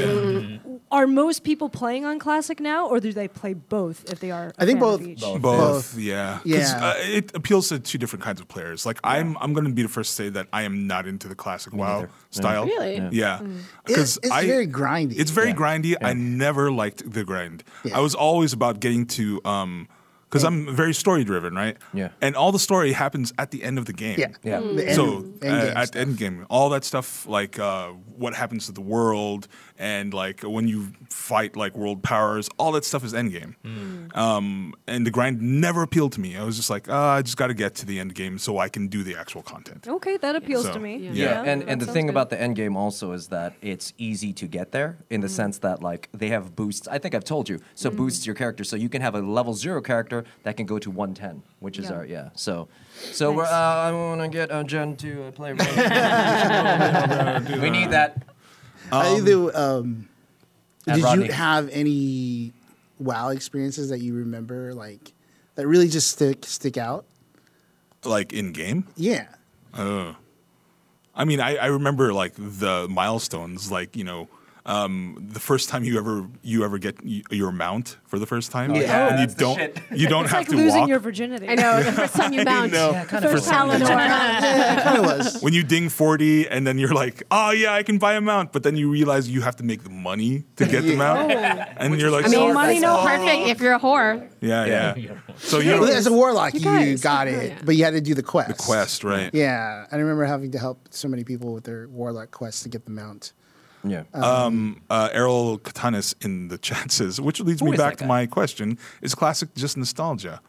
are most people playing on Classic now, or do they play both if they are? I
I think both.
Both,
Both.
yeah, 'Cause,
Yeah.
Uh, it appeals to two different kinds of players. Like I'm, I'm going to be the first to say that I am not into the classic WoW
neither.
style.
Really? Yeah.
Yeah,
It-
because
it's very grindy.
It's very
Yeah.
grindy. I never liked the grind.
Yeah.
I was always about getting to, um, because I'm very story driven, right?
Yeah.
and all the story happens at the end of the game.
yeah.
Yeah.
Mm.
The end-
so
end
uh,
game
at
stuff.
the end game, all that stuff like uh, what happens to the world and like when you fight like world powers, all that stuff is end game.
Hmm.
Um, and the grind never appealed to me. I was just like, ah, I just got to get to the end game so I can do the actual content.
Okay, that appeals
So,
to me.
yeah.
Yeah, and,
that
and the
sounds
thing
good.
about the end game also is that it's easy to get there in
Mm.
the sense that like they have boosts. I think I've told you. So
Mm-hmm.
boosts your character, so you can have a level zero character that can go to one ten, which is
Yeah.
our yeah. So, so we're uh,
Nice.
I want to get uh, Jen to uh, play. we need that.
I either um,
at
did
Rodney.
you have any wow experiences that you remember like that really just stick stick out?
Like in game,
Yeah.
I mean, I, I remember like the milestones, like you know. Um, the first time you ever you ever get y- your mount for the first time,
Oh, yeah,
and you
that's the
don't
shit.
you don't
it's
have
like
to
losing
walk
your virginity.
I know. The first time you mount.
No.
kind
First Eleanor.
yeah, it kind of was.
when you ding 40 and then you're like, oh yeah, I can buy a mount, but then you realize you have to make the money to get the mount. And you're like,
I mean,
"Oh,
money,
that's
no
all."
perfect
If you're a whore,
Yeah, yeah. So
Well,
you
As a warlock, you,
guys-
got it,
yeah.
but you had to do the quest. The
quest, right?
Yeah, I remember having to help so many people with their warlock quest to get the mount.
Yeah.
Um, uh, Errol Katanis in the chat says, which leads
Who
me
is that
back to
guy?
my question: Is classic just nostalgia?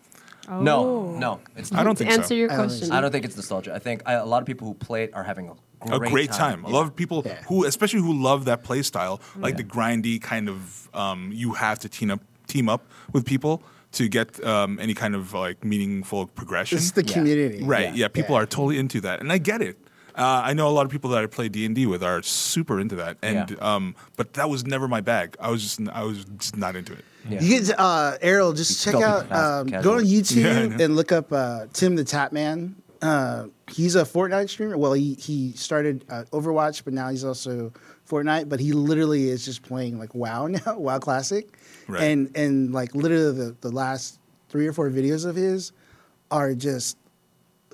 Uh, no,
oh.
no, it's
I
not.
don't
To
think
answer
so.
your
I don't think
question.
I don't think it's nostalgia. I think I, a lot of people who play it are having a
a
great,
great time. A lot of people
Yeah.
who, especially who love that play style, like the grindy kind of. Um, you have to team up, team up with people to get um, any kind of like meaningful progression.
It's the
Yeah.
community,
Right. Yeah. people
Yeah.
are totally into that, and I get it. Uh, I know a lot of people that I play D and D with are super into that, and
Yeah.
um, but that was never my bag. I was just I was just not into it.
Yeah.
You get uh, Errol. Just check
Don't be
out.
fast,
Um,
casual.
go on YouTube
Yeah, I know.
and look up uh, Tim the Tap Man. Uh, he's a Fortnite streamer. Well, he he started uh, Overwatch, but now he's also Fortnite. But he literally is just playing like WoW now, WoW Classic,
Right.
and and like literally the, the last three or four videos of his are just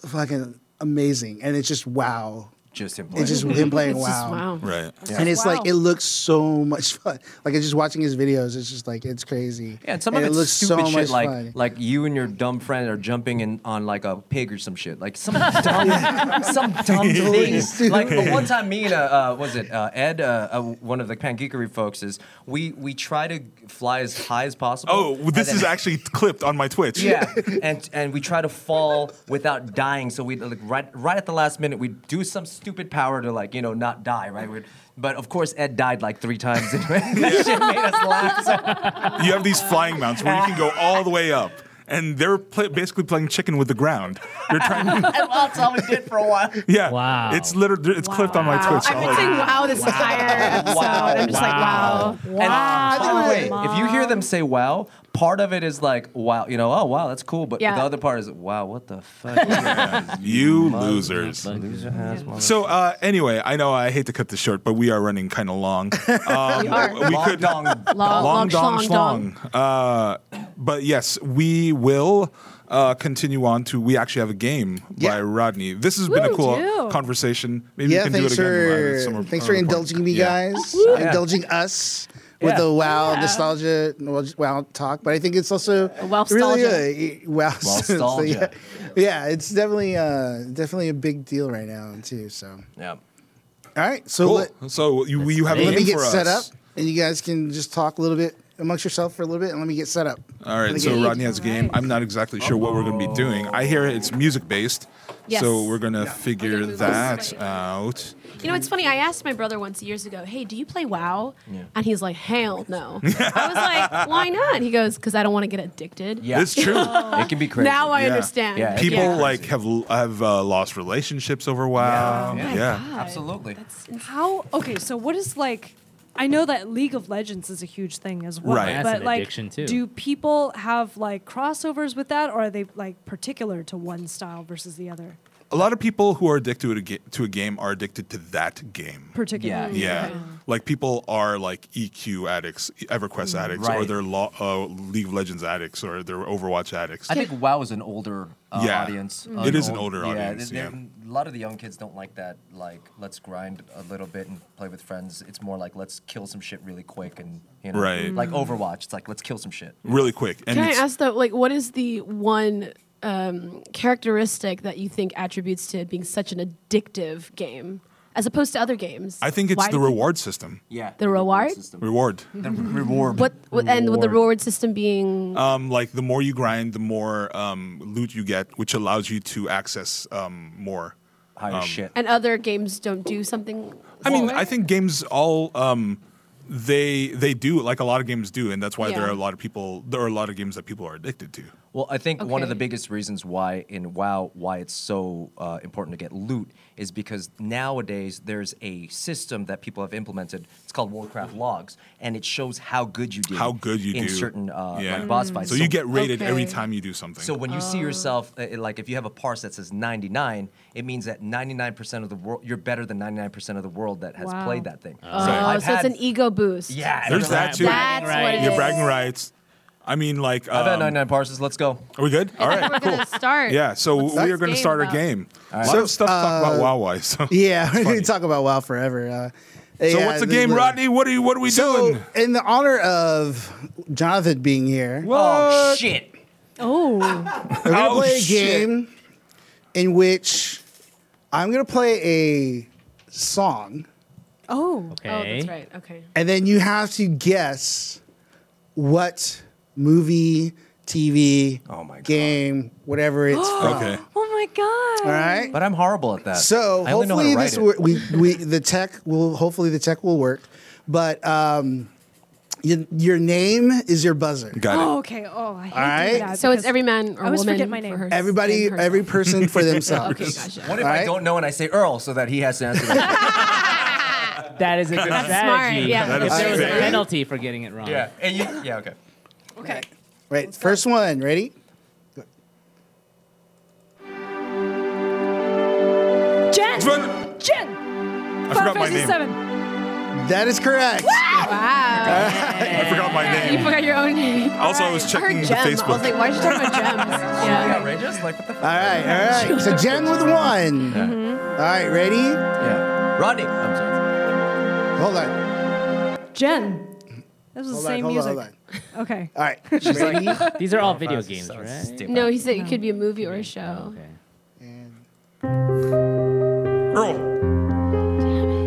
fucking amazing, and it's just WoW.
just him playing.
It's just him playing
It's just wow.
Right.
and it's
Wow.
like it looks so much fun. Like it's just watching his videos, it's just like it's crazy.
Yeah, and some of
it
it's
looks
stupid
so
shit,
much
like
fun.
like you and your dumb friend are jumping in on like a pig or some shit, like some dumb, some dumb thing. Like but one time, me and uh, uh, was it uh, Ed, uh, uh, one of the Pan Geekery folks, is we we try to fly as high as possible.
Oh, well, this
and
is
then-
actually clipped on my Twitch.
yeah, and and we try to fall without dying. So we like right right at the last minute we do some stupid power to like you know not die, right? We'd, but of course, Ed died like three times. And that shit made us laugh. So
You have these flying mounts where you can go all the way up, and they're pla basically playing chicken with the ground. You're trying. To,
that's all we did for a while.
yeah.
Wow.
It's literally it's clipped on my Twitch.
I've been
I'll-
saying wow this entire episode. I'm just like, wow.
Wow. And by the way,
Mom.
if you hear them say wow, part of it is like wow, you know, oh wow, that's cool. But
Yeah.
the other part is wow, what the fuck? You guys,
You
mother-
losers.
Loser ass mother-
So uh, anyway, I know I hate to cut this short, but we are running kind of long. Um,
are.
We
Long
could
dong.
Long, long,
dong,
schlong, dong.
schlong. Uh, but yes, we will uh, continue on to. We actually have a game by
Yeah.
Rodney. This has been a
Woo,
cool
do.
conversation. Maybe
Yeah,
we can do it
thanks
again.
for
at some-
thanks
uh,
for
point.
indulging me,
Yeah.
guys. Uh, Indulging us with
Yeah.
the wow
Yeah.
nostalgia well, just wow talk. But I think it's also
Wellstalgia.
really uh, wow so, yeah,
Wellstalgia.
yeah, it's definitely uh, definitely a big deal right now too. So all
Yeah.
right, so
Cool.
let,
So you, you have a
let
game
me get
for us.
set up, and you guys can just talk a little bit amongst yourself for a little bit, and let me get set up.
All
for
right,
the
so
game.
Rodney has a game. I'm not exactly sure what we're going to be doing. I hear it's music based,
Yes.
so we're going to figure
move
that
this way.
out.
You know, it's funny. I asked my brother once years ago, "Hey, do you play WoW?" And he's like, "Hell no." I was like, "Why not?" He goes, "Cause I don't want to get addicted."
Yeah.
It's true.
It can be crazy.
Now I
Yeah.
understand.
Yeah, it
People
Yeah.
like have have uh, lost relationships over WoW.
Yeah.
Yeah.
Yeah. absolutely.
How? Okay, so what is like? I know that League of Legends is a huge thing as well,
Right. That's
an
but like,
addiction, too.
do people have like crossovers with that, or are they like particular to one style versus the other?
A lot of people who are addicted to a, ga- to a game are addicted to that game.
Particular,
Yeah. Like people are like EQ addicts, E-, EverQuest
Mm,
addicts, or
Right.
they're lo- uh, League of Legends addicts, or they're Overwatch addicts.
I think WoW is an older uh,
Yeah.
audience.
Mm. It is an older audience,
they're-
yeah.
A lot of the young kids don't like that. Like, let's grind a little bit and play with friends. It's more like let's kill some shit really quick and you know,
Right.
like Overwatch. It's like let's kill some shit.
really quick. And
Can I
it's-
ask though, like, what is the one um, characteristic that you think attributes to it being such an addictive game, as opposed to other games?
I think it's
Why do
the
you think- Mm-hmm.
reward system.
Yeah.
The reward?
Reward.
The reward.
What, what and with the
Reward.
reward system being
Um, like the more you grind, the more um, loot you get, which allows you to access um, more.
Higher shit.
and other games don't do something.
I mean,
similar?
I think games all um, they they do like a lot of games do, and that's why there
Yeah.
are a lot of people. There are a lot of games that people are addicted to.
Well, I think one of the
Okay.
biggest reasons why in WoW why it's so uh, important to get loot is because nowadays there's a system that people have implemented. It's called Warcraft logs, and it shows how good you did.
How good you
in
do.
certain uh,
Yeah.
like boss fights.
So you get rated every
Okay.
time you do something.
So when you
Oh.
see yourself, uh, like if you have a parse that says 99, it means that 99% of the world, you're better than 99% of the world that has
Wow.
played that thing.
Oh,
Right.
so it's an ego boost.
Yeah,
There's
I've had-
that too.
That's what it
your
is.
bragging rights. I mean, like,
I've had
um,
99 parses. Let's go.
are we good? All
I think
right,
we're
cool.
gonna start.
Yeah, so we
this
are going to
game
start our
about? Uh,
game. A lot of stuff to talk about WoW wise. So,
Yeah, we
funny.
can talk about WoW forever. Uh,
so
yeah,
what's the
the-
game,
the-
Rodney? What are you? What are we
So,
doing?
in the honor of Jonathan being here,
Oh, shit.
Oh,
We're gonna
Oh,
play a
shit.
game in which I'm gonna play a song,
oh,
Okay.
Oh, that's right. Okay.
and then you have to guess what movie, TV,
Oh my God.
game, whatever it's from.
Okay.
oh my
All
god!
right.
But I'm horrible at that.
So
I only know how to
hopefully
write
this
it.
wor- we we the tech will hopefully the tech will work, but um, y- your name is your buzzer.
Got it.
Oh, okay. Oh, I hate
All right.
doing that.
So it's
because-
every man or
I always
woman.
forget my name.
For her,
Everybody,
and her-
every person for themselves.
Okay, gotcha.
What if I
Alright.
don't know and I say Earl so that he has to answer that?
That is a good strategy.
yeah. That
is
if there was a
fair.
penalty for getting it wrong.
yeah. And you, yeah, okay.
Okay.
Right, first one. Ready?
Jen.
Jen!
Jen.
I
Final
forgot my
Fantasy
name.
Seven.
That is correct.
Wow.
I forgot my
You
name.
forgot your own name.
Also, I was
I heard
checking the
gem. I was
Facebook.
like, why is she talking about gems? yeah.
Outrageous? Like, what the fuck?
All right, all right. So Jen with one. All right, ready?
Yeah. Rodney. I'm sorry.
Hold on.
Jen. This was
Hold
the
on,
same
hold
music.
on, hold on.
Okay.
All right. Ready?
These are all video games,
So
right?
stupid.
No, he said it could be a movie or a show.
Okay.
and
Earl.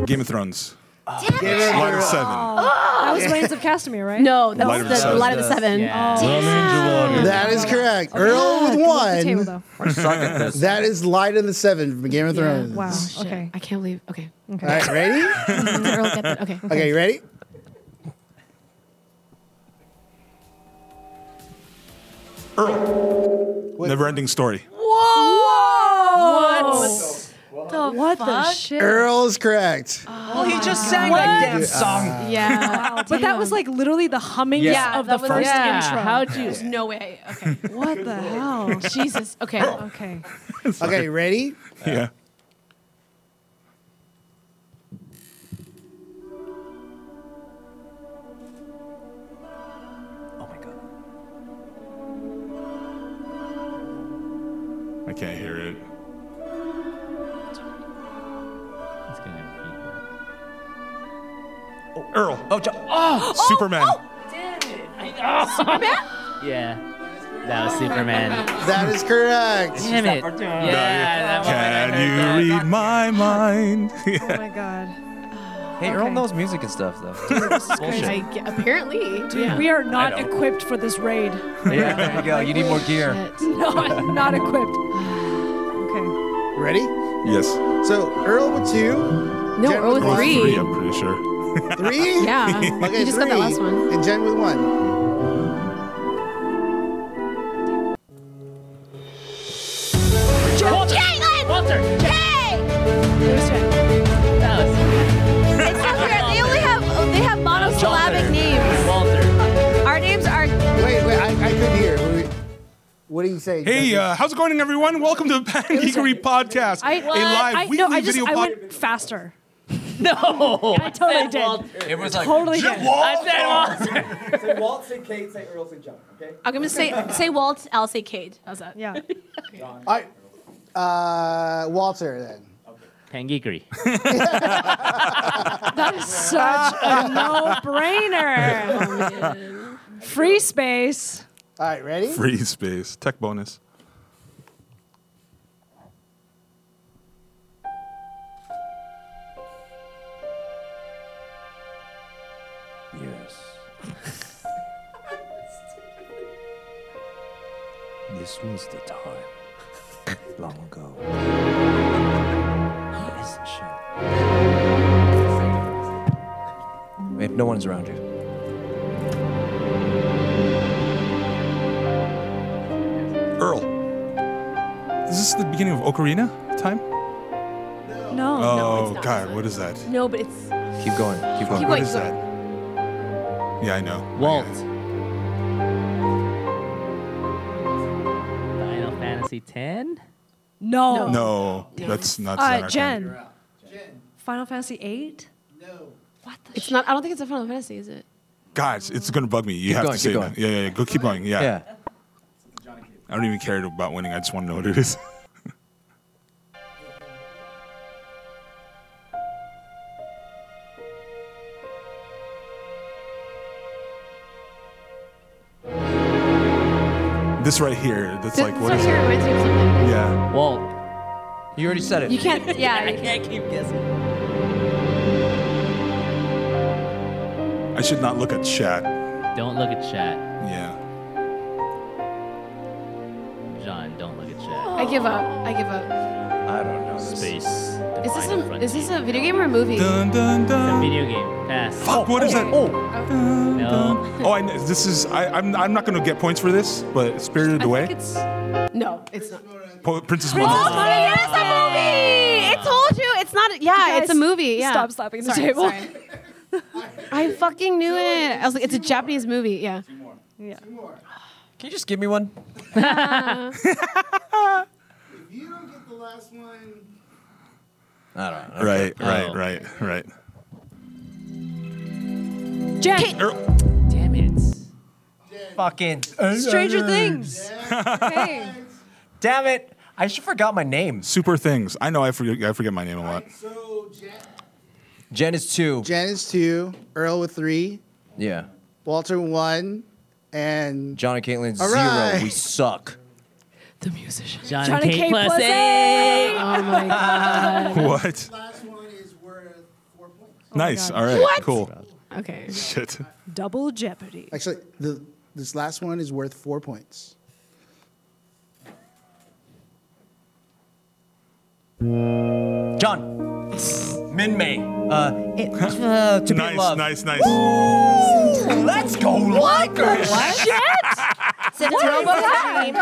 Game of Thrones. Give her Light of seven.
Oh,
That was Reigns of Castamere, right?
No, that
Light
was
of
the
Seven.
Light of the Seven.
Yeah.
That is correct. Earl with
The table,
one.
though.
I suck at this.
That is Light of the Seven from Game of
Yeah.
Thrones.
Wow.
Oh, shit.
Okay.
I can't believe. Okay.
All right, ready?
Earl, get that. Okay.
Okay, you ready?
Never ending story.
What? The
What the
fuck?
shit?
Earl is correct.
well, Oh, he just sang that damn song.
Yeah.
But that was like literally the humming
Yeah,
of the
that was-
first
Yeah.
intro.
How'd you?
There's no way. Okay.
What the hell?
Jesus. Okay.
Okay.
Okay, ready?
yeah.
Oh my god.
I can't hear it.
It's gonna have feedback.
Earl.
Oh, jo- oh,
Superman.
Yeah. That was Superman.
That is correct.
Damn it. Yeah.
Can you read my mind?
Oh my god.
hey, Earl knows music and stuff though.
I
Bullshit.
ge- apparently.
We are not
I know.
equipped for this raid.
Yeah, there you go. You need more gear.
No, I'm not equipped. Okay.
Ready?
yes.
So Earl with two,
No, Earl with
Or
three.
three, I'm pretty sure.
three.
Yeah.
Okay,
you just
three,
got that last one.
And Jen with one.
Jalen! Walter! Hey!
That was
It's so weird. They only have oh, they have monosyllabic names.
Walter.
Our names are
Wait, wait, I, I couldn't hear. What, do you- what do you say?
Hey,
Jesse?
uh, how's it going, everyone? Welcome to the Pan Geekery Podcast,
I,
a live
I,
weekly
no, I just
video
I
podcast.
went faster.
No.
I totally did.
It was like
Totally did.
I said Walter.
Say Walt, say Kate, say Earl, say John, okay?
I'm gonna say say Walt, I'll say Cade. How's that?
Yeah.
All right, uh, Walter then.
Pangeekery.
That is such a no-brainer. Free space.
All right, ready?
Free space. Tech bonus.
Yes. this was the time, long ago. That is the shame. If no one's around you.
Earl. Is this the beginning of Ocarina time?
No.
oh,
not.
God, what is that?
No, but it's.
Keep going. Keep
Keep
going.
What
going.
is that? Yeah, I know.
Walt. Final Fantasy Ten.
No.
No, that's not
Uh,
Zen
Jen.
Jen,
Final Fantasy VIII.
no.
It's not. I don't think it's a Final Fantasy, is it?
Guys, it's gonna bug me. You have
going,
to
keep
say
going.
that. Yeah, yeah, yeah. Go keep going. Yeah.
Yeah.
I don't even care about winning. I just want to know what it is. this right here. That's like what is
Sorry,
it?
reminds me of something.
Yeah.
Walt.
You already said it.
You can't yeah.
I
you
can't keep guessing.
I should not look at chat.
Don't look at chat,
Yeah.
John. Don't look at chat.
I give up. I give up.
I don't know. Oh. this.
Space.
Is this
Final
a is this
Frontier.
a video game or a movie?
Dun dun
It's a
dun.
video game? Pass.
Fuck! What is that?
Oh, oh,
Dun,
No.
dun. Oh, I know. This is. I, I'm. I'm not gonna get points for this, but Spirited
I
Away,
think it's oh,
No, it's not.
po- Princess
Oh
Mononoke.
my god, it's a movie! I told you it's not yeah, it's a movie. Yeah.
Stop slapping the
Sorry,
table.
sorry. I fucking knew it. I was like, it's a Japanese movie. Yeah.
Yeah.
Can you just give me one?
If you don't get the last one,
I don't know.
Right. Right.
Oh.
Right. Right.
Jen.
Earl.
Damn it.
Fucking.
Stranger Things. Okay.
Damn it! I should forgot my name.
Super things. I know I forget. I forget my name a lot.
so Jen,
Jen is two.
Jen is two, Earl with three,
Yeah.
Walter with one, and
John and Caitlin
All
zero.
right.
We suck.
The musician.
John
Johnny
K,
K
plus
plus
eight.
Oh my god.
What?
last one is worth four points.
Oh
my
nice.
God.
All right.
What?
Cool.
Okay.
Shit.
Double jeopardy.
Actually, the, this last one is worth four points.
John. Min May. Uh, it, uh, to
nice,
be loved.
nice, nice,
Let's go like her.
What? Cinderella dream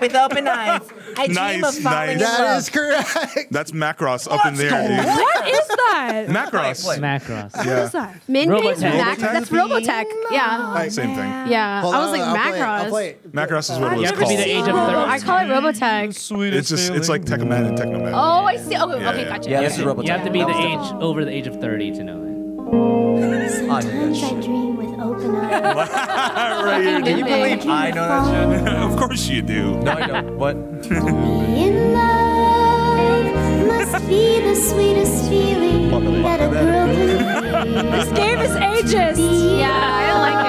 with open eyes. I dream of
Nice,
falling in
nice.
love.
correct.
That's Macross up in there, dude.
What is that?
Macross.
Macross.
Yeah.
What is that? Min May's
Robotech.
Mac.
Robotech?
That's Robotech. Yeah.
Same thing.
Yeah.
Hold
I was
on,
like
I'll play it,
Macross.
I'll play it.
Macross is what it was
have to be
called.
the age of
Oh,
Robo-
thirty.
I call it Robotech.
It's just it's like Tekkaman and Technoman.
Oh, I see. Okay,
Yeah,
okay,
yeah.
gotcha.
Yeah, this is
You have to-
Robotech.
You have to be
That
the
was
age over the age of thirty to know it.
Sometimes I dream with open eyes.
Fucking
Can you
Min May.
believe I know that shit?
of course you do.
No, I don't. What?
In love must be the sweetest feeling that a girl can feel.
This game is ages.
Yeah, I like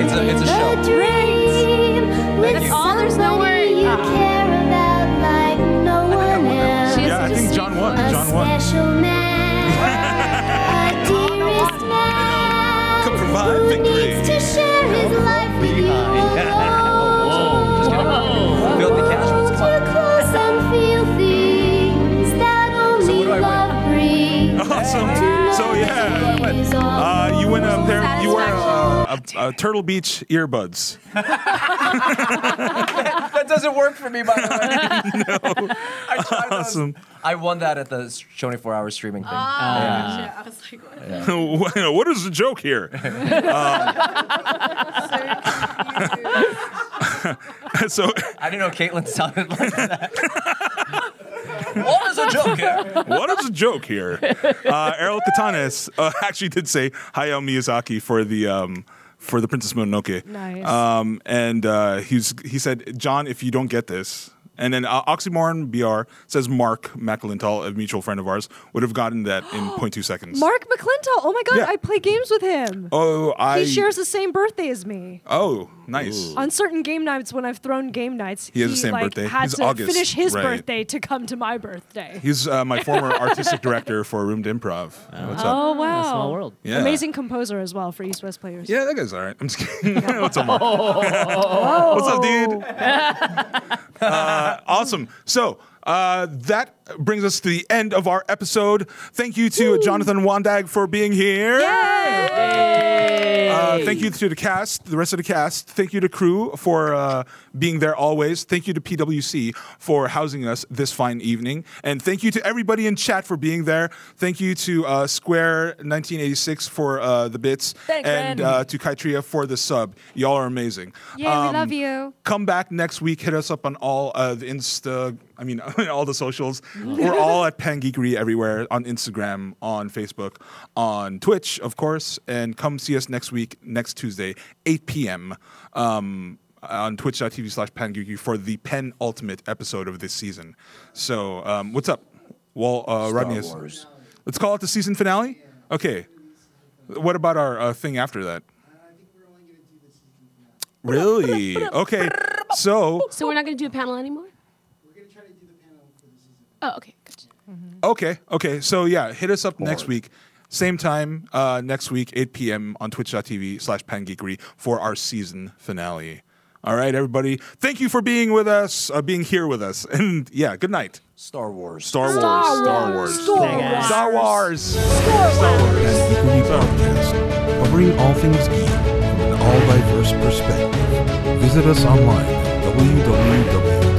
it.
It's a, it's a show.
With
That's all. There's nowhere.
somebody you
Ah.
care about like no one else.
She is
Yeah, I
such a
think
sweet
John won.
A
John won.
special man, a dearest man,
Come provide
who
victory.
needs to share his life with you alone.
Just kidding. Filthy casuals. Come
Too
on.
close and feel things that only
what do I win?
love brings.
Awesome. So yeah. Uh, you win a pair. You wear a, a, a Turtle Beach earbuds.
That doesn't work for me, by the way. I tried those. Ah.
Awesome.
I won that at the s- 24 hour streaming thing.
I was like, what?
what is the joke here? Um, so
I didn't know Caitlyn sounded like that. what is a joke here?
what is the joke here? Uh, Errol Katanes uh, actually did say Hayao Miyazaki for the um, for the Princess Mononoke.
Nice.
Um, and uh, he's he said, John, if you don't get this. And then uh, Oxymoron BR says Mark McElintosh, a mutual friend of ours, would have gotten that in 0.2 seconds.
Mark McClintock. Oh my God,
Yeah.
I play games with him.
Oh, I.
He shares the same birthday as me.
Oh, nice.
On certain game nights, when I've thrown game nights,
He has the same
like,
birthday.
Had
He's
to
August,
finish his
right.
birthday to come to my birthday.
He's uh, my former artistic director for Room to Improv. What's up?
Oh wow!
small world.
Yeah.
Amazing composer as well for East West players.
Yeah, that guy's all right. I'm just kidding. What's up, Mark? What's up, dude? uh, awesome. So uh, that brings us to the end of our episode. Thank you to Jonathan Wandag for being here. Uh, thank you to the cast, the rest of the cast. Thank you to crew for uh, being there always. Thank you to PwC for housing us this fine evening, and thank you to everybody in chat for being there. Thank you to uh, Square 1986 for uh, the bits,
Thanks,
and
man.
uh, to Kytria for the sub. Y'all are amazing. Um,
Yeah, we love you.
Come back next week. Hit us up on all uh, the Insta. I mean, all the socials. We're all at Pangeekery everywhere on Instagram, on Facebook, on Twitch, of course. And come see us next week, next Tuesday, 8 p.m. Um, on twitch.tv slash pangeekery for the pen ultimate episode of this season. So, um, what's up? Well, uh, Rodney is.
Wars.
Let's call it the season finale? Okay. What about our uh, thing after that? Really? Okay. So,
So we're not going to do a panel anymore? Oh, okay. Gotcha.
okay. Okay. So, yeah, hit us up next week. Same time uh, next week, 8 p.m. on twitch.tv slash pangeekery for our season finale. All right, everybody. Thank you for being with us, uh, being here with us. And yeah, good night.
Star Wars.
Star Wars. Star Wars. Star Wars. Star Wars.
Geekery Podcast, covering all things geek from an all diverse perspective. Visit us online at www.